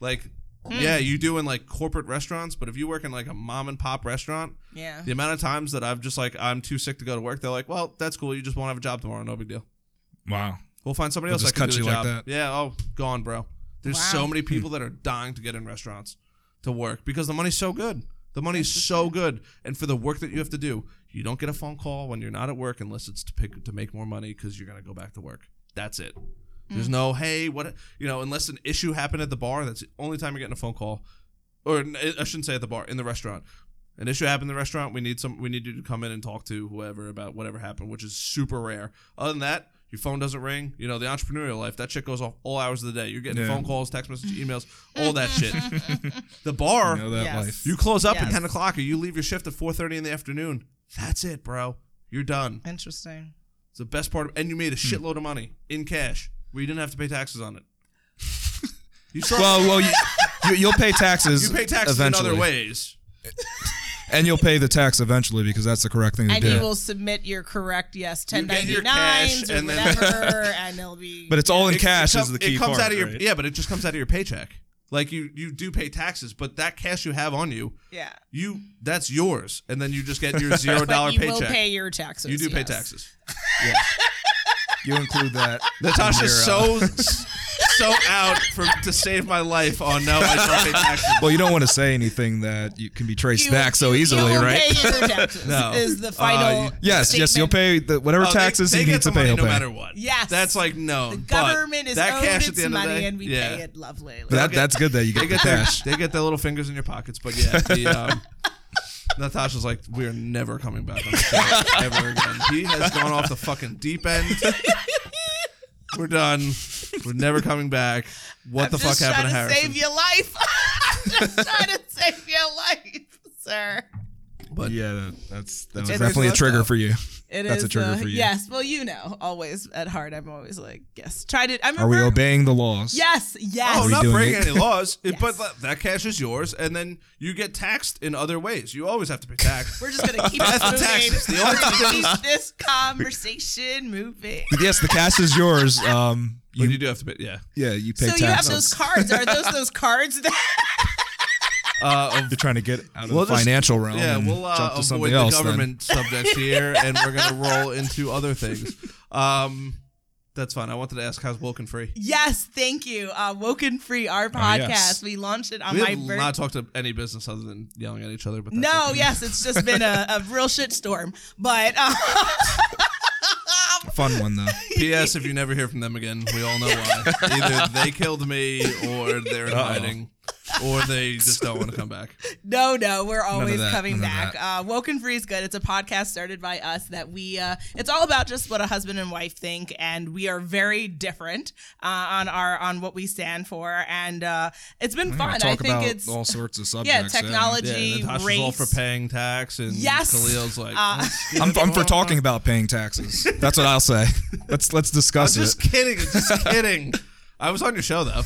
Speaker 1: Like, yeah, you do in like corporate restaurants, but if you work in like a mom and pop restaurant,
Speaker 2: Yeah.
Speaker 1: the amount of times that I've just like I'm too sick to go to work, they're like, well, that's cool. You just won't have a job tomorrow. No big deal.
Speaker 3: Wow.
Speaker 1: We'll find somebody
Speaker 3: They'll
Speaker 1: else
Speaker 3: just
Speaker 1: that can
Speaker 3: cut
Speaker 1: do
Speaker 3: you
Speaker 1: the
Speaker 3: like
Speaker 1: job.
Speaker 3: that.
Speaker 1: Yeah, oh, gone, bro. There's so
Speaker 2: Wow.
Speaker 1: many people that are dying to get in restaurants to work because the money's so good. The money's so good, and for the work that you have to do, you don't get a phone call when you're not at work unless it's to pick to make more money because you're gonna go back to work. That's it. There's no hey, what you know, unless an issue happened at the bar. That's the only time you're getting a phone call, or n- eh, I shouldn't say at the bar, in the restaurant. An issue happened in the restaurant. We need some. We need you to come in and talk to whoever about whatever happened, which is super rare. Other than that, your phone doesn't ring. You know the entrepreneurial life. That shit goes off all hours of the day. You're getting
Speaker 3: Yeah.
Speaker 1: phone calls, text messages, emails, *laughs* all that shit. the bar,
Speaker 3: You know that
Speaker 2: Yes.
Speaker 3: life.
Speaker 1: you *laughs* close up at
Speaker 2: Yes.
Speaker 1: ten o'clock, or you leave your shift at four thirty in the afternoon. That's it, bro. You're done.
Speaker 2: *laughs* Interesting.
Speaker 1: It's the best part, of, and you made a
Speaker 3: Hmm.
Speaker 1: shitload of money in cash, where you didn't have to pay taxes
Speaker 3: *laughs*
Speaker 1: on it. You saw
Speaker 3: Well, well, you, you, you'll
Speaker 1: *laughs*
Speaker 3: pay taxes.
Speaker 1: you pay taxes
Speaker 3: eventually,
Speaker 1: in other ways.
Speaker 3: and you'll pay the tax eventually because that's the correct thing to
Speaker 2: And
Speaker 3: do.
Speaker 2: you will submit your correct yes
Speaker 1: You get your
Speaker 2: 1099s
Speaker 1: cash
Speaker 2: or
Speaker 1: and then- *laughs*
Speaker 2: whatever, and it'll be.
Speaker 3: but it's all in
Speaker 1: It-
Speaker 3: cash.
Speaker 1: it
Speaker 3: is
Speaker 1: com-
Speaker 3: the key
Speaker 1: It comes
Speaker 3: part,
Speaker 1: out of your
Speaker 3: right?
Speaker 1: yeah, but it just comes out of your paycheck. Like you you do pay taxes, but that cash you have on you,
Speaker 2: yeah.
Speaker 1: you that's yours, and then you just get
Speaker 3: *laughs*
Speaker 1: your zero dollar
Speaker 2: But you
Speaker 1: paycheck.
Speaker 2: will pay your taxes.
Speaker 1: you do pay
Speaker 2: yes.
Speaker 1: taxes.
Speaker 3: You include that.
Speaker 1: Natasha's
Speaker 3: in your, uh,
Speaker 1: so so out for to save my life on no, I don't pay
Speaker 3: *laughs*
Speaker 1: taxes.
Speaker 3: Well, you don't want to say anything that you can be traced
Speaker 2: You-
Speaker 3: back so
Speaker 2: you-
Speaker 3: easily,
Speaker 2: you will
Speaker 3: right?
Speaker 2: Pay your
Speaker 1: *laughs*
Speaker 2: taxes
Speaker 1: No.
Speaker 2: Is the final.
Speaker 1: Uh,
Speaker 3: Yes, yes, you'll
Speaker 2: statement.
Speaker 3: pay the, whatever
Speaker 1: Oh, they-
Speaker 3: taxes
Speaker 1: they
Speaker 3: you
Speaker 1: get the
Speaker 3: need to pay.
Speaker 1: money
Speaker 3: You'll
Speaker 1: no
Speaker 3: pay.
Speaker 1: matter what.
Speaker 2: Yes.
Speaker 1: that's like no.
Speaker 2: The government
Speaker 1: but
Speaker 2: is
Speaker 1: that
Speaker 2: owed
Speaker 1: cash
Speaker 2: its
Speaker 1: at the end
Speaker 2: money,
Speaker 1: of the day,
Speaker 2: and we
Speaker 1: yeah.
Speaker 2: pay it lovely.
Speaker 3: But that,
Speaker 1: get-
Speaker 3: that's good that you
Speaker 1: They
Speaker 3: get the
Speaker 1: get their
Speaker 3: cash.
Speaker 1: they get their little fingers in your pockets, but yeah, the, um, Natasha's like, we are never coming back on this show ever again. He has gone off the fucking deep end. We're done. We're never coming back. What the fuck
Speaker 2: just
Speaker 1: happened to
Speaker 2: trying to
Speaker 1: Harrison?
Speaker 2: save your life. *laughs* I'm just trying to save your life, sir.
Speaker 1: But-
Speaker 3: yeah, that, that's that was
Speaker 2: It's-
Speaker 3: definitely a trigger for you.
Speaker 2: It is
Speaker 3: That's a trigger
Speaker 2: uh,
Speaker 3: for you.
Speaker 2: Yes. Well, you know, always at heart, I'm always like, yes. Try to. I remember.
Speaker 3: Are we obeying the laws?
Speaker 2: Yes. Yes.
Speaker 1: Oh,
Speaker 3: we
Speaker 1: not
Speaker 3: doing
Speaker 1: breaking
Speaker 3: it?
Speaker 1: any laws, it- but
Speaker 2: Yes.
Speaker 1: that- that cash is yours, and then you get taxed in other ways. You always have to pay tax.
Speaker 2: We're just gonna *laughs* keep it
Speaker 1: the taxes. The
Speaker 2: moving.
Speaker 1: only
Speaker 2: We're gonna keep this conversation moving.
Speaker 3: Yes, the cash is yours. Um,
Speaker 1: But
Speaker 3: you,
Speaker 1: you do have to pay. Yeah,
Speaker 3: yeah, you pay
Speaker 2: So
Speaker 3: taxes.
Speaker 2: you have those cards? Are those those cards that? *laughs*
Speaker 1: uh,
Speaker 3: You're trying to get out of
Speaker 1: We'll
Speaker 3: the
Speaker 1: just-
Speaker 3: financial realm.
Speaker 1: yeah.
Speaker 3: and
Speaker 1: We'll uh,
Speaker 3: jump to
Speaker 1: avoid
Speaker 3: something
Speaker 1: the
Speaker 3: else.
Speaker 1: *laughs*
Speaker 3: then.
Speaker 1: government subjects here, and we're gonna roll into other things. Um, that's fine. I wanted to ask how's Wilkin free.
Speaker 2: Yes, thank you. Uh, Woken Free, our podcast.
Speaker 3: Oh, yes.
Speaker 2: We launched it on
Speaker 1: We
Speaker 2: my
Speaker 1: have
Speaker 2: birthday.
Speaker 1: not talked to any business other than yelling at each other. But that's
Speaker 2: No,
Speaker 1: okay.
Speaker 2: yes, it's just been a, a real shitstorm. But uh,
Speaker 3: Fun
Speaker 2: *laughs*
Speaker 3: one though.
Speaker 1: P.S. If you never hear from them again, we all know *laughs* why. Either they killed me, or they're in hiding, or they just don't want to come back.
Speaker 2: no, no, we're always
Speaker 3: that,
Speaker 2: coming
Speaker 3: none of
Speaker 2: back.
Speaker 3: that.
Speaker 2: Uh, Woken Free is good. It's a podcast started by us that we, uh, it's all about just what a husband and wife think. And we are very different uh, on our, on what we stand for. And uh, it's been
Speaker 3: We're gonna
Speaker 2: fun. I
Speaker 3: talk
Speaker 2: think
Speaker 3: about
Speaker 2: it's,
Speaker 3: all sorts of subjects.
Speaker 2: technology.
Speaker 1: Yeah,
Speaker 2: Gee,
Speaker 1: Natasha's all for
Speaker 2: race.
Speaker 1: paying tax, and
Speaker 2: Yes.
Speaker 1: Khalil's like,
Speaker 2: Uh, *laughs*
Speaker 3: I'm, I'm for talking about paying taxes. That's what I'll say. Let's let's discuss it.
Speaker 1: just kidding, *laughs* just kidding. I was on your show though.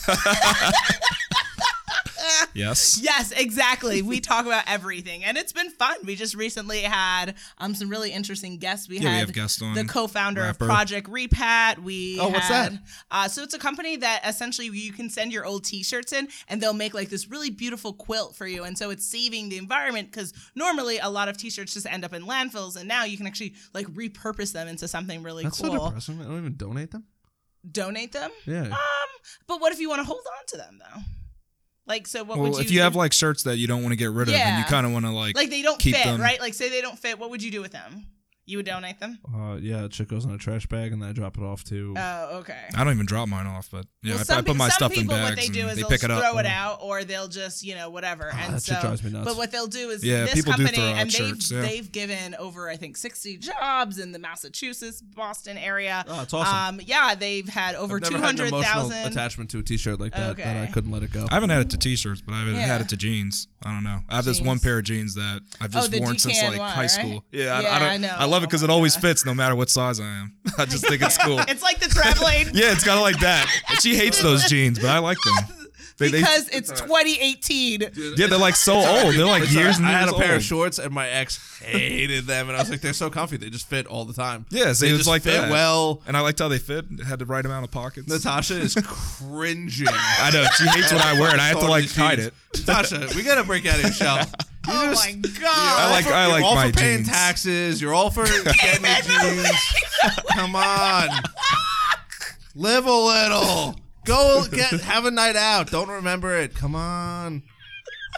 Speaker 3: Yes.
Speaker 2: Yes, exactly.
Speaker 3: *laughs*
Speaker 2: We talk about everything, and it's been fun. We just recently had um, some really interesting guests. We
Speaker 3: Yeah, we
Speaker 2: had
Speaker 3: have guests on.
Speaker 2: the co-founder
Speaker 3: Rapper.
Speaker 2: of Project Repat. We
Speaker 1: Oh, what's
Speaker 2: had-
Speaker 1: that?
Speaker 2: Uh, so it's a company that essentially you can send your old T-shirts in, and they'll make like this really beautiful quilt for you. And so it's saving the environment because normally a lot of T-shirts just end up in landfills, and now you can actually like repurpose them into something really
Speaker 1: That's so
Speaker 2: cool. Ah,
Speaker 1: depressing. I don't even donate them.
Speaker 2: Donate them. Um,
Speaker 1: Yeah.
Speaker 2: But what if you want to hold on to them though? Like, so what would
Speaker 3: Well,
Speaker 2: you
Speaker 3: if you
Speaker 2: do?
Speaker 3: have like shirts that you don't want to get rid of, and
Speaker 2: Yeah.
Speaker 3: you kind of want to like,
Speaker 2: like they don't
Speaker 3: keep
Speaker 2: fit,
Speaker 3: them-
Speaker 2: right? Like say they don't fit, what would you do with them? You would donate them?
Speaker 1: Uh, yeah, it shit goes in a trash bag, and then I drop it off to.
Speaker 2: Oh, okay.
Speaker 3: I don't even drop mine off, but yeah,
Speaker 2: Well,
Speaker 3: I, I
Speaker 2: some
Speaker 3: put
Speaker 2: pe-
Speaker 3: my
Speaker 2: some
Speaker 3: stuff in
Speaker 2: people,
Speaker 3: bags
Speaker 2: what they
Speaker 3: and
Speaker 2: do is
Speaker 3: they
Speaker 2: they'll
Speaker 3: pick it up. oh. Mm. Ah,
Speaker 2: throw it out, or they'll just you know whatever. and
Speaker 1: that
Speaker 2: so,
Speaker 1: shit drives me nuts.
Speaker 2: but what they'll do is
Speaker 3: Yeah,
Speaker 2: this
Speaker 3: people do
Speaker 2: company,
Speaker 3: throw out
Speaker 2: and they've
Speaker 3: shirts, yeah.
Speaker 2: they've given over I think sixty jobs in the Massachusetts, Boston area.
Speaker 1: Oh, that's awesome.
Speaker 2: Um, yeah, they've had over
Speaker 1: I've
Speaker 2: two
Speaker 1: never had an
Speaker 2: hundred
Speaker 1: emotional
Speaker 2: *laughs* thousand.
Speaker 1: attachment to a T-shirt like that that I
Speaker 2: Okay.
Speaker 1: couldn't let it go.
Speaker 3: I haven't had it to t-shirts, but I've
Speaker 2: Yeah.
Speaker 3: had it to jeans. I don't know. I have this
Speaker 2: Jeans.
Speaker 3: one pair of jeans that I've
Speaker 2: Oh,
Speaker 3: just
Speaker 2: the
Speaker 3: worn since like
Speaker 2: DKNY,
Speaker 3: high
Speaker 2: right?
Speaker 3: school. Yeah,
Speaker 2: Yeah,
Speaker 3: I, I, don't,
Speaker 2: I know.
Speaker 3: I love
Speaker 2: Oh
Speaker 3: it because
Speaker 2: my
Speaker 3: it always
Speaker 2: God.
Speaker 3: fits no matter what size I am. *laughs* I just think it's
Speaker 2: *laughs*
Speaker 3: cool.
Speaker 2: It's like the traveling.
Speaker 3: yeah, it's kind of like that. She hates those jeans, but I like them. *laughs* They, they, *laughs*
Speaker 2: Because it's 2018.
Speaker 3: yeah, they're like so old. They're like years and
Speaker 1: I had
Speaker 3: years
Speaker 1: a pair
Speaker 3: old.
Speaker 1: of shorts, and my ex hated them, and I was like, "They're so comfy; they just fit all the time."
Speaker 3: Yeah, so
Speaker 1: they
Speaker 3: it was
Speaker 1: just
Speaker 3: like
Speaker 1: fit
Speaker 3: that.
Speaker 1: well.
Speaker 3: and I liked how they fit. It had the right amount of pockets.
Speaker 1: Natasha is cringing.
Speaker 3: I know she hates what *laughs* I wear, and I have to
Speaker 1: Sorry,
Speaker 3: like
Speaker 1: jeans.
Speaker 3: hide it.
Speaker 1: Natasha, we gotta break out of your shell.
Speaker 3: *laughs*
Speaker 2: Oh my
Speaker 1: You're
Speaker 2: god.
Speaker 1: all
Speaker 3: like-
Speaker 1: for-
Speaker 3: I like
Speaker 1: you're all
Speaker 3: my
Speaker 1: for paying
Speaker 3: jeans.
Speaker 1: taxes. You're all
Speaker 3: *laughs*
Speaker 1: for getting jeans. Come on, live a little. Go get have a night out. Don't remember it. Come on,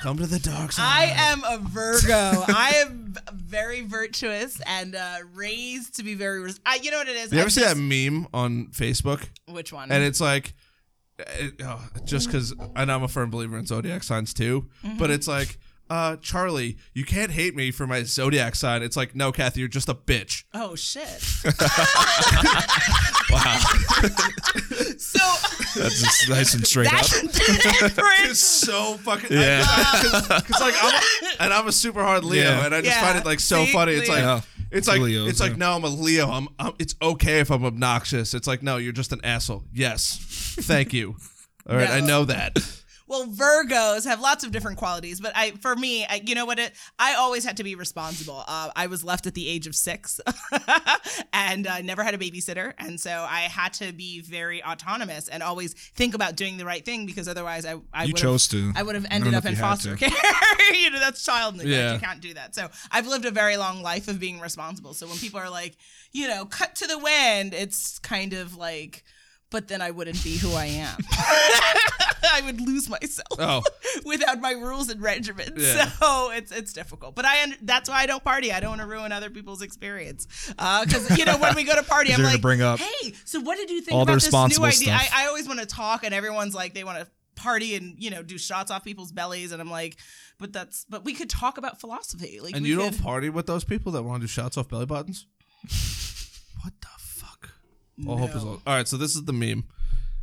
Speaker 1: come to the dark
Speaker 2: I
Speaker 1: side.
Speaker 2: am a Virgo. I am very virtuous and uh, raised to be very. Res- I, you know what it is.
Speaker 1: you
Speaker 2: I
Speaker 1: ever see that
Speaker 2: just- Mm.
Speaker 1: meme on Facebook?
Speaker 2: Which one?
Speaker 1: and it's like it, oh, just because and i'm a firm believer in zodiac signs too
Speaker 2: Mm-hmm.
Speaker 1: but it's like uh charlie you can't hate me for my zodiac sign it's like no kathy you're just a bitch
Speaker 2: oh shit! *laughs* wow. so *laughs*
Speaker 3: That's just nice and straight up.
Speaker 2: that's different.
Speaker 1: so fucking
Speaker 3: Yeah.
Speaker 1: because like I'm a, and i'm a super hard leo
Speaker 3: Yeah.
Speaker 1: and i just
Speaker 2: Yeah.
Speaker 1: find it like so
Speaker 2: See?
Speaker 1: funny it's like
Speaker 3: Yeah.
Speaker 1: It's like
Speaker 3: Leos,
Speaker 1: it's like
Speaker 3: yeah.
Speaker 1: no, I'm a Leo. I'm, I'm it's okay if I'm obnoxious. It's like no, you're just an asshole. Yes, thank you. All right, I
Speaker 2: No.
Speaker 1: know that.
Speaker 2: Well, Virgos have lots of different qualities, but I, for me, I, you know what? It, I always had to be responsible. Uh, I was left at the age of six, *laughs* and uh, never had a babysitter, and so I had to be very autonomous and always think about doing the right thing because otherwise, I, I
Speaker 3: You
Speaker 2: would've-
Speaker 3: chose to.
Speaker 2: I would have
Speaker 3: I don't
Speaker 2: ended
Speaker 3: know
Speaker 2: up
Speaker 3: if
Speaker 2: in
Speaker 3: you had
Speaker 2: foster
Speaker 3: to.
Speaker 2: care. *laughs* you know, that's child neglect.
Speaker 1: Yeah.
Speaker 2: You can't do that. So I've lived a very long life of being responsible. So when people are like, you know, cut to the wind, it's kind of like. But then I wouldn't be who I am. *laughs* I would lose myself
Speaker 1: *laughs* Oh,
Speaker 2: *laughs* without my rules and regimen.
Speaker 1: Yeah.
Speaker 2: So it's it's difficult. But I under- that's why I don't party. I don't want to ruin other people's experience. Because you know when we go to
Speaker 3: *laughs*
Speaker 2: party, I'm
Speaker 3: You're gonna
Speaker 2: like,
Speaker 3: bring up
Speaker 2: hey, so what did you think
Speaker 3: all the
Speaker 2: about this new
Speaker 3: responsible
Speaker 2: idea?
Speaker 3: stuff.
Speaker 2: I, I always want to talk, and everyone's like they want to party and you know do shots off people's bellies, and I'm like, but that's but we could talk about philosophy. Like,
Speaker 1: And
Speaker 2: we
Speaker 1: you
Speaker 2: could,
Speaker 1: don't party with those people that want to do shots off belly buttons? what the fuck? All hope is
Speaker 2: No.
Speaker 1: lost. All right, so this is the meme.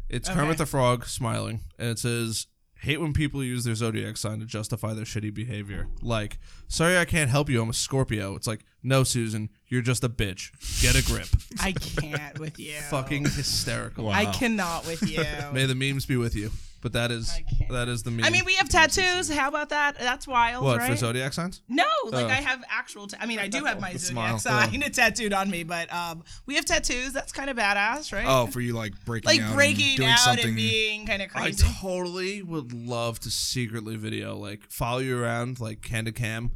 Speaker 1: It's
Speaker 2: Okay.
Speaker 1: Kermit the Frog smiling, and it says, "Hate when people use their zodiac sign to justify their shitty behavior." Like, "Sorry, I can't help you. I'm a Scorpio." It's like, "No, Susan, you're just a bitch. Get a
Speaker 2: *laughs*
Speaker 1: grip."
Speaker 2: I can't with you.
Speaker 1: *laughs* Fucking hysterical.
Speaker 2: I
Speaker 1: *laughs*
Speaker 2: cannot with you.
Speaker 1: May the memes be with you. But that is
Speaker 2: I can't.
Speaker 1: that is the meme.
Speaker 2: I mean, we have tattoos. How about that? That's wild,
Speaker 1: what for
Speaker 2: right?
Speaker 1: zodiac signs?
Speaker 2: No, like I have actual. ta- I mean, I do have my
Speaker 3: Oh. *laughs* smile. Oh.
Speaker 2: zodiac sign *laughs* tattooed on me, but um, we have tattoos. That's kind of badass, right?
Speaker 3: Oh, for you like breaking
Speaker 2: like
Speaker 3: out and
Speaker 2: breaking
Speaker 3: doing
Speaker 2: out
Speaker 3: something.
Speaker 2: and being kind of
Speaker 1: I
Speaker 2: crazy.
Speaker 1: totally would love to secretly video, like follow you around, like candid cam,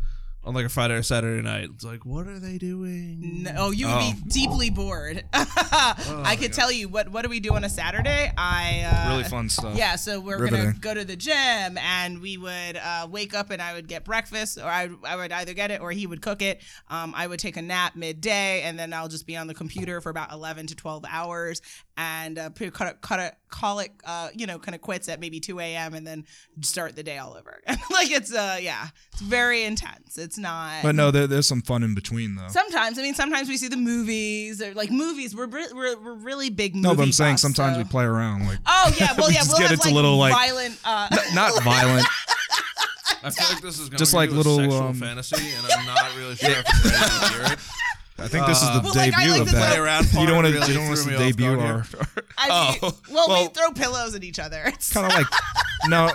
Speaker 1: on like a Friday or Saturday night. It's like, what are they doing?
Speaker 2: No, oh, you would be deeply bored. *laughs*
Speaker 3: Oh
Speaker 2: I could tell you what. What do we do on a Saturday? I uh,
Speaker 3: really fun stuff.
Speaker 2: Yeah, so we're gonna
Speaker 3: Oh. Riveting.
Speaker 2: go to the gym, and we would uh, wake up, and I would get breakfast, or I, I would either get it or he would cook it. Um, I would take a nap midday, and then I'll just be on the computer for about eleven to twelve hours, and uh, pretty- cut it, cut it, call it, uh, you know, kind of quits at maybe two a.m. and then start the day all over. again. *laughs* like it's uh, yeah, it's very intense. It's not.
Speaker 3: But no, there, there's some fun in between though.
Speaker 2: Sometimes, I mean, sometimes we see the movies or like movies. We're re- we're, we're really big. Movie
Speaker 3: no, but I'm saying
Speaker 2: buffs,
Speaker 3: sometimes
Speaker 2: so-
Speaker 3: we play around like
Speaker 2: Oh yeah, well
Speaker 3: *laughs* We
Speaker 2: yeah,
Speaker 3: just
Speaker 2: we'll
Speaker 3: get
Speaker 2: have
Speaker 3: into
Speaker 2: like
Speaker 3: little, like-
Speaker 2: violent. Uh, *laughs*
Speaker 3: not violent.
Speaker 1: I feel like this is going
Speaker 3: Just like
Speaker 1: into
Speaker 3: little,
Speaker 1: a sexual
Speaker 3: um,
Speaker 1: fantasy, and I'm not really sure if I'm ready to
Speaker 2: *laughs*
Speaker 1: hear it.
Speaker 3: I think this is the
Speaker 2: Well, like, I
Speaker 3: debut
Speaker 2: like
Speaker 3: of
Speaker 2: this
Speaker 1: Play
Speaker 2: little-
Speaker 3: that.
Speaker 1: around.
Speaker 3: You don't want
Speaker 1: want
Speaker 3: to. you don't want us to debut our
Speaker 2: I mean,
Speaker 3: Oh,
Speaker 2: well, we
Speaker 3: well-
Speaker 2: throw pillows at each other. *laughs* It's-
Speaker 3: kind of like no.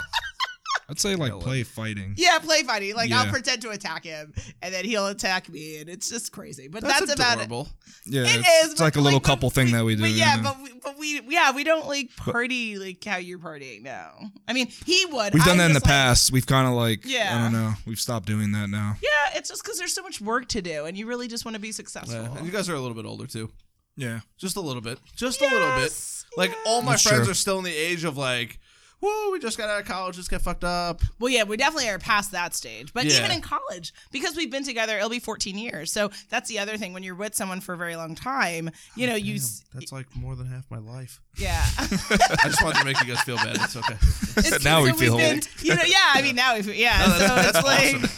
Speaker 3: I'd say like play fighting.
Speaker 2: yeah, play fighting. Like I'll
Speaker 3: Yeah.
Speaker 2: pretend to attack him, and then he'll attack me, and it's just crazy. But
Speaker 1: That's,
Speaker 2: that's, about it.
Speaker 1: adorable.
Speaker 3: Yeah,
Speaker 2: It
Speaker 3: it's,
Speaker 2: is, but,
Speaker 3: it's like a little
Speaker 2: but
Speaker 3: couple thing that we do.
Speaker 2: But yeah,
Speaker 3: you know?
Speaker 2: but we, but we yeah we don't like party like how you're partying now. I mean, he would.
Speaker 3: we've done
Speaker 2: I'm
Speaker 3: that in the
Speaker 2: just like-
Speaker 3: past. We've kind of like
Speaker 2: Yeah.
Speaker 3: I don't know. We've stopped doing that now.
Speaker 2: Yeah, it's just because there's so much work to do, and you really just want to be successful.
Speaker 1: Yeah, and you guys are a little bit older too.
Speaker 3: Yeah,
Speaker 1: Just a little bit. Just a little bit.
Speaker 2: Yes,
Speaker 1: Like all my
Speaker 3: That's
Speaker 1: friends
Speaker 3: true.
Speaker 1: are still in the age of like, whoa, we just got out of college, just got fucked up.
Speaker 2: Well, yeah, we definitely are past that stage. But
Speaker 1: Yeah.
Speaker 2: even in college, because we've been together, it'll be 14 years. So that's the other thing. When you're with someone for a very long time, you know, you.
Speaker 1: Damn,
Speaker 2: s-
Speaker 1: that's like more than half my life.
Speaker 2: Yeah.
Speaker 1: *laughs* I just wanted to make you guys feel bad. It's
Speaker 2: *laughs*
Speaker 1: okay.
Speaker 2: It's-
Speaker 3: Now we
Speaker 2: we've
Speaker 3: feel
Speaker 2: been-
Speaker 3: old.
Speaker 2: You know, yeah, I mean, now we feel, yeah.
Speaker 1: No, that's-
Speaker 2: so it's
Speaker 1: that's
Speaker 2: like,
Speaker 1: awesome.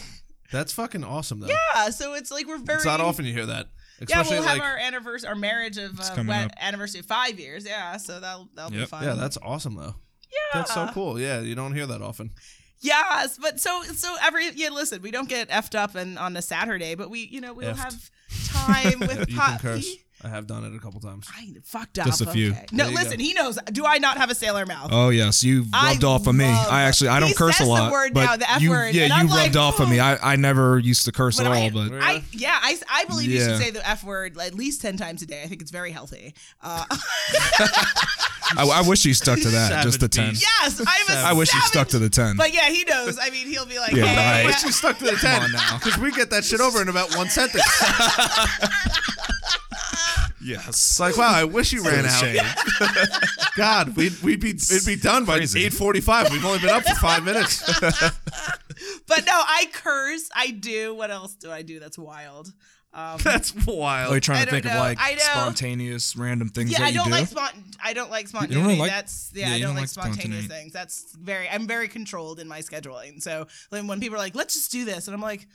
Speaker 1: That's fucking awesome though.
Speaker 2: yeah, so it's like we're very.
Speaker 1: It's not often you hear that.
Speaker 2: Yeah,
Speaker 1: Especially
Speaker 2: we'll have
Speaker 1: like,
Speaker 2: our anniversary, our marriage of uh,
Speaker 3: coming
Speaker 2: wed-
Speaker 3: up.
Speaker 2: anniversary of five years. Yeah, so that'll that'll be
Speaker 3: Yep.
Speaker 2: fun.
Speaker 1: Yeah, that's awesome though. Yeah. That's so cool. Yeah, you don't hear that often.
Speaker 2: Yes, but so so every yeah. Listen, we don't get effed up and on a Saturday, but we you know we'll
Speaker 1: Effed. *laughs*
Speaker 2: have time with
Speaker 1: You
Speaker 2: pot-
Speaker 1: can curse. I have done it a couple times.
Speaker 2: I fucked up.
Speaker 3: Just a few.
Speaker 2: Okay. No,
Speaker 1: There you
Speaker 2: listen,
Speaker 1: go.
Speaker 2: he knows. Do I not have a sailor mouth?
Speaker 3: Oh yes, you
Speaker 2: I
Speaker 3: rubbed off on me.
Speaker 2: love-
Speaker 3: I actually I
Speaker 2: He
Speaker 3: don't curse
Speaker 2: says
Speaker 3: a
Speaker 2: the
Speaker 3: lot.
Speaker 2: word
Speaker 3: but
Speaker 2: now, the F
Speaker 3: you,
Speaker 2: word,
Speaker 3: yeah,
Speaker 2: and
Speaker 3: you
Speaker 2: I'm like,
Speaker 3: rubbed off on me. I, I never used to curse
Speaker 2: But
Speaker 3: at all,
Speaker 2: I-
Speaker 3: but
Speaker 2: I yeah, I, I believe you
Speaker 3: Yeah.
Speaker 2: should say the f word at least ten times a day. I think it's very healthy. Uh, *laughs*
Speaker 3: I, I wish you stuck to that.
Speaker 1: Savage
Speaker 3: Just the ten.
Speaker 1: beast.
Speaker 2: yes, I'm a
Speaker 3: I wish you stuck to the ten.
Speaker 2: But yeah, he knows. I mean, he'll be like,
Speaker 3: Yeah,
Speaker 2: hey,
Speaker 3: right.
Speaker 2: yeah.
Speaker 3: *laughs*
Speaker 1: She stuck to the ten because we get that shit over in about one sentence. It's
Speaker 3: yes.
Speaker 1: like, wow, I wish you ran out. *laughs* God, we'd, we'd be it'd be done by
Speaker 3: Crazy.
Speaker 1: eight forty five. We've only been up for five minutes.
Speaker 2: but no, I curse. I do. What else do I do? That's wild. Um,
Speaker 1: That's
Speaker 3: Oh, you're
Speaker 1: wild.
Speaker 3: trying
Speaker 2: I
Speaker 3: to
Speaker 2: don't
Speaker 3: think of
Speaker 2: know.
Speaker 3: like
Speaker 2: I know.
Speaker 3: spontaneous random things
Speaker 2: yeah,
Speaker 3: that
Speaker 2: I
Speaker 3: you
Speaker 2: don't
Speaker 3: do.
Speaker 2: like spont. I don't like
Speaker 3: really
Speaker 2: spontaneity.
Speaker 3: like-
Speaker 2: That's yeah,
Speaker 3: yeah,
Speaker 2: I
Speaker 3: you
Speaker 2: don't,
Speaker 3: don't
Speaker 2: like
Speaker 3: like
Speaker 2: spontaneous
Speaker 3: spontaneity.
Speaker 2: things. That's very. I'm very controlled in my scheduling. So like, when people are like, "Let's just do this," and I'm like,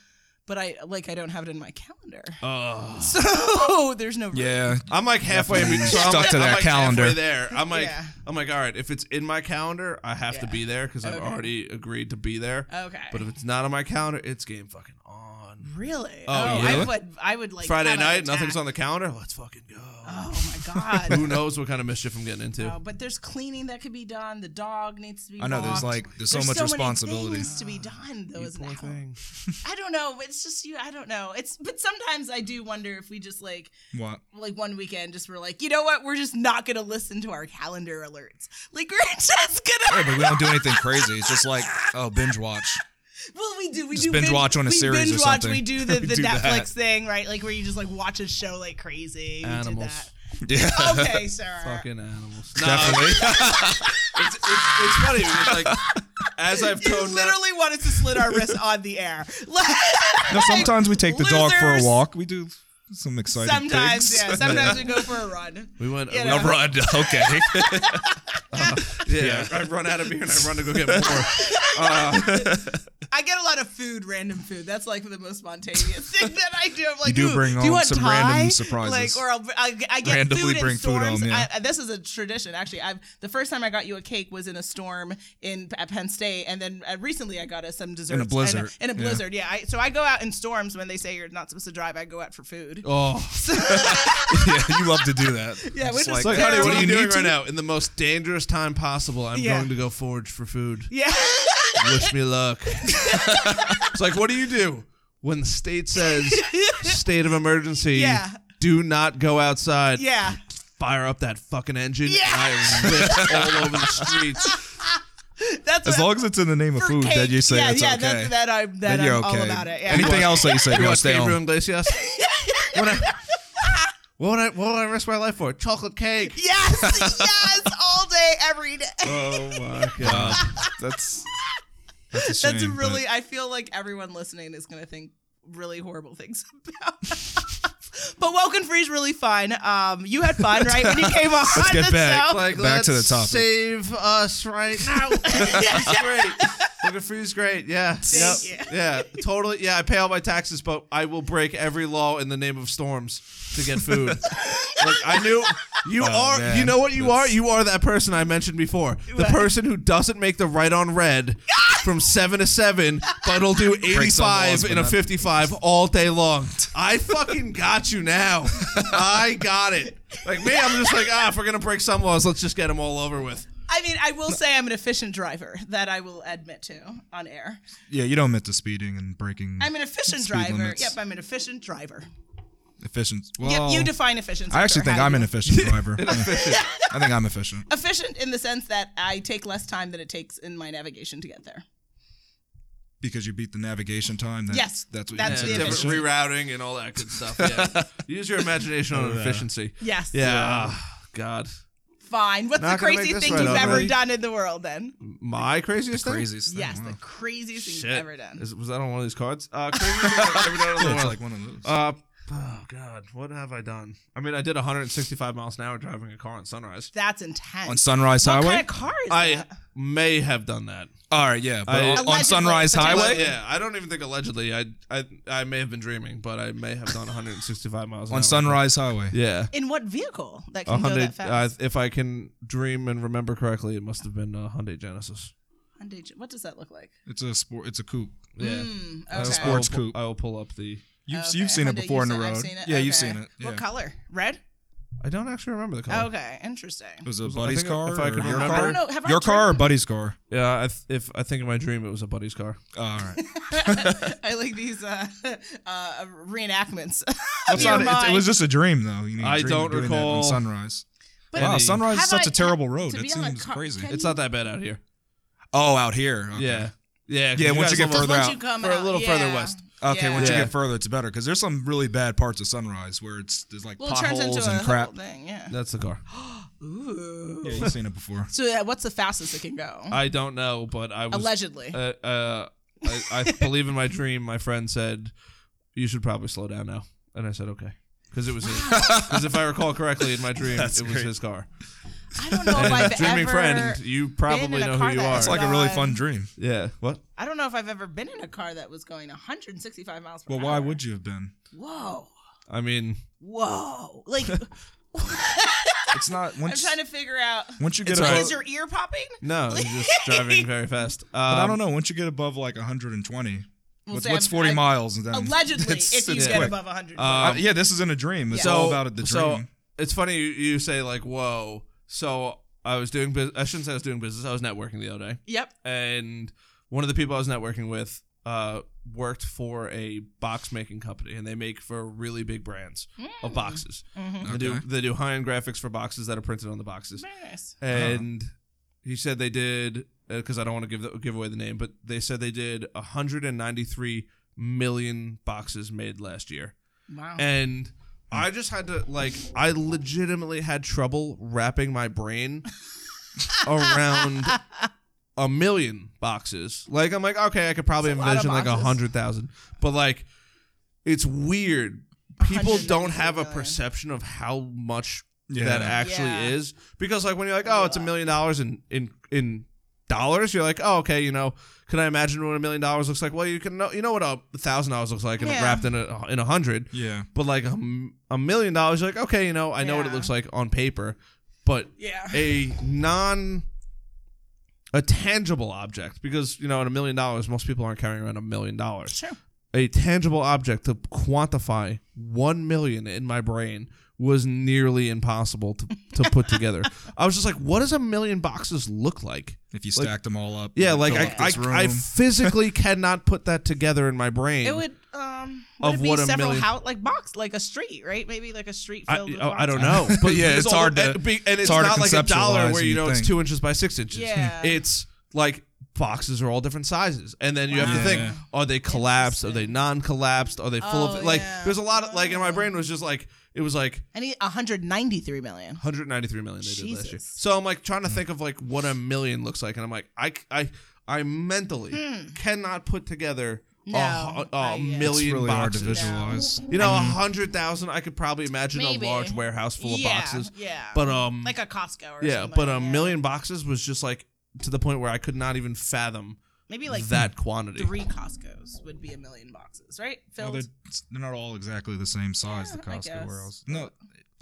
Speaker 2: "But I like I don't have it in my calendar."
Speaker 1: Ugh.
Speaker 2: *laughs* So there's no room.
Speaker 3: yeah,
Speaker 1: I'm like halfway
Speaker 3: Definitely
Speaker 1: be- so I'm
Speaker 3: stuck
Speaker 1: like-
Speaker 3: to
Speaker 1: I'm
Speaker 3: that
Speaker 1: like
Speaker 3: calendar.
Speaker 1: halfway there. I'm like,
Speaker 2: Yeah.
Speaker 1: I'm like, all right. If it's in my calendar, I have to
Speaker 2: Yeah.
Speaker 1: be there because I've
Speaker 2: Okay.
Speaker 1: already agreed to be there.
Speaker 2: Okay.
Speaker 1: But if it's not on my calendar, it's game fucking on.
Speaker 2: Really?
Speaker 1: Oh,
Speaker 2: I
Speaker 1: yeah.
Speaker 2: would. I would like
Speaker 1: Friday
Speaker 2: have an
Speaker 1: night,
Speaker 2: attack.
Speaker 1: nothing's on the calendar. Let's fucking go.
Speaker 2: Oh
Speaker 3: *laughs*
Speaker 2: my
Speaker 1: Who
Speaker 2: god.
Speaker 1: knows what kind of mischief I'm getting into?
Speaker 2: Oh, but there's cleaning that could be done. The dog needs to be.
Speaker 3: I know.
Speaker 2: walked.
Speaker 3: There's like there's so
Speaker 2: There's
Speaker 3: much
Speaker 2: so many
Speaker 3: responsibility.
Speaker 2: things to be done though.
Speaker 1: You
Speaker 2: as an
Speaker 1: poor
Speaker 2: adult.
Speaker 1: thing.
Speaker 2: I don't know. It's just you. I don't know. It's but sometimes I do wonder if we just like
Speaker 3: What?
Speaker 2: like one weekend just were like, you know what? We're just not gonna listen to our calendar alerts. Like we're *laughs* just
Speaker 3: Yeah,
Speaker 2: gonna.
Speaker 3: but we don't do anything crazy. It's just like oh
Speaker 2: *laughs*
Speaker 3: binge watch.
Speaker 2: Well, we do. We
Speaker 3: Just
Speaker 2: do
Speaker 3: binge watch on a
Speaker 2: we
Speaker 3: series or
Speaker 2: binge watch,
Speaker 3: something.
Speaker 2: We
Speaker 3: *laughs*
Speaker 2: do the,
Speaker 3: We
Speaker 2: the
Speaker 3: do
Speaker 2: Netflix
Speaker 3: that.
Speaker 2: thing, right? Like where you just like watch a show like crazy. We did
Speaker 1: Animals.
Speaker 3: Yeah.
Speaker 2: that. Okay, sir.
Speaker 1: Fucking animals.
Speaker 3: *laughs*
Speaker 2: *laughs*
Speaker 3: Definitely.
Speaker 1: it's, it's, it's funny because like
Speaker 2: *laughs*
Speaker 1: as I've
Speaker 2: You
Speaker 1: toned down,
Speaker 2: literally wanted to slit our wrists on the air. *laughs* Like,
Speaker 3: No, sometimes we take the dog for a
Speaker 2: Losers.
Speaker 3: walk. We do Some exciting
Speaker 2: Sometimes,
Speaker 3: pigs.
Speaker 2: yeah. *laughs*
Speaker 3: *laughs*
Speaker 2: Sometimes we go for a run.
Speaker 1: We went.
Speaker 2: You
Speaker 1: we-
Speaker 2: know.
Speaker 3: A rod.
Speaker 2: *laughs*
Speaker 3: Okay. *laughs*
Speaker 1: yeah, I run out of beer and I run to go get
Speaker 3: *laughs*
Speaker 1: more.
Speaker 2: I get a lot of food, random food. That's like the most spontaneous
Speaker 3: *laughs*
Speaker 2: thing that I do. I'm like,
Speaker 3: You do
Speaker 2: "Ooh,
Speaker 3: bring
Speaker 2: you
Speaker 3: home
Speaker 2: want
Speaker 3: some
Speaker 2: Thai?"
Speaker 3: random
Speaker 2: Like,
Speaker 3: surprises.
Speaker 2: or I'll, I, I get
Speaker 3: Randomly
Speaker 2: food in
Speaker 3: bring food
Speaker 2: storms.
Speaker 3: home, yeah.
Speaker 2: I- I- this is a tradition, actually. I've the first time I got you a cake was in a storm in at Penn State, and then uh, recently I got us some desserts
Speaker 3: blizzard,
Speaker 2: In a, in a
Speaker 3: yeah.
Speaker 2: blizzard, yeah. I, so I go out in storms when they say you're not supposed to drive. I go out for food.
Speaker 1: Oh,
Speaker 3: yeah, you love to do that.
Speaker 2: Yeah, we're
Speaker 3: It's
Speaker 2: just
Speaker 3: like,
Speaker 2: like,
Speaker 3: honey,
Speaker 1: what are
Speaker 3: do
Speaker 1: you
Speaker 3: you
Speaker 1: doing
Speaker 3: need
Speaker 1: right
Speaker 3: to-
Speaker 1: now? In the most dangerous time possible, I'm
Speaker 2: Yeah.
Speaker 1: going to go forage for food.
Speaker 2: *laughs* Yeah. *laughs*
Speaker 1: Wish me luck. it's like, what do you do when the state says state of emergency?
Speaker 2: Yeah.
Speaker 1: Do not go outside.
Speaker 2: Yeah.
Speaker 1: Fire up that fucking engine.
Speaker 2: Yeah.
Speaker 1: And I rip all over the streets.
Speaker 2: That's
Speaker 3: As
Speaker 2: what-
Speaker 3: long as it's in the name of
Speaker 2: for
Speaker 3: food,
Speaker 2: cake.
Speaker 3: then you say
Speaker 2: yeah,
Speaker 3: it's
Speaker 2: yeah,
Speaker 3: okay.
Speaker 2: That, that I'm, that
Speaker 3: then you're
Speaker 2: I'm
Speaker 3: okay.
Speaker 2: all about it. Yeah.
Speaker 3: Anything else that you say,
Speaker 1: You
Speaker 3: no,
Speaker 1: watch
Speaker 3: stay
Speaker 1: Gabriel
Speaker 3: home.
Speaker 1: Iglesias? When I- what would I? What would I risk my life for? Chocolate
Speaker 2: *laughs*
Speaker 1: cake.
Speaker 2: *laughs* Yes, yes, all day, every day.
Speaker 1: Oh my god.
Speaker 3: That's that's a shame.
Speaker 2: That's
Speaker 3: but-
Speaker 2: really. I feel like everyone listening is going to think really horrible things *laughs* about. us. but Woken Free is really fun. Um, you had
Speaker 3: *laughs*
Speaker 2: fun, right? When you came on,
Speaker 3: Let's get
Speaker 2: the
Speaker 3: back.
Speaker 2: show.
Speaker 1: like
Speaker 3: Back to
Speaker 1: let's
Speaker 3: the topic.
Speaker 1: Save us right now. That's great. Looking for you's great. Yeah.
Speaker 2: Thank
Speaker 1: Yep. Yeah. Totally. Yeah. I pay all my taxes, but I will break every law in the name of storms to get food. like I knew you are.
Speaker 3: Oh, man.
Speaker 1: You know what you
Speaker 3: That's-
Speaker 1: are. You are that person I mentioned before. The person who doesn't make the right on
Speaker 2: *laughs*
Speaker 1: red. From seven to seven, but will do
Speaker 3: some laws,
Speaker 1: eighty-five
Speaker 3: but
Speaker 1: in a
Speaker 3: not-
Speaker 1: fifty-five all day long. I fucking got you now. I got it. Like me, I'm just like ah, if we're gonna break some laws, let's just get them all over with.
Speaker 2: I mean, I will say I'm an efficient driver. That I will admit to on air.
Speaker 3: yeah, you don't admit to speeding and breaking.
Speaker 2: I'm an efficient
Speaker 3: Speed
Speaker 2: driver.
Speaker 3: limits.
Speaker 2: Yep, I'm an efficient driver.
Speaker 3: efficient.
Speaker 2: Yep,
Speaker 3: Well,
Speaker 2: you define efficient.
Speaker 3: I actually
Speaker 2: Victor,
Speaker 3: think
Speaker 2: how
Speaker 3: I'm
Speaker 2: do
Speaker 3: an
Speaker 2: you- *laughs*
Speaker 3: efficient driver. *laughs* I think I'm efficient.
Speaker 2: Efficient in the sense that I take less time than it takes in my navigation to get there.
Speaker 3: Because you beat the navigation time. That,
Speaker 2: Yes,
Speaker 3: that's what
Speaker 2: that's
Speaker 3: you
Speaker 2: the
Speaker 1: different
Speaker 2: efficient.
Speaker 3: consider efficient.
Speaker 1: rerouting and all that good stuff. *laughs* Yeah, use your imagination on efficiency.
Speaker 2: Yes.
Speaker 1: Yeah, ah, God,
Speaker 2: Fine. What's
Speaker 1: Not
Speaker 2: the
Speaker 1: gonna
Speaker 2: crazy
Speaker 1: make this
Speaker 2: thing
Speaker 1: right
Speaker 2: you've
Speaker 1: up,
Speaker 2: ever
Speaker 1: buddy.
Speaker 2: done in the world then?
Speaker 1: my craziest thing.
Speaker 3: Craziest thing.
Speaker 2: Yes,
Speaker 3: wow.
Speaker 2: the craziest thing
Speaker 1: Shit.
Speaker 2: you've ever done.
Speaker 1: Is- was that on one of these cards? Uh, craziest thing
Speaker 3: *laughs*
Speaker 1: I've ever done in the
Speaker 3: It's
Speaker 1: world.
Speaker 3: like one of those.
Speaker 1: uh, oh God, what have I done? I mean, I did 165 miles an hour driving a car on sunrise.
Speaker 2: That's intense.
Speaker 3: on Sunrise
Speaker 2: what
Speaker 3: Highway.
Speaker 2: kind of car is
Speaker 1: I
Speaker 2: that?
Speaker 1: may have done that.
Speaker 3: All right, yeah, but
Speaker 1: I-
Speaker 3: on- on
Speaker 2: Allegedly,
Speaker 3: Sunrise
Speaker 2: but-
Speaker 3: Highway.
Speaker 1: yeah, I don't even think allegedly. I I I may have been dreaming, but I may have done 165 miles an hour.
Speaker 3: *laughs* On Sunrise Highway.
Speaker 1: Yeah.
Speaker 2: In what vehicle that
Speaker 1: A
Speaker 2: can go that
Speaker 1: Hyundai, uh,
Speaker 2: fast?
Speaker 1: if I can dream and remember correctly, it must have been a Hyundai Genesis.
Speaker 3: uh,
Speaker 2: Hyundai Gen- what does that look like?
Speaker 3: It's a sport. It's a coupe.
Speaker 1: Yeah.
Speaker 2: Mm,
Speaker 1: I will-
Speaker 2: okay.
Speaker 3: sports
Speaker 1: I will, pu-
Speaker 3: coupe.
Speaker 1: I will pull up the.
Speaker 3: You've
Speaker 2: Okay.
Speaker 3: you've seen
Speaker 2: Hyundai,
Speaker 3: it before on the
Speaker 2: you've seen-
Speaker 3: road.
Speaker 2: I've seen it?
Speaker 3: Yeah, you've
Speaker 2: Okay.
Speaker 3: seen it. Yeah.
Speaker 2: What color? Red?
Speaker 1: I don't actually remember the color.
Speaker 2: Okay, interesting. *laughs*
Speaker 3: It was a
Speaker 1: was- I
Speaker 3: buddy's
Speaker 1: think if
Speaker 3: car.
Speaker 1: I
Speaker 3: or
Speaker 1: could
Speaker 3: your
Speaker 1: remember-
Speaker 2: I
Speaker 3: car?
Speaker 2: don't know. Have I
Speaker 3: your car or
Speaker 2: driven-
Speaker 3: buddy's car?
Speaker 1: Yeah, I th- if I think in my dream it was a buddy's car.
Speaker 3: Oh,
Speaker 2: *laughs*
Speaker 3: all right.
Speaker 2: I like these uh, *laughs* uh, reenactments. *laughs* of
Speaker 3: It's
Speaker 2: your
Speaker 3: not- it's- it,
Speaker 2: mind.
Speaker 3: was just a dream, though. You mean,
Speaker 1: I
Speaker 3: dream
Speaker 1: don't
Speaker 3: doing that on
Speaker 1: recall
Speaker 3: sunrise.
Speaker 2: But
Speaker 3: wow,
Speaker 1: any-
Speaker 3: sunrise is
Speaker 2: Have
Speaker 3: such
Speaker 2: I-
Speaker 3: a terrible road.
Speaker 2: to
Speaker 3: It
Speaker 2: be on a
Speaker 3: seems
Speaker 2: car-
Speaker 3: crazy.
Speaker 2: can-
Speaker 1: It's not that bad out here.
Speaker 3: oh, out here. Okay.
Speaker 1: Yeah, yeah. 'cause
Speaker 3: Yeah, once
Speaker 1: guys
Speaker 3: you get
Speaker 1: live
Speaker 3: further
Speaker 2: once
Speaker 3: out.
Speaker 2: you come
Speaker 1: For a
Speaker 2: out,
Speaker 1: little further
Speaker 2: yeah.
Speaker 1: west.
Speaker 3: Okay,
Speaker 2: Yeah.
Speaker 3: once you
Speaker 1: Yeah.
Speaker 3: get further, it's better because there's some really bad parts of sunrise where it's there's like
Speaker 2: well, it turns into
Speaker 3: potholes
Speaker 2: a
Speaker 3: and crap.
Speaker 2: whole thing. Yeah.
Speaker 1: That's the car.
Speaker 2: Ooh.
Speaker 3: Yeah, you've seen it before.
Speaker 2: So uh, what's the fastest it can go?
Speaker 1: I don't know, but I was
Speaker 2: Allegedly.
Speaker 1: Uh, uh, I, I believe in my dream. My friend said, "You should probably slow down now," and I said, "Okay," because it was because if I recall correctly
Speaker 3: *laughs*
Speaker 1: in my dream,
Speaker 3: That's
Speaker 1: it was
Speaker 3: great.
Speaker 1: his car.
Speaker 2: I don't know if
Speaker 3: *laughs*
Speaker 2: I've
Speaker 1: Dreaming
Speaker 2: ever
Speaker 1: friend, you
Speaker 2: been
Speaker 1: probably
Speaker 2: in a
Speaker 1: know
Speaker 2: car
Speaker 1: who you
Speaker 2: that
Speaker 1: are.
Speaker 2: has
Speaker 3: It's like a really fun dream.
Speaker 1: yeah. What?
Speaker 2: I don't know if I've ever been in a car that was going 165 miles per
Speaker 3: Well,
Speaker 2: hour.
Speaker 3: why would you have been?
Speaker 2: Whoa.
Speaker 1: I mean,
Speaker 2: Whoa.
Speaker 1: *laughs*
Speaker 2: Like, *laughs* I'm
Speaker 3: It's not once.
Speaker 2: trying to figure out.
Speaker 3: Once you get
Speaker 2: It's
Speaker 3: above,
Speaker 2: because your ear popping? *laughs*
Speaker 1: no, he's just driving very fast. Um,
Speaker 3: but I don't know. Once you get above like 120, what's,
Speaker 2: Sam,
Speaker 3: what's 40
Speaker 2: I-
Speaker 3: miles? And then
Speaker 2: Allegedly,
Speaker 3: it's-
Speaker 2: if you
Speaker 3: it's
Speaker 2: get
Speaker 3: quick.
Speaker 2: above 100.
Speaker 3: Uh, yeah, this is in a dream. It's
Speaker 2: Yeah.
Speaker 3: all about the dream.
Speaker 1: Um, So it's funny you, you say like, "Whoa!" So I was doing business. I shouldn't say I was doing business. I was networking the other day,
Speaker 2: yep.
Speaker 1: and one of the people I was networking with uh, worked for a box making company, and they make for really big brands
Speaker 2: Hmm.
Speaker 1: of boxes.
Speaker 2: Mm-hmm.
Speaker 1: They do
Speaker 3: Okay.
Speaker 1: they do high end graphics for boxes that are printed on the boxes,
Speaker 2: Very nice.
Speaker 1: and he said they did because I don't want to give the, give away the name, but they said they did 193 million boxes made last year
Speaker 2: Wow.
Speaker 1: and I just had to like I legitimately had trouble wrapping my brain around a million boxes. Like I'm like, okay, I could probably
Speaker 2: It's a lot of
Speaker 1: envision like a
Speaker 2: boxes.
Speaker 1: hundred thousand, but like it's weird people
Speaker 2: 193
Speaker 1: don't have a
Speaker 2: million.
Speaker 1: perception of how much
Speaker 3: Yeah.
Speaker 1: that actually
Speaker 2: Yeah.
Speaker 1: is because like when you're like oh it's a million dollars in in in dollars you're like oh okay you know can i imagine what a million dollars looks like well you can know you know what a thousand dollars looks like and
Speaker 2: Yeah.
Speaker 1: wrapped in a in a hundred
Speaker 3: Yeah.
Speaker 1: but like a, m- a million dollars you're like okay you know i know what it
Speaker 2: Yeah.
Speaker 1: looks like on paper but
Speaker 2: Yeah.
Speaker 1: a non a tangible object because you know at a million dollars most people aren't carrying around a million dollars
Speaker 2: Sure.
Speaker 1: a tangible object to quantify 1 million in my brain was nearly impossible to, to
Speaker 2: *laughs*
Speaker 1: put together. I was just like, what does a million boxes look like?
Speaker 3: If you
Speaker 1: Like-
Speaker 3: stacked them all up.
Speaker 1: Yeah,
Speaker 3: and
Speaker 1: like
Speaker 3: fill up
Speaker 1: I,
Speaker 3: this
Speaker 1: I, I
Speaker 3: room.
Speaker 1: physically cannot put that together in my brain.
Speaker 2: It would um
Speaker 1: Of
Speaker 2: would it be
Speaker 1: what a
Speaker 2: several
Speaker 1: million-
Speaker 2: house like box like a street, right? Maybe like a street
Speaker 1: I, oh,
Speaker 2: filled with
Speaker 3: oh,
Speaker 1: I, I don't
Speaker 2: boxes.
Speaker 1: know, *laughs* but
Speaker 3: Yeah,
Speaker 1: there's
Speaker 3: it's
Speaker 1: a whole-
Speaker 3: hard to-
Speaker 1: and, be- and it's,
Speaker 3: it's hard to
Speaker 1: not like a dollar
Speaker 3: conceptualize
Speaker 1: where you
Speaker 3: and
Speaker 1: know it's
Speaker 3: think.
Speaker 1: two inches by six inches.
Speaker 2: Yeah.
Speaker 1: *laughs* it's like boxes are all different sizes, and then you have to
Speaker 3: Wow.
Speaker 1: think:
Speaker 3: Yeah.
Speaker 1: are they collapsed? Are they non-collapsed? Are they full
Speaker 2: Oh,
Speaker 1: of like?
Speaker 2: yeah.
Speaker 1: There's a lot of like, and my brain was just like, it was like
Speaker 2: I need 193 million.
Speaker 1: 193 million they did last year.
Speaker 2: Jesus.
Speaker 1: So I'm like trying to think of like what a million looks like, and I'm like, I, I, I mentally
Speaker 2: *laughs*
Speaker 1: cannot put together a
Speaker 2: Hmm. No,
Speaker 1: hu- a,
Speaker 2: I- yeah.
Speaker 3: It's
Speaker 1: million
Speaker 3: really hard to
Speaker 1: boxes.
Speaker 3: visualize.
Speaker 1: You know, a hundred thousand, I could probably imagine
Speaker 2: Mm-hmm. Maybe.
Speaker 1: a large warehouse full of
Speaker 2: Yeah,
Speaker 1: boxes.
Speaker 2: yeah.
Speaker 1: But um,
Speaker 2: Like a Costco or
Speaker 1: yeah,
Speaker 2: something,
Speaker 1: but a million boxes was just like to the point where I could not even fathom
Speaker 2: Maybe like
Speaker 1: that quantity.
Speaker 2: three Costcos would be a million boxes, right?
Speaker 3: Well,
Speaker 2: Filled.
Speaker 3: they're, they're not all exactly the same size. the
Speaker 2: Yeah, I
Speaker 3: Costco
Speaker 2: guess.
Speaker 3: warehouse. No,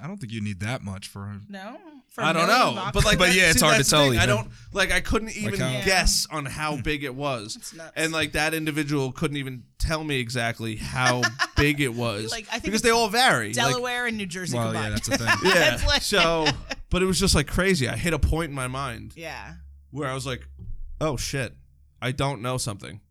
Speaker 3: I don't think you need that much for. a-
Speaker 2: no, For a
Speaker 1: I don't
Speaker 2: million
Speaker 1: know,
Speaker 2: boxes?
Speaker 1: but like,
Speaker 3: But
Speaker 1: that-
Speaker 3: yeah, it's
Speaker 1: see,
Speaker 3: hard
Speaker 1: that's
Speaker 3: to
Speaker 1: the
Speaker 3: tell
Speaker 1: thing. I
Speaker 3: even.
Speaker 1: don't like. I couldn't even
Speaker 3: how-
Speaker 1: guess on how big it was,
Speaker 2: *laughs* That's nuts.
Speaker 1: and like that individual couldn't even tell me exactly how big
Speaker 2: *laughs*
Speaker 1: it was.
Speaker 2: Like, I think
Speaker 1: because
Speaker 2: it's
Speaker 1: they all vary. like-
Speaker 2: Delaware and New Jersey
Speaker 3: Well, yeah,
Speaker 2: combined.
Speaker 3: that's a thing.
Speaker 1: yeah.
Speaker 2: *laughs* It's like-
Speaker 1: so, but it was just like crazy. I hit a point in my mind
Speaker 2: yeah.
Speaker 1: where I was like, "Oh shit, I don't know something."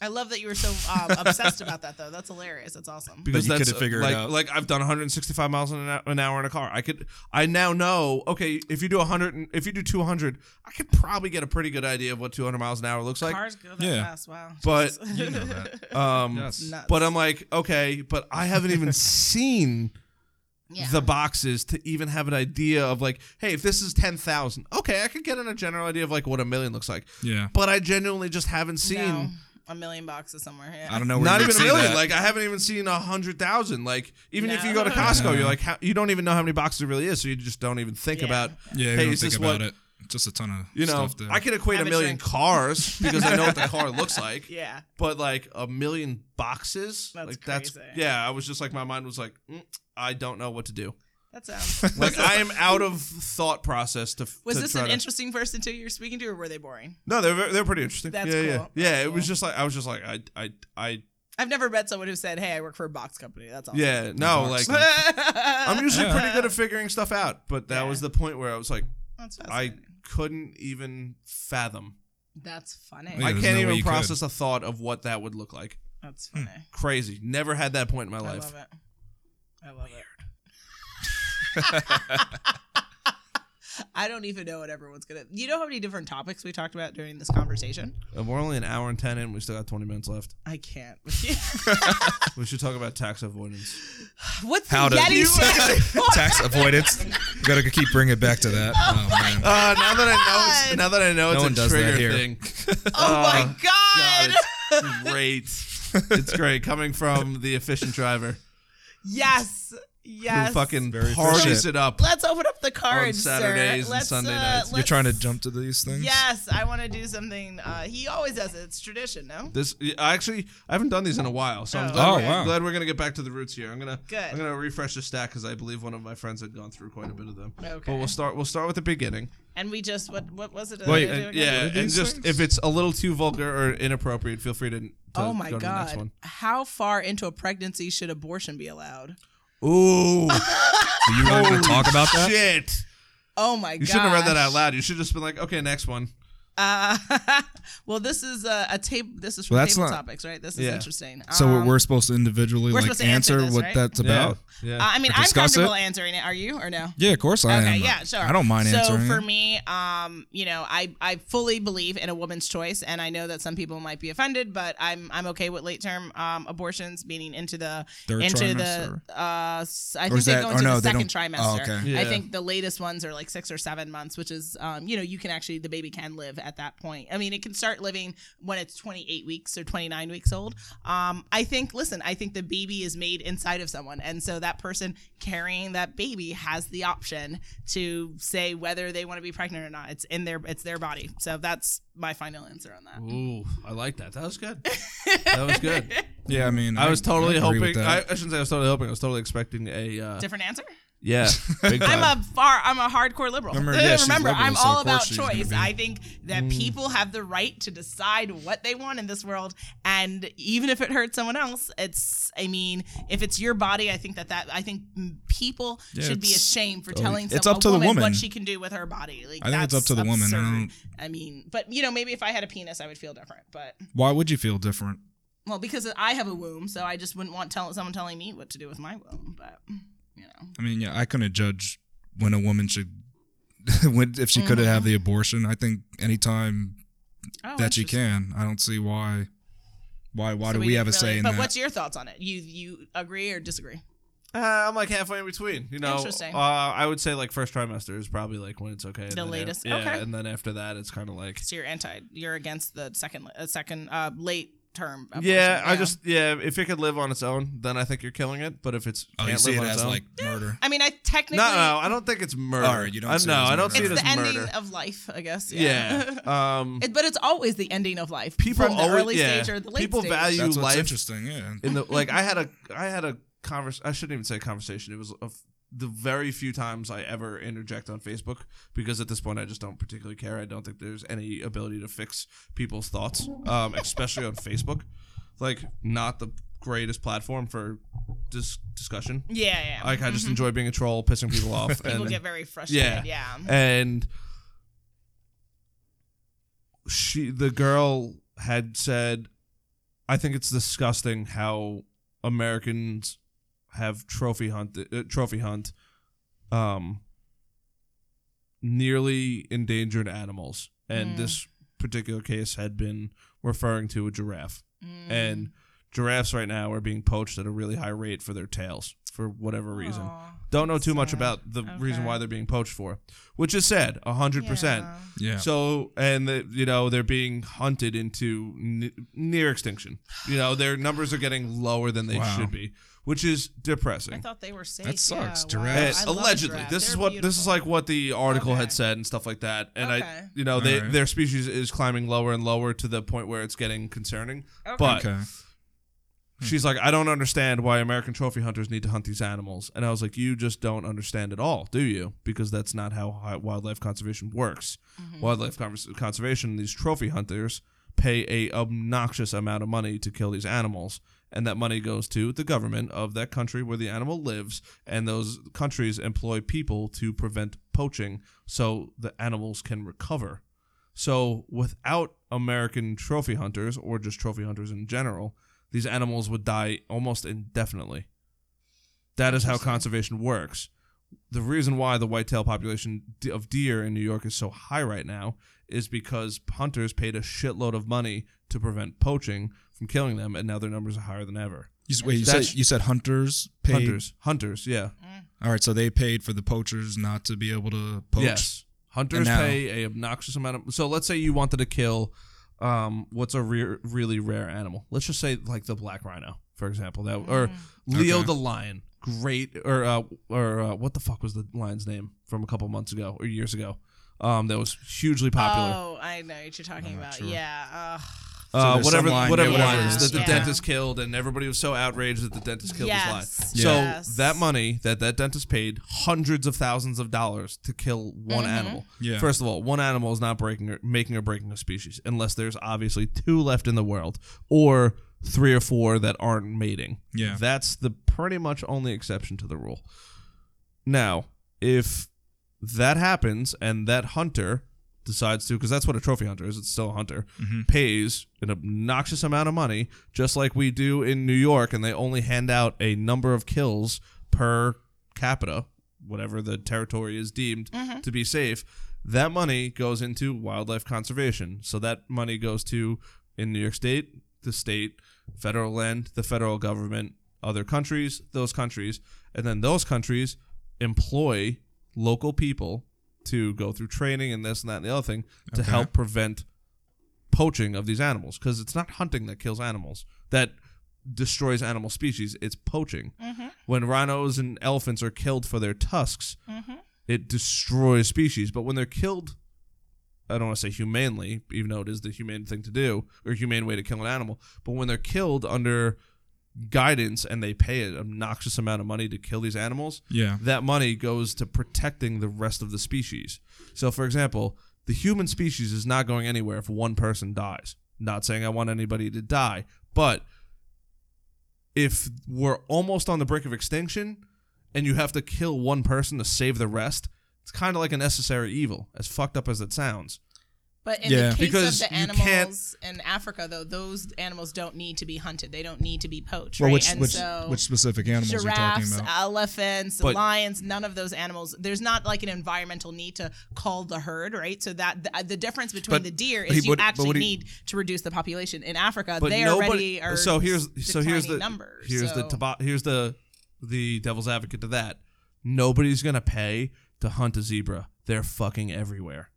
Speaker 2: I love that you were so
Speaker 1: *laughs*
Speaker 2: um, obsessed about that though. That's hilarious. That's awesome.
Speaker 1: because
Speaker 3: you
Speaker 1: that's
Speaker 3: couldn't figure it
Speaker 1: like,
Speaker 3: out.
Speaker 1: Like I've done 165 miles an hour, an hour in a car. I could. I now know. Okay, if you do 100, and if you do 200, I could probably get a pretty good idea of what 200 miles an hour looks like.
Speaker 2: Cars go that
Speaker 3: Yeah.
Speaker 2: fast. Wow. *laughs*
Speaker 1: But
Speaker 3: You know that.
Speaker 1: um,
Speaker 3: Yes.
Speaker 2: Nuts.
Speaker 1: but I'm like, okay, but I haven't
Speaker 3: *laughs*
Speaker 1: even seen
Speaker 2: Yeah.
Speaker 1: the boxes to even have an idea of like, hey, if this is 10,000, okay, I could get in a general idea of like what a million looks like.
Speaker 3: Yeah.
Speaker 1: But I genuinely just haven't seen.
Speaker 2: No, a million boxes somewhere. Yeah.
Speaker 3: I don't know. Where
Speaker 1: Not
Speaker 3: you would
Speaker 1: even a
Speaker 3: see
Speaker 1: million.
Speaker 3: That.
Speaker 1: Like I haven't even seen a hundred thousand. Like even if you go to
Speaker 2: No.
Speaker 1: Costco,
Speaker 3: Yeah.
Speaker 1: you're like how, you don't even know how many boxes it really is, so you just don't even think
Speaker 2: Yeah.
Speaker 1: about.
Speaker 3: yeah, you
Speaker 1: hey,
Speaker 3: don't
Speaker 1: is
Speaker 3: think
Speaker 1: this
Speaker 3: about
Speaker 1: what
Speaker 3: it. Just a ton of
Speaker 1: you know?
Speaker 3: stuff. There.
Speaker 1: I can equate
Speaker 2: Have
Speaker 1: a
Speaker 2: a
Speaker 1: million
Speaker 2: drink. *laughs*
Speaker 1: cars because I know what the car looks like.
Speaker 2: *laughs* Yeah.
Speaker 1: But like a million boxes,
Speaker 2: That's
Speaker 1: like
Speaker 2: crazy.
Speaker 1: that's yeah. I was just like my mind was like, mm, I don't know what to
Speaker 2: *laughs*
Speaker 1: do.
Speaker 2: That
Speaker 3: *laughs*
Speaker 2: sounds.
Speaker 1: Like I am out of thought process to.
Speaker 2: Was
Speaker 1: to
Speaker 2: this
Speaker 1: try
Speaker 2: an
Speaker 1: to-
Speaker 2: interesting person too you're speaking to, or were they boring?
Speaker 1: No, they're ver- they're pretty interesting.
Speaker 2: That's
Speaker 1: yeah, yeah,
Speaker 2: cool.
Speaker 1: yeah.
Speaker 2: That's
Speaker 1: It was
Speaker 2: cool.
Speaker 1: just like I was just like I I I
Speaker 2: I've never met someone who said, "Hey, I work for a box company." That's all.
Speaker 1: yeah no like
Speaker 3: Box. *laughs*
Speaker 1: I'm
Speaker 2: I'm
Speaker 1: usually
Speaker 3: Yeah.
Speaker 1: pretty good at figuring stuff out, but that
Speaker 2: Yeah.
Speaker 1: was the point where I was like,
Speaker 2: That's
Speaker 1: I
Speaker 2: fascinating.
Speaker 1: couldn't even fathom.
Speaker 2: That's funny.
Speaker 3: Yeah,
Speaker 1: I
Speaker 3: there's
Speaker 1: can't
Speaker 3: no way
Speaker 1: even
Speaker 3: you could.
Speaker 1: process a thought of what that would look like.
Speaker 2: That's funny.
Speaker 1: Crazy. Never had that point in my
Speaker 2: I
Speaker 1: life.
Speaker 2: love it. I love it. I don't even know what everyone's gonna. You know how many different topics we talked about during this conversation?
Speaker 1: And Uh, we're only an hour and 10 in. We still got 20 minutes left.
Speaker 2: I can't. *laughs*
Speaker 1: We should talk about tax avoidance.
Speaker 2: What's
Speaker 3: How
Speaker 2: the
Speaker 3: to
Speaker 2: Yeti *laughs*
Speaker 3: tax avoidance. We gotta keep bringing it back to that. Oh,
Speaker 1: *laughs*
Speaker 3: man.
Speaker 1: Uh, now that I know it's, now that I know
Speaker 3: No one
Speaker 1: it's a
Speaker 3: does that
Speaker 1: trigger *laughs*
Speaker 3: here.
Speaker 1: thing.
Speaker 2: Oh my
Speaker 1: Uh,
Speaker 2: god!
Speaker 1: God, it's great. *laughs* It's great coming from the efficient driver
Speaker 2: Yes, yes.
Speaker 1: who fucking
Speaker 3: Very
Speaker 1: parties
Speaker 3: efficient.
Speaker 1: it up.
Speaker 2: Let's open up the cards
Speaker 1: On Saturdays
Speaker 2: sir.
Speaker 1: and
Speaker 2: Let's,
Speaker 1: Sunday
Speaker 2: uh,
Speaker 1: nights.
Speaker 2: let's-
Speaker 3: You're trying to jump to these things.
Speaker 2: Yes, I want to do something. Uh, he always does it. It's tradition. No.
Speaker 1: This I actually I haven't done these in a while, so I'm
Speaker 2: Oh,
Speaker 1: glad,
Speaker 3: okay.
Speaker 1: we're,
Speaker 3: Oh, wow.
Speaker 1: glad we're gonna get back to the roots here. I'm gonna
Speaker 2: Good.
Speaker 1: I'm gonna refresh the stack because I believe one of my friends had gone through quite a bit of them.
Speaker 2: Okay.
Speaker 1: But we'll start we'll start with the beginning.
Speaker 2: And we just what what was it? that
Speaker 3: Wait,
Speaker 2: I did
Speaker 1: And,
Speaker 2: again?
Speaker 1: uh, yeah,
Speaker 3: What are
Speaker 1: and
Speaker 3: these
Speaker 1: just
Speaker 3: things?
Speaker 1: if it's a little too vulgar or inappropriate, feel free to. to
Speaker 2: Oh my
Speaker 1: go To the next
Speaker 2: god!
Speaker 1: one.
Speaker 2: How far into a pregnancy should abortion be allowed?
Speaker 1: Ooh,
Speaker 3: Do you really want to talk about *laughs* that?
Speaker 1: shit!
Speaker 2: Oh my god!
Speaker 1: You shouldn't have read that out loud. You should have just been like, okay, next one.
Speaker 2: Uh, *laughs* well, this is a, a tape. This is from
Speaker 3: Well, that's
Speaker 2: table
Speaker 3: not-
Speaker 2: topics, right? This is
Speaker 1: Yeah.
Speaker 2: interesting.
Speaker 3: So
Speaker 2: Um,
Speaker 3: we're supposed to individually
Speaker 2: we're
Speaker 3: like
Speaker 2: supposed to answer
Speaker 3: answer,
Speaker 2: this,
Speaker 3: what
Speaker 2: right?
Speaker 3: that's about.
Speaker 1: Yeah.
Speaker 2: Uh,
Speaker 1: yeah.
Speaker 2: I mean, I'm
Speaker 3: discuss it?
Speaker 2: comfortable answering it. Are you or no?
Speaker 3: Yeah, of course I
Speaker 2: Okay,
Speaker 3: am.
Speaker 2: yeah, sure.
Speaker 3: I don't mind
Speaker 2: so
Speaker 3: answering.
Speaker 2: for
Speaker 3: it.
Speaker 2: me, um, you know, I I fully believe in a woman's choice, and I know that some people might be offended, but I'm I'm okay with late term um abortions, meaning into the
Speaker 3: Third
Speaker 2: into
Speaker 3: trimester?
Speaker 2: the uh, s- I
Speaker 3: Or
Speaker 2: think
Speaker 3: is
Speaker 2: they
Speaker 3: that-
Speaker 2: go
Speaker 3: or
Speaker 2: into
Speaker 3: no,
Speaker 2: the
Speaker 3: they
Speaker 2: second
Speaker 3: don't-
Speaker 2: trimester.
Speaker 3: oh, okay.
Speaker 2: I
Speaker 1: Yeah.
Speaker 2: think the latest ones are like six or seven months, which is um, you know, you can actually the baby can live at that point. I mean, it can start living when it's 28 weeks or 29 weeks old. Um, I think, listen, I think the baby is made inside of someone. And so that person carrying that baby has the option to say whether they want to be pregnant or not. It's in their, it's their body. So that's my final answer on that.
Speaker 1: Ooh, I like that. That was
Speaker 2: *laughs*
Speaker 1: good. That was good.
Speaker 3: Yeah, I mean,
Speaker 1: I was totally
Speaker 3: agree with
Speaker 1: hoping. I,
Speaker 3: that.
Speaker 1: I shouldn't say I was totally hoping. I was totally expecting a. Uh,
Speaker 2: Different answer?
Speaker 1: yeah, big time.
Speaker 2: I'm a far, I'm a hardcore liberal.
Speaker 3: Uh, Remember- *laughs*
Speaker 2: Remember,
Speaker 3: yeah, she's liberal,
Speaker 2: I'm
Speaker 3: so
Speaker 2: all
Speaker 3: of course
Speaker 2: about
Speaker 3: she's gonna
Speaker 2: choice.
Speaker 3: be- Mm.
Speaker 2: I think that people have the right to decide what they want in this world, and even if it hurts someone else, it's. I mean, if it's your body, I think that that I think mm, people
Speaker 3: Yeah,
Speaker 2: should be
Speaker 3: it's-
Speaker 2: ashamed for telling.
Speaker 3: it's
Speaker 2: some-
Speaker 3: up
Speaker 2: a
Speaker 3: to the woman.
Speaker 2: what she can do with her body. Like
Speaker 3: I think it's
Speaker 2: that's
Speaker 3: up to the woman. I
Speaker 2: absurd.
Speaker 3: don't-
Speaker 2: I mean, but you know, maybe if I had a penis, I would feel different. But
Speaker 3: Why would you feel different?
Speaker 2: well, because I have a womb, so I just wouldn't want tell, someone telling me what to do with my womb. But you know.
Speaker 3: I mean, yeah, I couldn't judge when a woman should, *laughs* when, if she could have the abortion. I think anytime
Speaker 2: Mm-hmm. Oh,
Speaker 3: that she
Speaker 2: interesting.
Speaker 3: can, I don't see why. Why? Why
Speaker 2: So
Speaker 3: do we,
Speaker 2: didn't
Speaker 3: have a
Speaker 2: really-
Speaker 3: say in
Speaker 2: but
Speaker 3: that?
Speaker 2: what's your thoughts on it? You you agree or disagree?
Speaker 1: Uh, I'm like halfway in between. You know,
Speaker 2: Interesting.
Speaker 1: Uh, I would say like first trimester is probably like when it's okay. and
Speaker 2: The
Speaker 1: then af-
Speaker 2: latest.
Speaker 1: yeah,
Speaker 2: Okay.
Speaker 1: and then after that, it's kind of like.
Speaker 2: So you're anti. You're against the second uh, second uh, late term. abortion.
Speaker 1: Yeah, I just yeah. If it could live on its own, then I think you're killing it. But if it's
Speaker 3: oh, you
Speaker 1: can't
Speaker 3: see
Speaker 1: live
Speaker 3: it
Speaker 1: on its
Speaker 3: as
Speaker 1: own-
Speaker 3: like murder.
Speaker 2: I mean, I technically.
Speaker 1: no, no, I don't think it's murder.
Speaker 3: All right, you don't
Speaker 1: I,
Speaker 3: see it
Speaker 1: no,
Speaker 3: as
Speaker 1: I don't
Speaker 3: murder.
Speaker 1: see
Speaker 2: It's
Speaker 1: it as
Speaker 2: the ending
Speaker 1: murder.
Speaker 2: of life, I guess. Yeah. *laughs*
Speaker 1: yeah. Um,
Speaker 2: It- but it's always the ending of life.
Speaker 1: People
Speaker 2: from the
Speaker 1: always-
Speaker 2: early
Speaker 1: yeah.
Speaker 2: stage or the late
Speaker 1: People
Speaker 2: stage.
Speaker 1: value-
Speaker 3: That's what's
Speaker 1: life-
Speaker 3: interesting. Yeah.
Speaker 1: in the like I had a I had a convers I shouldn't even say conversation. It was a f- the very few times I ever interject on Facebook because at this point I just don't particularly care. I don't think there's any ability to fix people's thoughts, um, especially on Facebook. Like not the greatest platform for dis- discussion.
Speaker 2: Yeah, yeah. Mm-hmm.
Speaker 1: Like I just enjoy being a troll, pissing people off,
Speaker 2: People
Speaker 1: and
Speaker 2: get very frustrated. Yeah.
Speaker 1: and she the girl had said i think it's disgusting how americans have trophy hunt uh, trophy hunt um nearly endangered animals and
Speaker 2: Mm.
Speaker 1: this particular case had been referring to a giraffe
Speaker 2: Mm.
Speaker 1: and giraffes right now are being poached at a really high rate for their tails for whatever reason
Speaker 2: Aw,
Speaker 1: don't know too much
Speaker 2: sad.
Speaker 1: about the reason
Speaker 2: Okay.
Speaker 1: why they're being poached for, which is sad, hundred percent.
Speaker 2: Yeah.
Speaker 3: Yeah.
Speaker 1: So and the, you know they're being hunted into n- near extinction. You know their numbers are getting lower than they
Speaker 3: Wow.
Speaker 1: should be, which is
Speaker 2: I
Speaker 1: depressing.
Speaker 2: thought they were safe.
Speaker 3: That sucks.
Speaker 2: Yeah, wow.
Speaker 3: Giraffe.
Speaker 2: I
Speaker 1: And
Speaker 2: love
Speaker 1: allegedly,
Speaker 2: giraffe.
Speaker 1: this is
Speaker 2: They're
Speaker 1: what this is
Speaker 2: beautiful.
Speaker 1: like what the article
Speaker 2: Okay.
Speaker 1: had said and stuff like that. And
Speaker 2: Okay.
Speaker 1: I, you know, they,
Speaker 3: Alright.
Speaker 1: their species is climbing lower and lower to the point where it's getting concerning.
Speaker 2: Okay.
Speaker 1: But
Speaker 3: okay.
Speaker 1: She's like, I don't understand why American trophy hunters need to hunt these animals. And I was like, You just don't understand at all, do you? Because that's not how hi- wildlife conservation works.
Speaker 2: Mm-hmm.
Speaker 1: Wildlife convers- conservation, these trophy hunters pay a obnoxious amount of money to kill these animals. And that money goes to the government of that country where the animal lives. And those countries employ people to prevent poaching so the animals can recover. So without American trophy hunters or just trophy hunters in general, these animals would die almost indefinitely. That is how conservation works. The reason why the whitetail population d- of deer in New York is so high right now is because hunters paid a shitload of money to prevent poaching from killing them, and now their numbers are higher than ever.
Speaker 3: You, s- wait, you
Speaker 1: That's-
Speaker 3: said you said hunters paid.
Speaker 1: Hunters, hunters, yeah,
Speaker 3: All right, so they paid for the poachers not to be able to poach.
Speaker 1: yes. Hunters
Speaker 3: And now-
Speaker 1: pay a obnoxious amount of. So let's say you wanted to kill, um, what's a rare, really rare animal? Let's just say like the black rhino, for example, that or
Speaker 2: Mm-hmm.
Speaker 1: Leo
Speaker 3: Okay.
Speaker 1: the lion. Great, or uh, or uh, what the fuck was the lion's name from a couple months ago or years ago? Um, that was hugely popular.
Speaker 2: Oh, I know what you're talking about.
Speaker 3: sure.
Speaker 2: Yeah. Ugh.
Speaker 1: uh,
Speaker 3: there's
Speaker 1: whatever,
Speaker 3: some lion,
Speaker 1: whatever,
Speaker 2: yeah, whatever
Speaker 1: lion
Speaker 2: it
Speaker 1: is
Speaker 2: is,
Speaker 1: that the
Speaker 2: yeah.
Speaker 1: dentist killed, and everybody was so outraged that the dentist killed
Speaker 2: Yes,
Speaker 1: this
Speaker 3: Yeah.
Speaker 1: lion.
Speaker 2: yes.
Speaker 1: So that money that that dentist paid hundreds of thousands of dollars to kill one
Speaker 2: Mm-hmm.
Speaker 1: animal.
Speaker 3: Yeah.
Speaker 1: First of all, one animal is not breaking or making or breaking a species unless there's obviously two left in the world or three or four that aren't mating.
Speaker 3: Yeah.
Speaker 1: That's the pretty much only exception to the rule. Now, if that happens and that hunter decides to, because that's what a trophy hunter is, it's still a hunter,
Speaker 3: Mm-hmm.
Speaker 1: pays an obnoxious amount of money, just like we do in New York, and they only hand out a number of kills per capita, whatever the territory is deemed to be safe. That money goes into wildlife conservation. So that money goes to, in New York State, the state, federal land, the federal government, other countries, those countries, and then those countries employ local people to go through training and this and that and the other thing to
Speaker 3: Okay.
Speaker 1: help prevent poaching of these animals because it's not hunting that kills animals that destroys animal species it's poaching when rhinos and elephants are killed for their tusks it destroys species but when they're killed i don't want to say humanely even though it is the humane thing to do or humane way to kill an animal but when they're killed under guidance and they pay an obnoxious amount of money to kill these animals
Speaker 3: Yeah.
Speaker 1: that money goes to protecting the rest of the species. So, for example, the human species is not going anywhere if one person dies. Not saying I want anybody to die, but if we're almost on the brink of extinction and you have to kill one person to save the rest, it's kind of like a necessary evil, as fucked up as it sounds.
Speaker 2: But in
Speaker 3: Yeah.
Speaker 2: the case
Speaker 1: Because
Speaker 2: of the
Speaker 1: you can't-
Speaker 2: animals in Africa, though, those animals don't need to be hunted. They don't need to be poached,
Speaker 3: Well,
Speaker 2: right?
Speaker 3: which
Speaker 2: and
Speaker 3: which
Speaker 2: so
Speaker 3: which specific animals are you talking
Speaker 2: giraffes,
Speaker 3: about?
Speaker 2: elephants,
Speaker 1: But-
Speaker 2: lions, none of those animals. There's not like an environmental need to call the herd, right? So that the, the difference between
Speaker 3: But
Speaker 2: the deer
Speaker 3: he
Speaker 2: is you
Speaker 3: would- but
Speaker 2: actually
Speaker 3: would he-
Speaker 2: need to reduce the population. In Africa,
Speaker 1: But
Speaker 2: they
Speaker 1: nobody.
Speaker 2: already are
Speaker 1: so here's
Speaker 2: declining
Speaker 1: so here's the
Speaker 2: numbers.
Speaker 1: here's the
Speaker 2: so-
Speaker 1: tabo- here's the the devil's advocate to that. Nobody's gonna pay to hunt a zebra. They're fucking everywhere.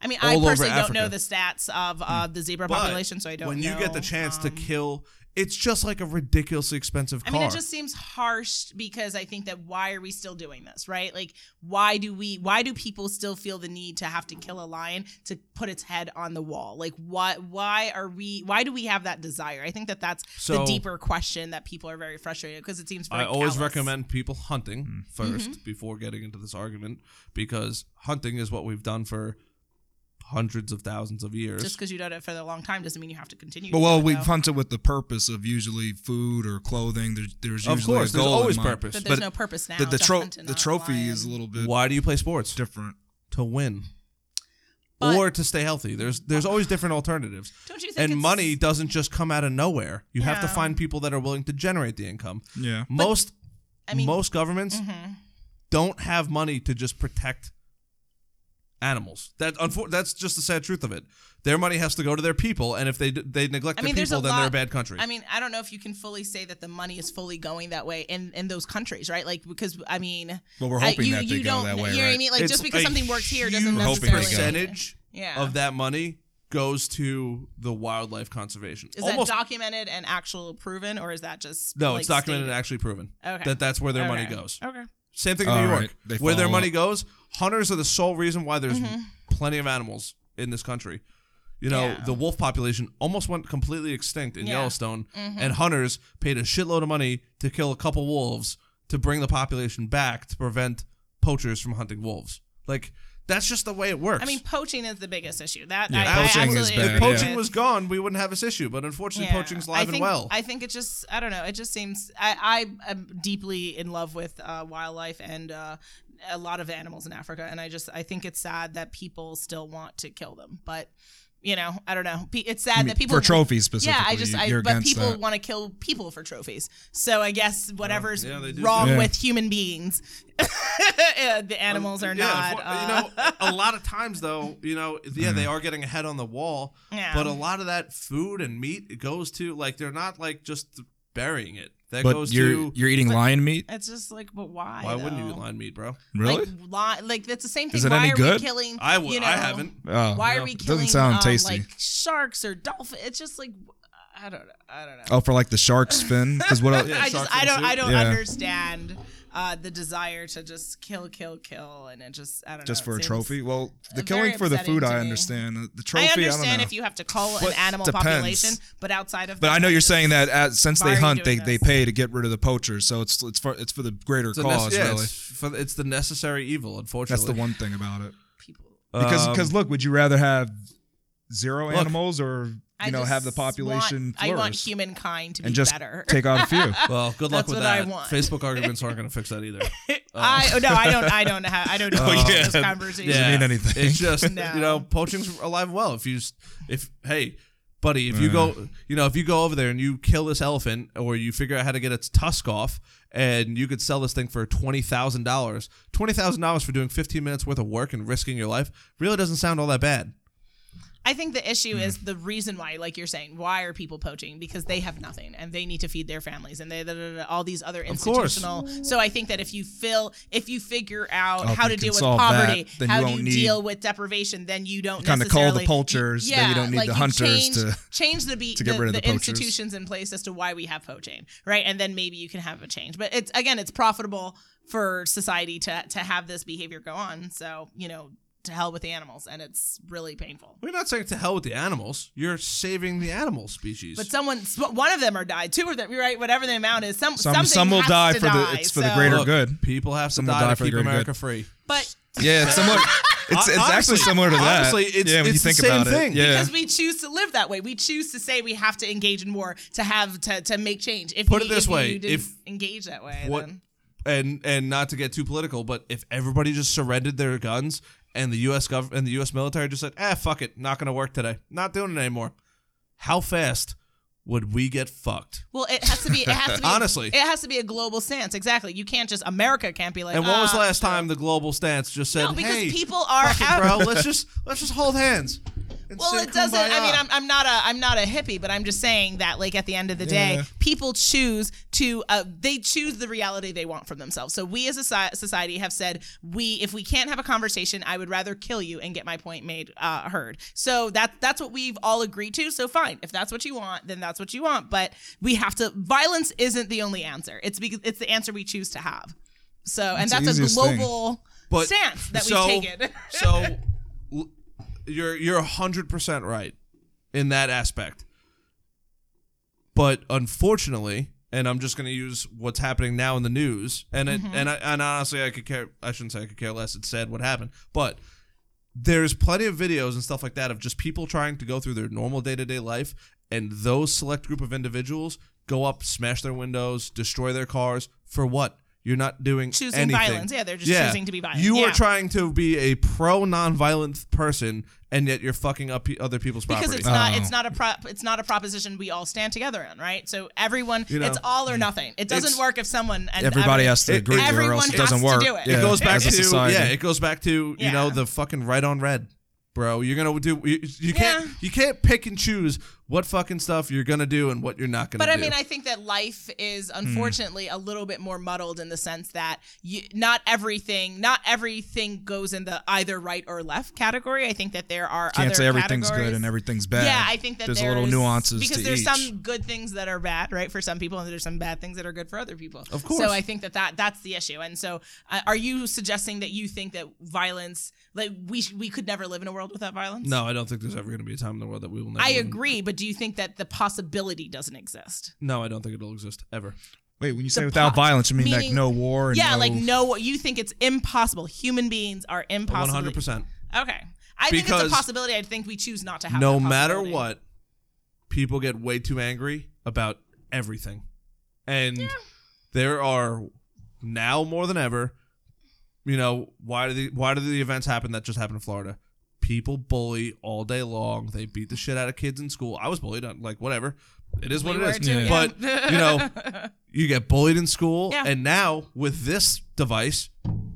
Speaker 2: I mean,
Speaker 1: all
Speaker 2: I
Speaker 1: over
Speaker 2: personally don't know
Speaker 1: Africa. Hmm.
Speaker 2: the stats of uh, the zebra
Speaker 1: But
Speaker 2: population, so I don't.
Speaker 1: When you get the
Speaker 2: know. um,
Speaker 1: chance to kill, it's just like a ridiculously expensive
Speaker 2: I
Speaker 1: car.
Speaker 2: mean, it just seems harsh because I think that why are we still doing this, right? Like, why do we, why do people still feel the need to have to kill a lion to put its head on the wall? Like, why, why are we, why do we have that desire? I think that that's the
Speaker 1: So-
Speaker 2: deeper question that people are very frustrated because it seems. Very
Speaker 1: I always
Speaker 2: callous.
Speaker 1: recommend people
Speaker 3: Mm-hmm.
Speaker 1: hunting 1st
Speaker 2: Mm-hmm.
Speaker 1: before getting into this argument because hunting is what we've done for hundreds of thousands of years.
Speaker 2: just because you've done it for a long time doesn't mean you have to continue.
Speaker 3: But
Speaker 2: to do
Speaker 3: well,
Speaker 2: it,
Speaker 3: we
Speaker 2: though.
Speaker 3: hunt it with the purpose of usually food or clothing. There's, there's
Speaker 1: of
Speaker 3: usually
Speaker 1: course,
Speaker 3: a
Speaker 1: there's
Speaker 3: goal in
Speaker 1: always
Speaker 3: mind.
Speaker 1: purpose.
Speaker 2: but there's
Speaker 3: but
Speaker 2: no purpose now.
Speaker 3: The, the,
Speaker 2: to
Speaker 3: tro-
Speaker 2: hunt and
Speaker 3: the
Speaker 2: not
Speaker 3: trophy
Speaker 2: lion.
Speaker 3: is a little bit
Speaker 1: Why do you play sports?
Speaker 3: different.
Speaker 1: to win.
Speaker 2: But-
Speaker 1: or to stay healthy. There's there's always different alternatives.
Speaker 2: Don't you think
Speaker 1: and
Speaker 2: it's-
Speaker 1: money doesn't just come out of nowhere. You have to
Speaker 2: Yeah.
Speaker 1: find people that are willing to generate the income.
Speaker 3: Yeah.
Speaker 1: most
Speaker 2: I mean- mm-hmm.
Speaker 1: most governments don't have money to just protect animals. That unfor- that's just the sad truth of it. Their money has to go to their people, and if they d- they neglect
Speaker 2: I mean,
Speaker 1: their
Speaker 2: there's
Speaker 1: people,
Speaker 2: a
Speaker 1: then
Speaker 2: lot,
Speaker 1: they're a bad country.
Speaker 2: I mean, I don't know if you can fully say that the money is fully going that way in in those countries, right? Like because I mean,
Speaker 3: Well, we're
Speaker 2: I-
Speaker 3: hoping
Speaker 2: you,
Speaker 3: that they
Speaker 2: you
Speaker 3: go
Speaker 2: don't,
Speaker 3: that way,
Speaker 2: You know what I
Speaker 3: right?
Speaker 2: mean? Like
Speaker 1: It's
Speaker 2: just because
Speaker 1: a
Speaker 2: something works here doesn't
Speaker 1: huge
Speaker 3: hoping they
Speaker 2: necessarily.
Speaker 3: go.
Speaker 1: percentage
Speaker 2: Yeah.
Speaker 1: of that money goes to the wildlife conservation.
Speaker 2: Is
Speaker 1: Almost
Speaker 2: that documented and actual proven, or is that just
Speaker 1: no,
Speaker 2: like,
Speaker 1: it's documented and
Speaker 2: stated?
Speaker 1: actually proven
Speaker 2: Okay.
Speaker 1: that that's where their money
Speaker 2: Okay.
Speaker 1: goes.
Speaker 2: Okay.
Speaker 1: Same thing in
Speaker 3: All
Speaker 1: New York,
Speaker 3: right, they
Speaker 1: where their
Speaker 3: follow
Speaker 1: money
Speaker 3: up.
Speaker 1: goes. Hunters are the sole reason why there's
Speaker 2: Mm-hmm.
Speaker 1: plenty of animals in this country. You know,
Speaker 2: Yeah.
Speaker 1: the wolf population almost went completely extinct in
Speaker 2: Yeah. Mm-hmm.
Speaker 1: Yellowstone, and hunters paid a shitload of money to kill a couple wolves to bring the population back to prevent poachers from hunting wolves. Like that's just the way it works.
Speaker 2: I mean, poaching is the biggest issue. That
Speaker 3: Yeah,
Speaker 2: I,
Speaker 3: poaching
Speaker 2: I
Speaker 3: is
Speaker 2: absolutely
Speaker 3: bad,
Speaker 2: agree
Speaker 3: yeah.
Speaker 1: if poaching
Speaker 2: with.
Speaker 1: was gone, we wouldn't have this issue. But unfortunately,
Speaker 2: Yeah.
Speaker 1: poaching's live
Speaker 2: I think,
Speaker 1: and well.
Speaker 2: I think it just I don't know. It just seems I I am deeply in love with uh, wildlife and uh, a lot of animals in Africa, and I just I think it's sad that people still want to kill them, but. You know, I don't know. Pe- It's sad that people
Speaker 3: for trophies specifically.
Speaker 2: Yeah, I just, I,
Speaker 3: you're
Speaker 2: but
Speaker 3: against
Speaker 2: people
Speaker 3: that.
Speaker 2: want to kill people for trophies. So I guess whatever's
Speaker 1: yeah, they do.
Speaker 2: wrong
Speaker 3: Yeah.
Speaker 2: with human beings, *laughs* uh, the animals are
Speaker 1: yeah,
Speaker 2: not.
Speaker 1: for-
Speaker 2: uh,
Speaker 1: you know, a lot of times though, you know, yeah,
Speaker 3: Mm-hmm.
Speaker 1: they are getting ahead on the wall,
Speaker 2: Yeah.
Speaker 1: but a lot of that food and meat goes to like they're not like just burying it. That
Speaker 3: But
Speaker 1: goes
Speaker 3: you're
Speaker 1: to
Speaker 3: you're eating lion meat,
Speaker 2: *laughs* it's just like, but why?
Speaker 1: why wouldn't you
Speaker 2: though?
Speaker 1: eat lion meat, bro?
Speaker 3: really?
Speaker 2: Like, li- like that's the same thing.
Speaker 3: Is it
Speaker 2: why
Speaker 3: any
Speaker 2: are
Speaker 3: good?
Speaker 2: we killing?
Speaker 1: I would.
Speaker 2: You know,
Speaker 1: I haven't.
Speaker 3: oh,
Speaker 2: Why
Speaker 1: No.
Speaker 2: are we
Speaker 1: It
Speaker 3: doesn't
Speaker 2: killing?
Speaker 3: sound
Speaker 2: um,
Speaker 3: tasty.
Speaker 2: Like sharks or dolphins. It's just like I don't know. I don't know.
Speaker 3: oh, for like
Speaker 2: *laughs*
Speaker 3: the shark's fin? Because what? el-
Speaker 1: Yeah,
Speaker 2: I just
Speaker 1: shark
Speaker 2: I
Speaker 1: fin
Speaker 2: don't I
Speaker 1: soup.
Speaker 2: don't
Speaker 3: Yeah.
Speaker 2: understand uh, the desire to just kill kill kill and it just I don't know.
Speaker 3: Just
Speaker 2: it
Speaker 3: for a
Speaker 2: seems-
Speaker 3: trophy? Well, the
Speaker 2: very
Speaker 3: killing for the
Speaker 2: upsetting
Speaker 3: food,
Speaker 2: to
Speaker 3: I
Speaker 2: me.
Speaker 3: understand. The- The
Speaker 2: I
Speaker 3: trophy, I, don't
Speaker 2: understand
Speaker 3: know.
Speaker 2: if you have to call an
Speaker 3: But
Speaker 2: animal
Speaker 3: depends.
Speaker 2: population, but outside of
Speaker 3: but
Speaker 2: that,
Speaker 3: I know you're
Speaker 2: just-
Speaker 3: saying that as, since
Speaker 2: why
Speaker 3: they
Speaker 2: are you
Speaker 3: hunt, they,
Speaker 2: doing
Speaker 3: they
Speaker 2: this?
Speaker 3: pay to get rid of the poachers. So it's it's for it's for the greater
Speaker 1: It's, a
Speaker 3: cause,
Speaker 1: nece- yeah,
Speaker 3: really.
Speaker 1: it's, for, it's the necessary evil. Unfortunately,
Speaker 3: That's the one thing about it.
Speaker 2: people.
Speaker 3: Because
Speaker 1: Um,
Speaker 3: because look, would you rather have zero
Speaker 1: Look,
Speaker 3: animals or you
Speaker 2: I
Speaker 3: know
Speaker 2: just
Speaker 3: have the population
Speaker 2: Want, I want
Speaker 3: flourish
Speaker 2: humankind to be
Speaker 3: and just
Speaker 2: better.
Speaker 3: take out a few?
Speaker 1: Well, good luck
Speaker 2: That's
Speaker 1: with
Speaker 2: what I
Speaker 1: that.
Speaker 2: want.
Speaker 1: Facebook arguments aren't going to fix that either.
Speaker 2: *laughs* I oh, no, I don't. I don't have.
Speaker 3: *laughs*
Speaker 2: I don't know
Speaker 3: Oh, yeah.
Speaker 2: this conversation.
Speaker 3: Yeah. mean anything.
Speaker 1: It's
Speaker 3: *laughs*
Speaker 1: just
Speaker 2: No.
Speaker 1: you know, poaching's alive and well. If you, s- if hey, buddy, if you go, you know, if you go over there and you kill this elephant, or you figure out how to get its tusk off, and you could sell this thing for twenty thousand dollars, twenty thousand dollars for doing fifteen minutes worth of work and risking your life, really doesn't sound all that bad.
Speaker 2: I think the
Speaker 3: Hmm.
Speaker 2: issue is the reason why, like you're saying, why are people poaching? Because they have nothing and they need to feed their families and they da, da, da, all these other
Speaker 5: course.
Speaker 2: institutional. So I think that if you fill, if you figure out
Speaker 3: Oh, if
Speaker 2: how
Speaker 3: we
Speaker 2: to
Speaker 3: can
Speaker 2: deal with
Speaker 3: solve that,
Speaker 2: poverty,
Speaker 3: then you
Speaker 2: how
Speaker 3: won't
Speaker 2: do you
Speaker 3: need-
Speaker 2: deal with deprivation, then you don't
Speaker 3: kinda call the
Speaker 2: necessarily-
Speaker 3: poachers, then you don't need the
Speaker 2: you
Speaker 3: hunters
Speaker 2: change,
Speaker 3: to-
Speaker 2: change the be-
Speaker 3: to get
Speaker 2: the,
Speaker 3: rid of
Speaker 2: the
Speaker 3: the poachers.
Speaker 2: institutions in place as to why we have poaching, right? And then maybe you can have a change. But it's again, it's profitable for society to to have this behavior go on. So you know, to hell with the animals, and it's really painful.
Speaker 1: We're not saying to hell with the animals. You're saving the animal species.
Speaker 2: But someone, s- one of them are died, two of them, right? Whatever the amount is, some
Speaker 3: Some-
Speaker 2: something
Speaker 3: some will
Speaker 2: has
Speaker 3: die
Speaker 2: to
Speaker 3: for the-
Speaker 2: die,
Speaker 3: it's for the
Speaker 2: so-
Speaker 3: greater-
Speaker 1: Look,
Speaker 3: good.
Speaker 1: People have to
Speaker 3: Some will
Speaker 1: die,
Speaker 3: die
Speaker 1: to
Speaker 3: for the
Speaker 1: keep
Speaker 3: greater
Speaker 1: America
Speaker 3: good.
Speaker 1: free.
Speaker 2: But
Speaker 3: Yeah, it's similar. It's, it's actually
Speaker 1: Honestly-
Speaker 3: similar to that.
Speaker 1: honestly, it's-
Speaker 3: yeah,
Speaker 1: it's
Speaker 3: when you
Speaker 1: the
Speaker 3: think
Speaker 1: same
Speaker 3: about
Speaker 1: thing.
Speaker 3: it. Yeah.
Speaker 2: because we choose to live that way, we choose to say we have to engage in war to have to, to make change. If
Speaker 1: Put
Speaker 2: we-
Speaker 1: it this
Speaker 2: if
Speaker 1: way,
Speaker 2: you didn't
Speaker 1: if-
Speaker 2: engage that way,
Speaker 1: What?
Speaker 2: then-
Speaker 1: And and not to get too political, but if everybody just surrendered their guns and the U.S. gov and the U.S. military just said, "Ah, fuck it, not going to work today, not doing it anymore," how fast would we get fucked?
Speaker 2: Well, it has to be. It
Speaker 1: *laughs*
Speaker 2: has to be
Speaker 1: Honestly.
Speaker 2: it has to be a global stance. Exactly. You can't just America can't be like.
Speaker 1: And when was the
Speaker 2: "Ah."
Speaker 1: last time the global stance just said,
Speaker 2: No, because
Speaker 1: "Hey,
Speaker 2: people are
Speaker 1: fuck it,
Speaker 2: out-
Speaker 1: bro,
Speaker 2: *laughs*
Speaker 1: let's just let's just hold hands." and
Speaker 2: Well,
Speaker 1: sing
Speaker 2: it doesn't. I mean,
Speaker 1: kumbaya."
Speaker 2: I'm, I'm not a I'm not a hippie, but I'm just saying that like at the end of the day,
Speaker 3: Yeah.
Speaker 2: people choose to uh, they choose the reality they want from themselves. So we as a soci- society have said we if we can't have a conversation, I would rather kill you and get my point made uh, heard. So that that's what we've all agreed to. So fine, if that's what you want, then that's what you want. But we have to. Violence isn't the only answer. It's because it's the answer we choose to have. So and
Speaker 3: the
Speaker 2: that's, a
Speaker 3: easiest thing.
Speaker 2: global
Speaker 1: But-
Speaker 2: stance that
Speaker 1: so-
Speaker 2: we've taken. *laughs*
Speaker 1: so l- you're you're hundred percent right in that aspect. But unfortunately, and I'm just going to use what's happening now in the news, and it,
Speaker 2: Mm-hmm.
Speaker 1: and I, and honestly, I could care. I shouldn't say I could care less. It's sad what happened, but there's plenty of videos and stuff like that of just people trying to go through their normal day to day life, and those select group of individuals go up, smash their windows, destroy their cars for what? You're not doing
Speaker 2: Choosing
Speaker 1: anything.
Speaker 2: violence. Yeah, they're just choosing to be violent.
Speaker 1: You are
Speaker 2: Yeah.
Speaker 1: trying to be a pro nonviolent person, and yet you're fucking up pe- other people's property.
Speaker 2: because it's not
Speaker 3: Oh.
Speaker 2: it's not a prop it's not a proposition we all stand together on right so everyone
Speaker 1: know, mm.
Speaker 2: it's all or nothing it doesn't
Speaker 1: it's-
Speaker 2: work if someone and
Speaker 3: Everybody
Speaker 2: every-
Speaker 3: has to
Speaker 1: It-
Speaker 3: agree, or
Speaker 2: everyone
Speaker 3: else it
Speaker 2: has
Speaker 3: doesn't
Speaker 2: to
Speaker 3: work.
Speaker 2: do it.
Speaker 3: Yeah,
Speaker 1: it goes back
Speaker 3: as
Speaker 1: to
Speaker 3: a society.
Speaker 1: yeah. It goes back to you know
Speaker 2: Yeah.
Speaker 1: the fucking red on red, bro. You're gonna do you, you can't
Speaker 2: Yeah.
Speaker 1: you can't pick and choose what fucking stuff you're gonna do and what you're not gonna
Speaker 2: but
Speaker 1: do.
Speaker 2: I mean, I think that life is
Speaker 1: Hmm.
Speaker 2: unfortunately a little bit more muddled in the sense that you, not everything, not everything goes in the either right or left category. I think that there are
Speaker 3: Can't
Speaker 2: other
Speaker 3: say everything's
Speaker 2: categories.
Speaker 3: good and everything's bad.
Speaker 2: Yeah, I think that
Speaker 3: there's
Speaker 2: there's
Speaker 3: little nuances
Speaker 2: because
Speaker 3: to
Speaker 2: there's
Speaker 3: each.
Speaker 2: some good things that are bad, right, for some people, and there's some bad things that are good for other people. Of
Speaker 1: course.
Speaker 2: So I think that, that that's the issue. And so, uh, are you suggesting that you think that violence, like we sh- we could never live in a world without violence?
Speaker 1: no, I don't think there's ever gonna be a time in the world that we will. Never
Speaker 2: I
Speaker 1: live in.
Speaker 2: agree, but do you think that the possibility doesn't exist?
Speaker 1: No, I don't think it'll exist ever.
Speaker 3: Wait, when you say
Speaker 2: the
Speaker 3: without
Speaker 2: pot-
Speaker 3: violence, you mean like
Speaker 2: meaning-
Speaker 3: no war? And
Speaker 2: yeah,
Speaker 3: no,
Speaker 2: like no, you think it's impossible. Human beings are
Speaker 1: One
Speaker 2: impossible.
Speaker 1: hundred percent.
Speaker 2: Okay, I think
Speaker 1: Because-
Speaker 2: it's a possibility. I think we choose not to have.
Speaker 1: No
Speaker 2: that
Speaker 1: matter
Speaker 2: possibility.
Speaker 1: what, people get way too angry about everything, and there are now more than ever. You know why do the why do the events happen that just happened in Florida? People bully all day long. They beat the shit out of kids in school. I was bullied. I'm Like whatever, it is what
Speaker 2: We
Speaker 1: it is.
Speaker 2: were too, yeah.
Speaker 1: But you know, you get bullied in school,
Speaker 2: Yeah.
Speaker 1: and now with this device,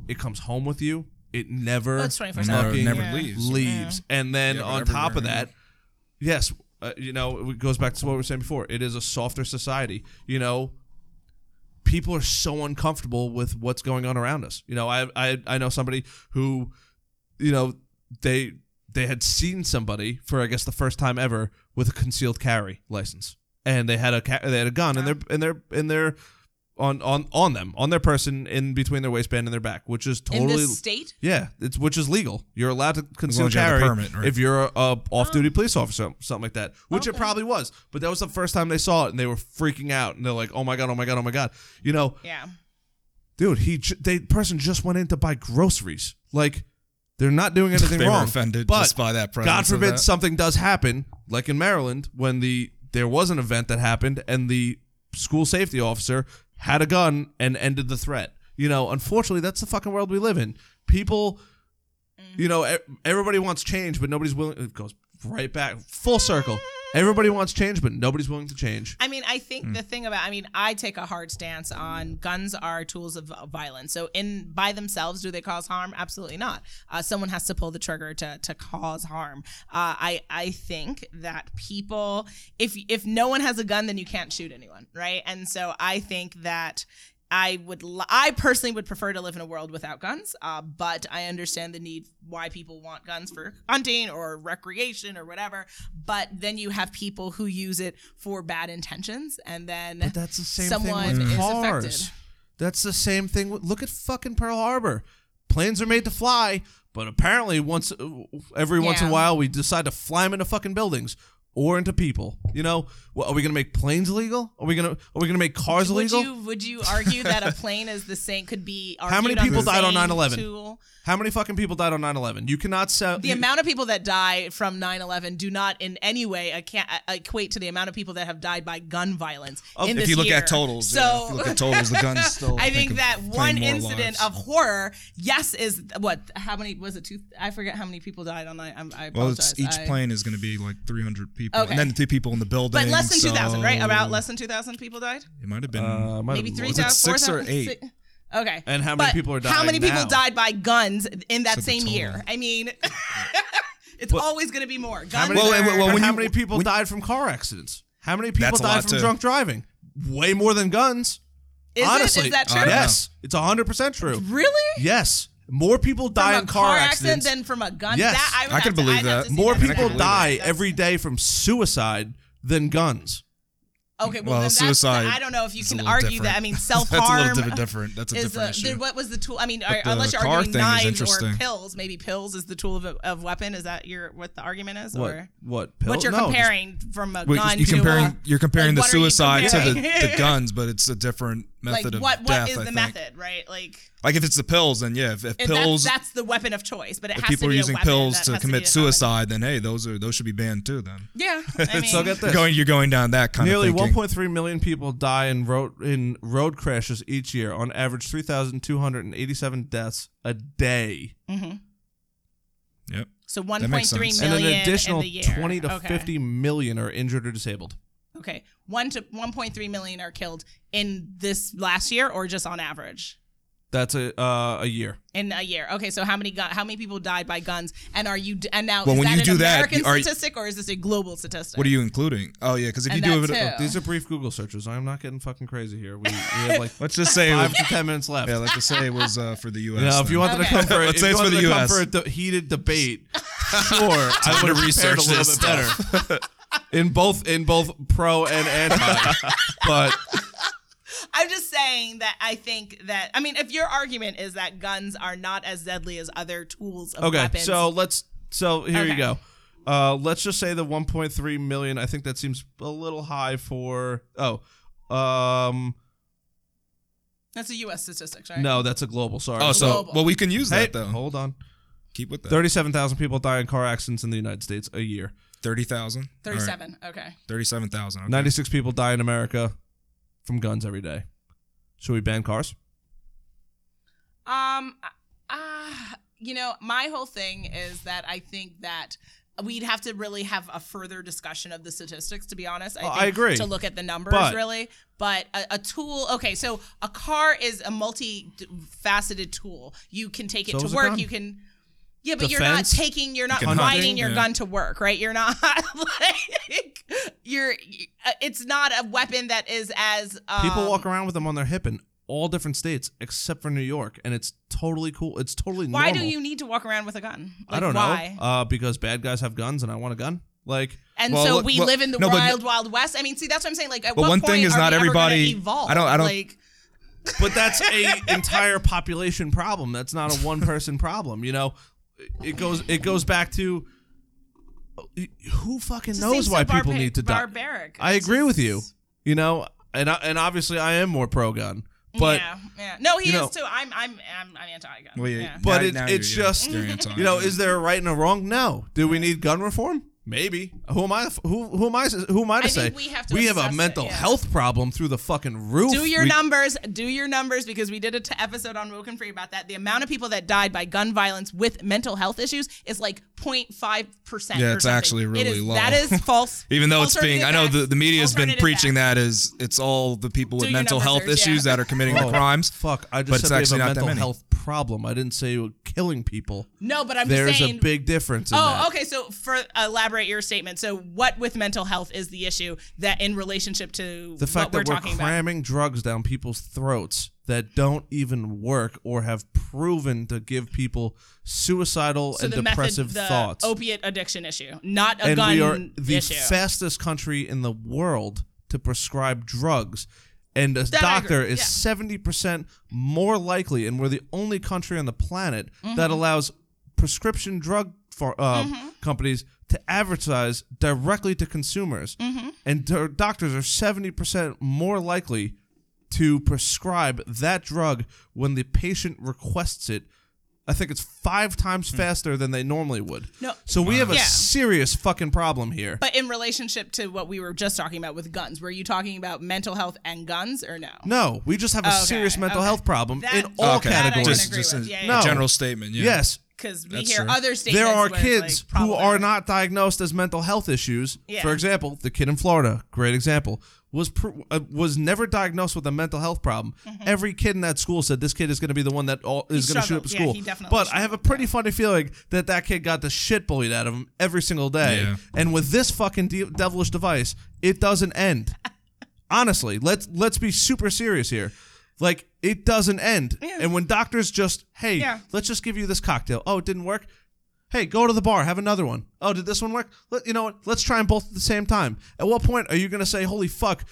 Speaker 1: it comes home with you. It never,
Speaker 2: Well, Oh, it's 24/7.
Speaker 3: never,
Speaker 1: fucking
Speaker 3: never
Speaker 2: Yeah.
Speaker 3: leaves.
Speaker 1: leaves. And then
Speaker 3: Yeah, but
Speaker 1: on top of
Speaker 3: everywhere,
Speaker 1: that, yes, uh, you know, it goes back to what we were saying before. It is a softer society. You know, people are so uncomfortable with what's going on around us. You know, I I, I know somebody who, you know, they they had seen somebody for I guess the first time ever with a concealed carry license, and they had a ca- they had a gun in their in their in their on on on them on their person in between their waistband and their back, which is
Speaker 2: *laughs* in
Speaker 1: totally
Speaker 2: this state,
Speaker 1: yeah, it's which is legal. You're allowed to conceal
Speaker 3: as you have a
Speaker 1: carry
Speaker 3: permit, right?
Speaker 1: if you're a, a off-duty police officer, something like that. Which it
Speaker 2: Okay.
Speaker 1: probably was, but that was the first time they saw it, and they were freaking out, and they're like, "Oh my god, oh my god, oh my god!" You know,
Speaker 2: yeah.
Speaker 1: dude, he j- they person just went in to buy groceries. Like, they're not doing anything
Speaker 3: *laughs* They were
Speaker 1: wrong.
Speaker 3: offended
Speaker 1: but
Speaker 3: just by that
Speaker 1: God
Speaker 3: presence of
Speaker 1: forbid
Speaker 3: that.
Speaker 1: something does happen, like in Maryland when the there was an event that happened, and the school safety officer had a gun and ended the threat. You know, unfortunately, that's the fucking world we live in. People you know, e- everybody wants change, but nobody's willing. It goes right back, full circle. Everybody wants change, but nobody's willing to change.
Speaker 2: I mean, I think the thing about I mean, I take a hard stance on guns are tools of of violence. So in by themselves, do they cause harm? Absolutely not. Uh, someone has to pull the trigger to to cause harm. Uh, I I think that people, if if no one has a gun, then you can't shoot anyone, right? And so I think that. I would, li- I personally would prefer to live in a world without guns, uh, but I understand the need why people want guns for hunting or recreation or whatever. But then you have people who use it for bad intentions, and then
Speaker 1: But that's the same
Speaker 2: someone
Speaker 1: thing with
Speaker 2: is
Speaker 1: cars.
Speaker 2: affected.
Speaker 1: That's the same thing. With, look at fucking Pearl Harbor. Planes are made to fly, but apparently once uh, every once in a
Speaker 2: Yeah.
Speaker 1: while we decide to fly them into fucking buildings or into people. You know, well, are we gonna make planes illegal? Are we gonna are we gonna make cars
Speaker 2: Would
Speaker 1: illegal?
Speaker 2: you would you argue that
Speaker 3: *laughs*
Speaker 2: a plane is the same? Could be argued
Speaker 1: How many
Speaker 2: on
Speaker 1: people
Speaker 2: the
Speaker 1: died on
Speaker 2: same
Speaker 1: 9/11?
Speaker 2: tool?
Speaker 1: How many fucking people died on 9/11? You cannot sell
Speaker 2: The
Speaker 1: you-
Speaker 2: amount of people that die from 9/11 do not in any way acca- uh, equate to the amount of people that have died by gun violence. in
Speaker 3: Oh, if
Speaker 2: this
Speaker 3: you look
Speaker 2: year.
Speaker 3: at totals,
Speaker 2: so *laughs*
Speaker 3: yeah, if you look at totals, the guns still.
Speaker 2: I think
Speaker 3: of
Speaker 2: that
Speaker 3: claim
Speaker 2: one
Speaker 3: more
Speaker 2: incident
Speaker 3: lives.
Speaker 2: of horror, yes, is what? How many was it? Two? I forget how many people died on. I, I'm- I apologize.
Speaker 3: Well, it's each
Speaker 2: I-
Speaker 3: plane is going to be like 300 people,
Speaker 2: Okay.
Speaker 3: and then two people in the building.
Speaker 2: but less than
Speaker 3: so
Speaker 2: two thousand, right? About less than two thousand people died.
Speaker 3: It might have been.
Speaker 1: Uh, might
Speaker 2: Maybe
Speaker 1: have-
Speaker 2: three
Speaker 1: was
Speaker 3: it
Speaker 1: it-
Speaker 2: thousand,
Speaker 3: six or eight?
Speaker 2: Okay.
Speaker 1: And how many
Speaker 2: But
Speaker 1: people are
Speaker 2: How
Speaker 1: dying
Speaker 2: many people
Speaker 1: now?
Speaker 2: died by guns in that
Speaker 3: So the
Speaker 2: same
Speaker 3: total.
Speaker 2: year? I mean, *laughs* it's always going to be more. Guns
Speaker 1: How many,
Speaker 3: Well,
Speaker 2: are-
Speaker 3: and- well,
Speaker 1: but
Speaker 3: when
Speaker 1: how
Speaker 3: you-
Speaker 1: many people
Speaker 3: when-
Speaker 1: died from car accidents? How many people
Speaker 3: That's a
Speaker 1: died
Speaker 3: lot,
Speaker 1: from
Speaker 3: too.
Speaker 1: drunk driving? Way more than guns.
Speaker 2: is,
Speaker 1: Honestly,
Speaker 2: it, is that
Speaker 3: I
Speaker 2: true?
Speaker 3: don't know.
Speaker 1: yes, it's hundred percent true.
Speaker 2: Really?
Speaker 1: Yes, more people die
Speaker 2: from
Speaker 1: in
Speaker 2: a
Speaker 1: car,
Speaker 2: car accident
Speaker 1: accidents.
Speaker 2: than from a gun.
Speaker 1: Yes.
Speaker 2: that, I, would
Speaker 3: I
Speaker 2: have
Speaker 3: could
Speaker 2: to-
Speaker 3: believe
Speaker 2: I'd have
Speaker 3: that.
Speaker 2: to see
Speaker 1: more
Speaker 2: that.
Speaker 1: people
Speaker 3: believe
Speaker 1: die
Speaker 2: That's-
Speaker 1: every day from suicide than guns.
Speaker 2: Okay, well,
Speaker 3: Well,
Speaker 2: then that's,
Speaker 3: suicide
Speaker 2: I don't know if you
Speaker 3: is
Speaker 2: can
Speaker 3: a little
Speaker 2: argue
Speaker 3: different.
Speaker 2: that. I mean, self
Speaker 3: *laughs* That's a
Speaker 2: harm.
Speaker 3: little bit different. That's a
Speaker 2: is
Speaker 3: different
Speaker 2: the,
Speaker 3: issue.
Speaker 2: the- what was the tool? I mean, are,
Speaker 3: the
Speaker 2: unless you're
Speaker 3: car
Speaker 2: arguing
Speaker 3: thing is
Speaker 2: knives or
Speaker 3: interesting.
Speaker 2: pills, maybe pills is the tool of, of weapon. Is that your what the argument is,
Speaker 1: What?
Speaker 2: or
Speaker 1: What? Pill?
Speaker 2: what you're
Speaker 1: No, just-
Speaker 2: comparing from a
Speaker 3: Wait,
Speaker 2: gun
Speaker 3: you're
Speaker 2: to
Speaker 3: comparing
Speaker 2: a,
Speaker 3: you're comparing
Speaker 2: like,
Speaker 3: the
Speaker 2: what are you
Speaker 3: suicide to the,
Speaker 2: comparing? *laughs*
Speaker 3: the guns, but it's a different
Speaker 2: like
Speaker 3: method
Speaker 2: what
Speaker 3: of
Speaker 2: what
Speaker 3: death.
Speaker 2: is
Speaker 3: I
Speaker 2: the
Speaker 3: think.
Speaker 2: method, right? Like
Speaker 3: Like if it's the pills, then yeah, if, if
Speaker 2: and
Speaker 3: pills,
Speaker 2: that's, that's the weapon of choice, but it
Speaker 3: if
Speaker 2: has to
Speaker 3: people are
Speaker 2: be
Speaker 3: using
Speaker 2: a weapon,
Speaker 3: pills
Speaker 2: that
Speaker 3: to
Speaker 2: has be
Speaker 3: commit
Speaker 2: a weapon.
Speaker 3: suicide, then hey, those are those should be banned too. Then *laughs*
Speaker 2: Yeah, I mean,
Speaker 1: So get this.
Speaker 3: going, you're going down that kind
Speaker 1: Nearly
Speaker 3: of thinking.
Speaker 1: 1.3 million people die in road in road crashes each year, on average 3,287 deaths a day,
Speaker 3: Yep.
Speaker 2: so
Speaker 3: makes
Speaker 2: 1.3
Speaker 3: sense.
Speaker 2: million
Speaker 1: and an additional
Speaker 2: in the year.
Speaker 1: 20 to
Speaker 2: okay.
Speaker 1: 50 million are injured or disabled.
Speaker 2: Okay, one to 1.3 million are killed in this last year, or just on average.
Speaker 1: That's a uh, a year.
Speaker 2: in a year. Okay, so how many gun, how many people died by guns? And are you and now
Speaker 3: Well,
Speaker 2: is
Speaker 3: when
Speaker 2: that
Speaker 3: you
Speaker 2: an
Speaker 3: do that,
Speaker 2: American
Speaker 3: you- are-
Speaker 2: statistic or is this a global statistic?
Speaker 3: What are you including? Oh yeah, because if
Speaker 2: And
Speaker 3: you do
Speaker 2: that
Speaker 3: it,
Speaker 2: too.
Speaker 1: These are brief Google searches. I'm not getting fucking crazy here. We, we have
Speaker 3: *laughs*
Speaker 1: like
Speaker 3: let's
Speaker 2: *laughs*
Speaker 3: just say,
Speaker 1: five to ten minutes left.
Speaker 3: yeah, let's just say it was uh, for the U.S.
Speaker 1: Now, if you
Speaker 3: then.
Speaker 1: wanted to
Speaker 2: Okay.
Speaker 1: come for,
Speaker 3: Let's
Speaker 1: if
Speaker 3: say
Speaker 1: you
Speaker 3: it's for
Speaker 1: wanted
Speaker 3: the
Speaker 1: to come
Speaker 3: US.
Speaker 1: for a de- heated
Speaker 3: *laughs*
Speaker 1: debate, sure, I would have researched a
Speaker 3: research
Speaker 1: little bit
Speaker 3: this
Speaker 1: better *laughs* in both in both pro and
Speaker 3: *laughs*
Speaker 1: anti. but
Speaker 2: I'm just saying that I think that I mean if your argument is that guns are not as deadly as other tools of
Speaker 1: okay,
Speaker 2: weapons.
Speaker 1: so let's so here you
Speaker 2: Okay.
Speaker 1: go. Uh, let's just say the 1.3 million. I think that seems a little high for. Oh, um,
Speaker 2: that's a US statistic, right?
Speaker 1: no, that's a global. Sorry.
Speaker 3: oh, so
Speaker 2: Global.
Speaker 3: well, we can use
Speaker 1: hey,
Speaker 3: that though.
Speaker 1: hold on.
Speaker 3: Keep with that.
Speaker 1: Thirty-seven thousand people die in car accidents in the United States a year.
Speaker 3: Thirty thousand.
Speaker 2: 37. Okay.
Speaker 3: Thirty-seven thousand. Okay.
Speaker 1: Ninety-six people die in America from guns every day. Should we ban cars?
Speaker 2: Um ah, you know, my whole thing is that I think that We'd have to really have a further discussion of the statistics, to be honest. I,
Speaker 1: Oh, I
Speaker 2: think,
Speaker 1: agree.
Speaker 2: To look at the numbers,
Speaker 1: But-
Speaker 2: really. But a, a tool, okay, so a car is a multi-faceted tool. You can take it
Speaker 1: So is a
Speaker 2: to work.
Speaker 1: gun.
Speaker 2: You can, yeah, but you're not
Speaker 1: Defense.
Speaker 2: taking, you're not
Speaker 3: can hunt.
Speaker 2: riding your
Speaker 3: Yeah.
Speaker 2: gun to work, right? You're not *laughs* like you're. uh, It's not a weapon that is as um,
Speaker 1: People walk around with them on their hip in all different states except for New York, and it's totally cool. It's totally
Speaker 2: Why
Speaker 1: normal.
Speaker 2: do you need to walk around with a gun?
Speaker 1: I
Speaker 2: Like,
Speaker 1: don't
Speaker 2: why?
Speaker 1: know. Uh, because bad guys have guns, and I want a gun. Like
Speaker 2: And
Speaker 3: Well,
Speaker 2: so
Speaker 3: what-
Speaker 2: we
Speaker 3: what-
Speaker 2: live in the
Speaker 3: no, but-
Speaker 2: wild, wild west. I mean, see, that's what I'm saying. Like, at
Speaker 3: But
Speaker 2: what
Speaker 3: one
Speaker 2: point
Speaker 3: thing is
Speaker 2: are
Speaker 3: not
Speaker 2: we ever gonna
Speaker 3: everybody-
Speaker 2: Evolve?
Speaker 3: I don't- I don't-
Speaker 2: Like,
Speaker 1: But that's
Speaker 2: *laughs*
Speaker 1: a entire population problem. That's not a one person problem. You know, it goes it goes back to who fucking
Speaker 2: just
Speaker 1: knows
Speaker 2: seems
Speaker 1: why
Speaker 2: so
Speaker 1: people
Speaker 2: barba-
Speaker 1: need to die.
Speaker 2: barbaric.
Speaker 1: I
Speaker 2: It's
Speaker 1: agree with
Speaker 2: just-
Speaker 1: you. You know, and I, and obviously I am more pro gun, but
Speaker 2: yeah, yeah. No, he
Speaker 1: you
Speaker 2: is
Speaker 1: know-
Speaker 2: too. I'm, I'm, I'm, I'm anti-gun.
Speaker 3: Well, yeah,
Speaker 2: yeah.
Speaker 1: But
Speaker 3: now-
Speaker 1: it-
Speaker 3: now
Speaker 1: it's
Speaker 3: you're- yeah,
Speaker 1: just-
Speaker 3: you're anti-
Speaker 1: You know, is there a right and a wrong? No. Do we need gun reform? Maybe. Who am I? Who who am I? Who am I to
Speaker 2: I
Speaker 1: say?
Speaker 2: think we have to
Speaker 1: a
Speaker 2: assess it,
Speaker 1: mental
Speaker 2: yeah.
Speaker 1: health problem through the fucking roof.
Speaker 2: Do *laughs* your
Speaker 1: We-
Speaker 2: numbers. Do your numbers because we did a t- episode on Woken Free about that. The amount of people that died by gun violence with mental health issues is like 0.5%.
Speaker 3: Yeah,
Speaker 2: or
Speaker 3: it's
Speaker 2: something.
Speaker 3: actually
Speaker 2: It
Speaker 3: really
Speaker 2: is-
Speaker 3: low.
Speaker 2: That is false.
Speaker 3: *laughs* Even though
Speaker 2: false
Speaker 3: it's being, I know
Speaker 2: alternative
Speaker 3: the, the media has been
Speaker 2: Alternative
Speaker 3: preaching
Speaker 2: facts.
Speaker 3: that is it's all the people with
Speaker 2: Do your
Speaker 3: mental
Speaker 2: numbers,
Speaker 3: health
Speaker 2: yeah.
Speaker 3: issues that are committing the
Speaker 1: Oh,
Speaker 3: crimes.
Speaker 1: Fuck, I
Speaker 3: But
Speaker 1: just
Speaker 3: it's
Speaker 1: said
Speaker 3: actually
Speaker 1: we
Speaker 3: not that
Speaker 1: have a mental
Speaker 3: many.
Speaker 1: health problem. I didn't say we're killing people.
Speaker 2: No, but I'm just
Speaker 1: There's
Speaker 2: saying.
Speaker 1: a big difference. In
Speaker 2: Oh,
Speaker 1: that.
Speaker 2: okay. So, for elaborate your statement. So, what with mental health is the issue that in relationship to
Speaker 1: The fact
Speaker 2: what
Speaker 1: that we're,
Speaker 2: talking about?
Speaker 1: cramming drugs down people's throats that don't even work or have proven to give people suicidal
Speaker 2: So
Speaker 1: and
Speaker 2: the
Speaker 1: depressive
Speaker 2: method, the
Speaker 1: thoughts.
Speaker 2: opiate addiction issue, not a
Speaker 1: and
Speaker 2: gun
Speaker 1: we are the
Speaker 2: issue.
Speaker 1: fastest country in the world to prescribe drugs. And a
Speaker 2: I agree,
Speaker 1: doctor is
Speaker 2: yeah.
Speaker 1: seventy percent more likely, and we're the only country on the planet
Speaker 2: Mm-hmm.
Speaker 1: that allows prescription drug for, uh, companies to advertise directly to consumers.
Speaker 2: Mm-hmm.
Speaker 1: And do- doctors are seventy percent more likely to prescribe that drug when the patient requests it. I think it's five times faster than they normally would.
Speaker 2: Hmm. No.
Speaker 1: So we have a
Speaker 2: Yeah.
Speaker 1: serious fucking problem here.
Speaker 2: but in relationship to what we were just talking about with guns, were you talking about mental health and guns or no?
Speaker 1: no, we just have a
Speaker 2: Okay,
Speaker 1: serious mental
Speaker 2: okay.
Speaker 1: health problem
Speaker 2: That-
Speaker 1: in all
Speaker 2: Okay. That I can
Speaker 1: categories.
Speaker 3: Just,
Speaker 2: agree
Speaker 3: just
Speaker 2: with.
Speaker 3: a,
Speaker 2: Yeah,
Speaker 3: a
Speaker 2: yeah, yeah.
Speaker 3: general statement. Yeah.
Speaker 1: Yes.
Speaker 2: Because we
Speaker 3: That's
Speaker 2: hear
Speaker 3: true.
Speaker 2: other statements.
Speaker 1: There are
Speaker 2: where it's,
Speaker 1: kids
Speaker 2: like,
Speaker 1: who are
Speaker 2: problematic.
Speaker 1: not diagnosed as mental health issues.
Speaker 2: Yeah.
Speaker 1: For example, the kid in Florida, great example, was pr- uh, was never diagnosed with a mental health problem. Every kid in that school said this kid is going to be the one that all, is going to shoot up
Speaker 2: struggled.
Speaker 1: the
Speaker 2: Yeah,
Speaker 1: school.
Speaker 2: Mm-hmm. he definitely
Speaker 1: but I have a pretty funny feeling that that kid got the shit bullied out of him every single day.
Speaker 3: Yeah.
Speaker 1: And with this fucking de- devilish device, it doesn't
Speaker 2: *laughs*
Speaker 1: end. honestly let's let's be super serious here like it doesn't end and when doctors just hey
Speaker 2: Yeah.
Speaker 1: let's just give you this cocktail oh it didn't work hey go to the bar have another one. Oh, did this one work Let, you know what let's try them both at the same time at what point are you going to say holy fuck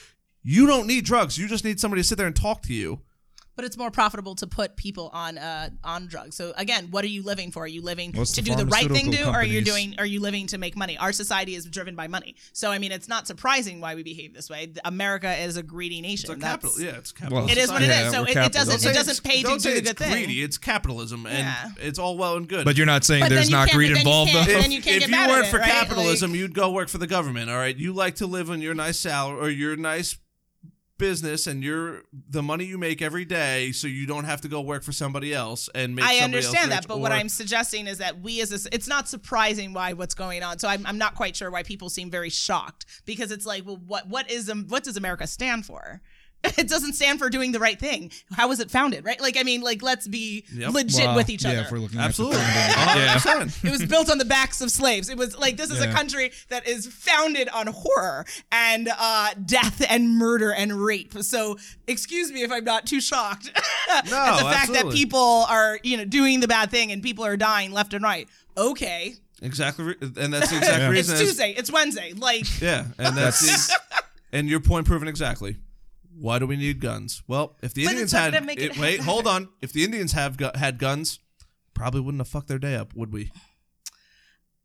Speaker 1: you don't need drugs you just need somebody to sit there and talk to you
Speaker 2: but it's more profitable to put people on uh on drugs. So again, what are you living for? Are you living
Speaker 3: What's
Speaker 2: to
Speaker 3: the
Speaker 2: do the right thing, do,
Speaker 3: pharmaceutical
Speaker 2: or are you
Speaker 3: companies-
Speaker 2: doing? Are you living to make money? Our society is driven by money. So I mean, it's not surprising why we behave this way. Th- America is a greedy nation.
Speaker 1: it's a
Speaker 2: That's-
Speaker 1: capital yeah it's capital
Speaker 3: Well,
Speaker 2: It is what it
Speaker 3: Yeah,
Speaker 2: is. So
Speaker 3: we're
Speaker 2: it, it
Speaker 3: capital.
Speaker 2: doesn't.
Speaker 1: Don't
Speaker 2: It
Speaker 1: say
Speaker 2: doesn't
Speaker 1: it's-
Speaker 2: pay to
Speaker 1: don't say
Speaker 2: do the
Speaker 1: it's
Speaker 2: good thing.
Speaker 1: greedy. it's capitalism and
Speaker 2: Yeah.
Speaker 1: it's all well and good
Speaker 3: But you're not saying
Speaker 2: But then
Speaker 3: there's
Speaker 2: you
Speaker 3: not
Speaker 2: can't-
Speaker 3: greed
Speaker 2: but then you
Speaker 3: involved,
Speaker 2: can't-
Speaker 3: though?
Speaker 2: but
Speaker 1: if,
Speaker 2: then you can't
Speaker 1: if
Speaker 2: get
Speaker 1: you
Speaker 2: mad at
Speaker 1: weren't
Speaker 2: it,
Speaker 1: for
Speaker 2: right?
Speaker 1: capitalism,
Speaker 2: Like-
Speaker 1: you'd go work for the government. All right, you like to live on your nice salary or your nice business and your the money you make every day, so you don't have to go work for somebody else and make.
Speaker 2: I
Speaker 1: somebody else
Speaker 2: understand that,
Speaker 1: rich,
Speaker 2: but what
Speaker 1: or-
Speaker 2: I'm suggesting is that we as a, it's not surprising why what's going on. So I'm, I'm not quite sure why people seem very shocked because it's like, well, what what is um, what does America stand for? *laughs* It doesn't stand for doing the right thing. How was it founded, right? Like, I mean, like let's be
Speaker 1: Yep.
Speaker 2: legit
Speaker 3: Well,
Speaker 2: with each
Speaker 3: yeah,
Speaker 2: other.
Speaker 3: if we're looking at the
Speaker 1: absolutely. *laughs*
Speaker 3: thing, then-
Speaker 1: 100%.
Speaker 2: It was built on the backs of slaves. It was like this is a
Speaker 3: Yeah.
Speaker 2: country that is founded on horror and uh, death and murder and rape. So excuse me if I'm not too shocked *laughs* at the fact that
Speaker 1: Oh, absolutely.
Speaker 2: people are you know doing the bad thing and people are dying left and right. Okay,
Speaker 1: Exactly, re- and that's the exact
Speaker 3: Yeah.
Speaker 1: reason.
Speaker 2: it's
Speaker 1: is-
Speaker 2: Tuesday. It's Wednesday. Like
Speaker 1: Yeah, and that's, the- and your point proven exactly. Why do we need guns? Well, if the
Speaker 2: But
Speaker 1: Indians
Speaker 2: it's not
Speaker 1: had
Speaker 2: gonna make it
Speaker 1: it- wait,
Speaker 2: happen.
Speaker 1: hold on. If the Indians have gu- had guns, probably wouldn't have fucked their day up, would we?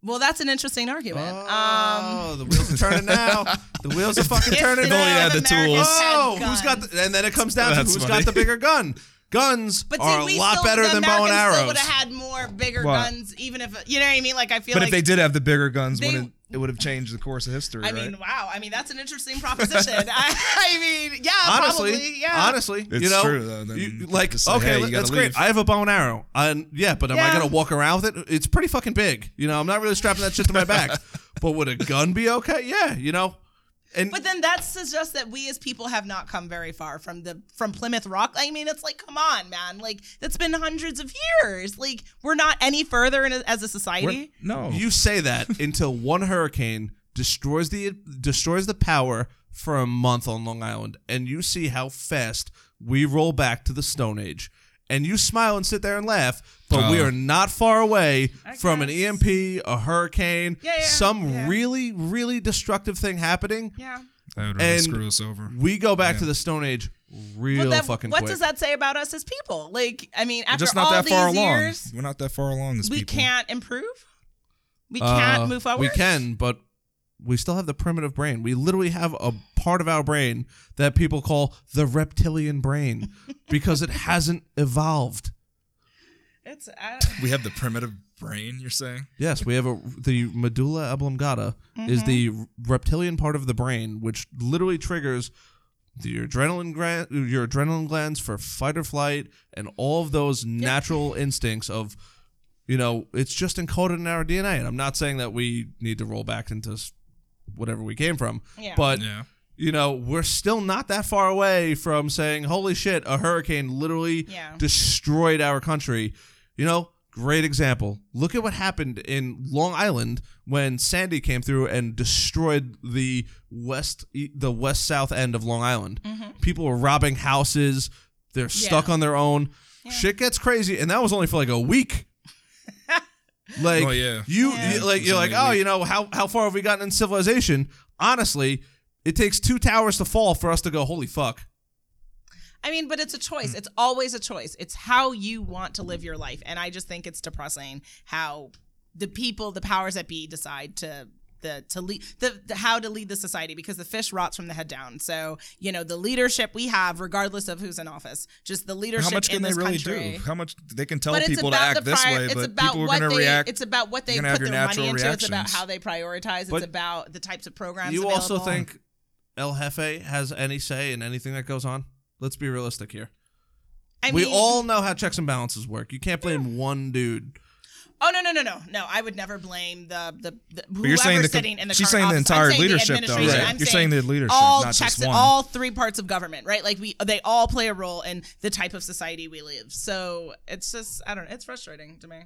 Speaker 2: well, that's an interesting argument. um,
Speaker 1: Oh, the wheels are turning
Speaker 3: *laughs*
Speaker 1: now. The wheels are fucking
Speaker 2: if
Speaker 1: turning.
Speaker 2: the
Speaker 3: only had the
Speaker 2: Americans
Speaker 3: tools.
Speaker 2: had
Speaker 1: Oh, who's got?
Speaker 2: guns-
Speaker 1: The, and then it comes down
Speaker 3: That's
Speaker 1: to who's
Speaker 3: funny.
Speaker 1: got the bigger gun. Guns
Speaker 2: But see,
Speaker 1: are
Speaker 2: we
Speaker 1: a lot
Speaker 2: still,
Speaker 1: better
Speaker 2: the
Speaker 1: than bow and
Speaker 2: Americans Still
Speaker 1: arrows.
Speaker 2: would have had more bigger
Speaker 3: Well-
Speaker 2: guns, even if you know what I mean. Like I feel
Speaker 3: But
Speaker 2: like
Speaker 3: if they did have the bigger guns,
Speaker 2: They-
Speaker 3: wouldn't it would have changed the course of history,
Speaker 2: I
Speaker 3: right?
Speaker 2: mean, wow. I mean, that's an interesting proposition. *laughs* I, I mean, yeah,
Speaker 1: Honestly,
Speaker 2: probably, yeah.
Speaker 1: honestly, you
Speaker 3: It's
Speaker 1: know,
Speaker 3: true, though, then
Speaker 1: you-
Speaker 3: you
Speaker 1: like
Speaker 3: could say,
Speaker 1: okay,
Speaker 3: hey,
Speaker 1: li-
Speaker 3: you gotta
Speaker 1: that's great.
Speaker 3: leave.
Speaker 1: I have a bow and arrow, and yeah, but am I
Speaker 2: Yeah.
Speaker 1: gonna walk around with it? It's pretty fucking big, you know. I'm not really strapping that shit to my
Speaker 2: *laughs*
Speaker 1: back. but would a gun be okay? Yeah, you know. And
Speaker 2: But then that suggests that we as people have not come very far from the from Plymouth Rock. I mean, it's like, come on, man. Like that's been hundreds of years. Like we're not any further in a, as a society.
Speaker 3: no.
Speaker 1: You say that until one hurricane destroys the destroys the power for a month on Long Island, and you see how fast we roll back to the Stone Age. And you smile and sit there and laugh, but we
Speaker 3: Oh.
Speaker 1: are not far away
Speaker 2: I
Speaker 1: from an
Speaker 2: guess.
Speaker 1: EMP, a hurricane,
Speaker 2: Yeah, yeah,
Speaker 1: some
Speaker 2: yeah.
Speaker 1: really, really destructive thing happening.
Speaker 2: Yeah.
Speaker 3: that would really
Speaker 1: and
Speaker 3: screw us over.
Speaker 1: We go back to the Stone Age real
Speaker 2: Well, that, what
Speaker 1: fucking quick.
Speaker 2: does that say about us as people? Like, I mean,
Speaker 3: We're
Speaker 2: after
Speaker 3: just not
Speaker 2: all
Speaker 3: that far
Speaker 2: these
Speaker 3: along.
Speaker 2: years,
Speaker 3: We're not that far along. This
Speaker 2: we
Speaker 3: people.
Speaker 2: can't improve. We can't
Speaker 1: Uh,
Speaker 2: move forward.
Speaker 1: We can, but we still have the primitive brain. We literally have a part of our brain that people call the reptilian
Speaker 2: *laughs*
Speaker 1: brain because it hasn't evolved.
Speaker 2: It's uh, I,
Speaker 3: We have the primitive brain. You're saying?
Speaker 1: Yes, we have a the medulla oblongata is the
Speaker 2: Mm-hmm.
Speaker 1: reptilian part of the brain which literally triggers the- your adrenaline gland, your adrenaline glands for fight or flight, and all of those natural instincts of you know, it's just encoded in our DNA. And I'm not saying that we need to roll back into s- whatever we came from,
Speaker 2: Yeah.
Speaker 1: but
Speaker 3: Yeah.
Speaker 1: you know, we're still not that far away from saying, holy shit, a hurricane literally
Speaker 2: Yeah.
Speaker 1: destroyed our country. You know, great example. Look at what happened in Long Island when Sandy came through and destroyed the west e, the west south end of Long Island.
Speaker 2: Mm-hmm. Mm.
Speaker 1: People were robbing houses, they're stuck on their own. Shit gets crazy and that was only for like a
Speaker 2: *laughs*
Speaker 1: week. like
Speaker 3: Oh, yeah.
Speaker 1: you
Speaker 2: Yeah.
Speaker 1: you- like
Speaker 3: It's
Speaker 1: you're like,
Speaker 3: only a
Speaker 1: "Oh,
Speaker 3: week.
Speaker 1: you know, how how far have we gotten in civilization?" Honestly, it takes two towers to fall for us to go, "Holy fuck."
Speaker 2: I mean, but it's a
Speaker 3: Mm.
Speaker 2: choice. It's always a choice. It's how you want to live your life. And I just think it's depressing how the people, the powers that be, decide to. The, to lead the, the how to lead the society because the fish rots from the head down. So you know the leadership we have, regardless of who's in office, just the leadership
Speaker 3: How much
Speaker 2: in
Speaker 3: can they
Speaker 2: this
Speaker 3: really
Speaker 2: country.
Speaker 3: do? How much they can tell
Speaker 2: But it's
Speaker 3: people to
Speaker 2: about
Speaker 3: act
Speaker 2: the
Speaker 3: this
Speaker 2: prior-
Speaker 3: way,
Speaker 2: it's
Speaker 3: but
Speaker 2: about
Speaker 3: people are
Speaker 2: what
Speaker 3: going to
Speaker 2: they,
Speaker 3: react. *laughs*
Speaker 2: It's about what they
Speaker 3: You're gonna have
Speaker 2: put their
Speaker 3: your
Speaker 2: money
Speaker 3: natural
Speaker 2: into. It's about
Speaker 3: reactions.
Speaker 2: how they prioritize. It's
Speaker 1: But
Speaker 2: about the types of programs.
Speaker 1: you also
Speaker 2: available.
Speaker 1: think El Jefe has any say in anything that goes on? Let's be realistic here.
Speaker 2: I
Speaker 1: we
Speaker 2: mean-
Speaker 1: all know how checks and balances work. You can't blame one dude.
Speaker 2: Oh no no no no no! I would never blame the the, the whoever's
Speaker 3: you're saying the com-
Speaker 2: sitting in the.
Speaker 3: she's
Speaker 2: current
Speaker 3: saying the
Speaker 2: office. I'm
Speaker 3: entire
Speaker 2: saying the
Speaker 3: leadership, though,
Speaker 2: administration.
Speaker 3: right?
Speaker 2: I'm
Speaker 3: You're saying the leadership,
Speaker 2: all
Speaker 3: not
Speaker 2: checks,
Speaker 3: just one.
Speaker 2: all three parts of government, right? Like we, they all play a role in the type of society we live. So it's just, I don't know, it's frustrating to me.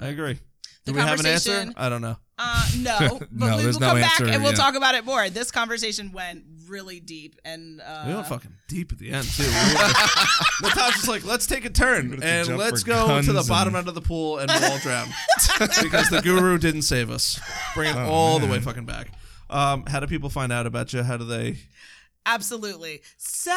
Speaker 1: I agree.
Speaker 2: The
Speaker 1: Do we have an answer?
Speaker 2: conversation-
Speaker 1: I don't know.
Speaker 2: Uh, no, but
Speaker 3: *laughs* No,
Speaker 2: we will
Speaker 3: there's no
Speaker 2: come back
Speaker 3: answer,
Speaker 2: and we'll
Speaker 3: yeah.
Speaker 2: talk about it more. This conversation went really deep, and uh,
Speaker 1: We went fucking deep at the end too. We
Speaker 3: *laughs*
Speaker 1: were- Natasha's just like, let's take a turn
Speaker 3: to
Speaker 1: and
Speaker 3: jump
Speaker 1: let's
Speaker 3: for
Speaker 1: go to the
Speaker 3: guns
Speaker 1: bottom
Speaker 3: and-
Speaker 1: end of the pool and we'll all drown
Speaker 2: *laughs*
Speaker 1: because the guru didn't save us. Bring
Speaker 3: Oh,
Speaker 1: it all the way fucking back. Um, how do people find out about you? How do they?
Speaker 2: Absolutely. So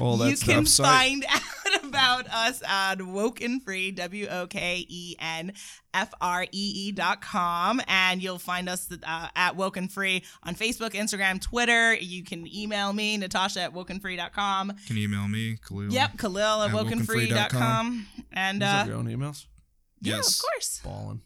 Speaker 3: All that
Speaker 2: you can
Speaker 3: stuff's right.
Speaker 2: find *laughs* out about us on Woken Free, W O K E N F R E E dot com, and you'll find us uh, at Woken Free on Facebook, Instagram, Twitter. You can email me, Natasha at wokenfree dot com.
Speaker 3: Can you email me, Khalil?
Speaker 2: Yep, Khalil at,
Speaker 3: At
Speaker 2: wokenfree dot com, and
Speaker 1: These
Speaker 2: uh,
Speaker 1: are your own emails.
Speaker 2: yeah, of
Speaker 3: Yes.
Speaker 2: course.
Speaker 1: Balling.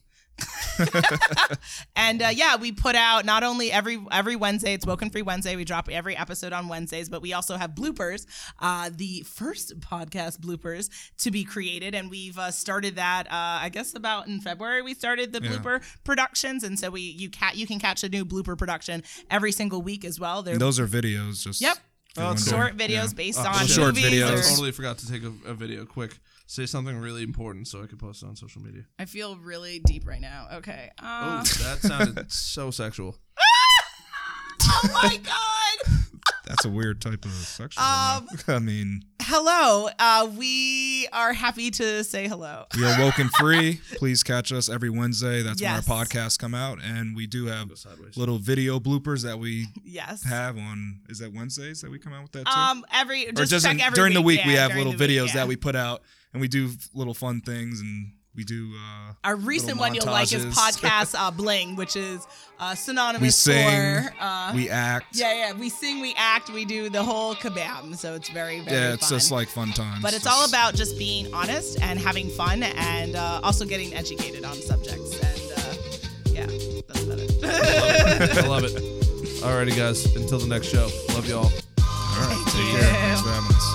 Speaker 2: And uh, yeah, we put out not only every every Wednesday, it's Woken Free Wednesday. We drop every episode on Wednesdays, but we also have bloopers, uh, the first podcast bloopers to be created, and we've uh, started that. Uh, I guess about in February we started the
Speaker 3: Yeah.
Speaker 2: blooper productions, and so we you cat you can catch a new blooper production every single week as well. They're
Speaker 3: And Those are videos. Just
Speaker 2: Yep.
Speaker 3: if you want to-
Speaker 2: short videos
Speaker 3: yeah.
Speaker 2: based
Speaker 1: Oh,
Speaker 2: on
Speaker 1: shit.
Speaker 3: Short
Speaker 2: movies
Speaker 3: videos.
Speaker 2: or-
Speaker 1: I totally forgot to take a, a video quick. Say something really important so I could post it on social media.
Speaker 2: I feel really deep right now. Okay.
Speaker 1: Oh,
Speaker 2: Uh,
Speaker 1: that sounded so sexual.
Speaker 2: *laughs* oh my god.
Speaker 3: That's a weird type of sexual.
Speaker 2: Um,
Speaker 3: *laughs* I mean,
Speaker 2: Hello. Uh, we are happy to say hello.
Speaker 3: we are woken free. Please catch us every Wednesday. That's
Speaker 2: Yes.
Speaker 3: when our podcasts come out, and we do have
Speaker 1: sideways.
Speaker 3: little video bloopers that we
Speaker 2: Yes.
Speaker 3: have on. Is that Wednesdays that we come out with that too?
Speaker 2: Um, every just,
Speaker 3: or just
Speaker 2: check
Speaker 3: in-
Speaker 2: every
Speaker 3: during the week
Speaker 2: yeah,
Speaker 3: we have
Speaker 2: during
Speaker 3: little
Speaker 2: the week,
Speaker 3: videos
Speaker 2: yeah.
Speaker 3: that we put out, and we do f- little fun things, and we do. Uh,
Speaker 2: Our recent
Speaker 3: little
Speaker 2: one you'll like is
Speaker 3: montages. *laughs*
Speaker 2: podcast uh, bling, which is uh, synonymous
Speaker 3: we sing,
Speaker 2: for uh,
Speaker 3: we act.
Speaker 2: yeah, yeah. We sing, we act, we do the whole kabam. So it's very, very
Speaker 3: yeah. It's
Speaker 2: fun.
Speaker 3: just like fun times.
Speaker 2: but it's
Speaker 3: Just-
Speaker 2: all about just being honest and having fun, and uh, also getting educated on subjects. And uh, yeah, that's about it. *laughs*
Speaker 1: I love it. Alrighty, guys. Until the next show. Love y'all.
Speaker 3: All
Speaker 2: *laughs*
Speaker 3: right, take
Speaker 2: you.
Speaker 3: care. Thanks for having us.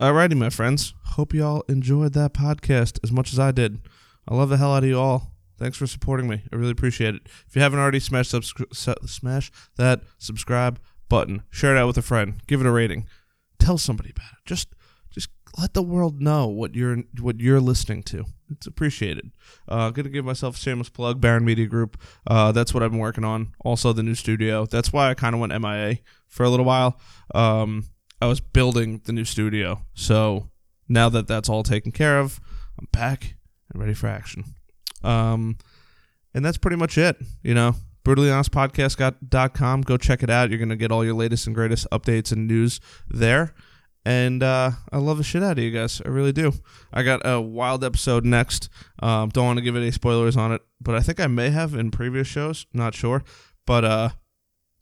Speaker 5: Alrighty, my friends. Hope y'all enjoyed that podcast as much as I did. I love the hell out of you all. Thanks for supporting me. I really appreciate it. If you haven't already, smash subscri- su- smash that subscribe button. Share it out with a friend. Give it a rating. Tell somebody about it. Just just let the world know what you're what you're listening to. It's appreciated. Uh, gonna give myself a shameless plug. Baron Media Group. Uh, that's what I've been working on. Also, the new studio. That's why I kind of went MIA for a little while. Um, I was building the new studio. So now that that's all taken care of, I'm back and ready for action. Um, and that's pretty much it. You know, brutally honest podcast.com. Go check it out. You're going to get all your latest and greatest updates and news there. And uh, I love the shit out of you guys. I really do. I got a wild episode next. Um, don't want to give any spoilers on it, but I think I may have in previous shows. Not sure. But uh,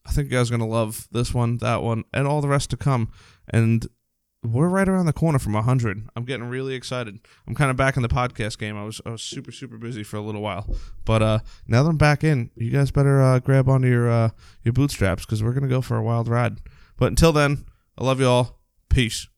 Speaker 5: I think you guys are going to love this one, that one, and all the rest to come. And
Speaker 1: we're right around the corner from 100. I'm getting really excited. I'm kind of back in the podcast game. I was I was super super busy for a little while, but uh, now that I'm back in, you guys better uh, grab onto your uh, your bootstraps because we're gonna go for a wild ride. But until then, I love you all. Peace.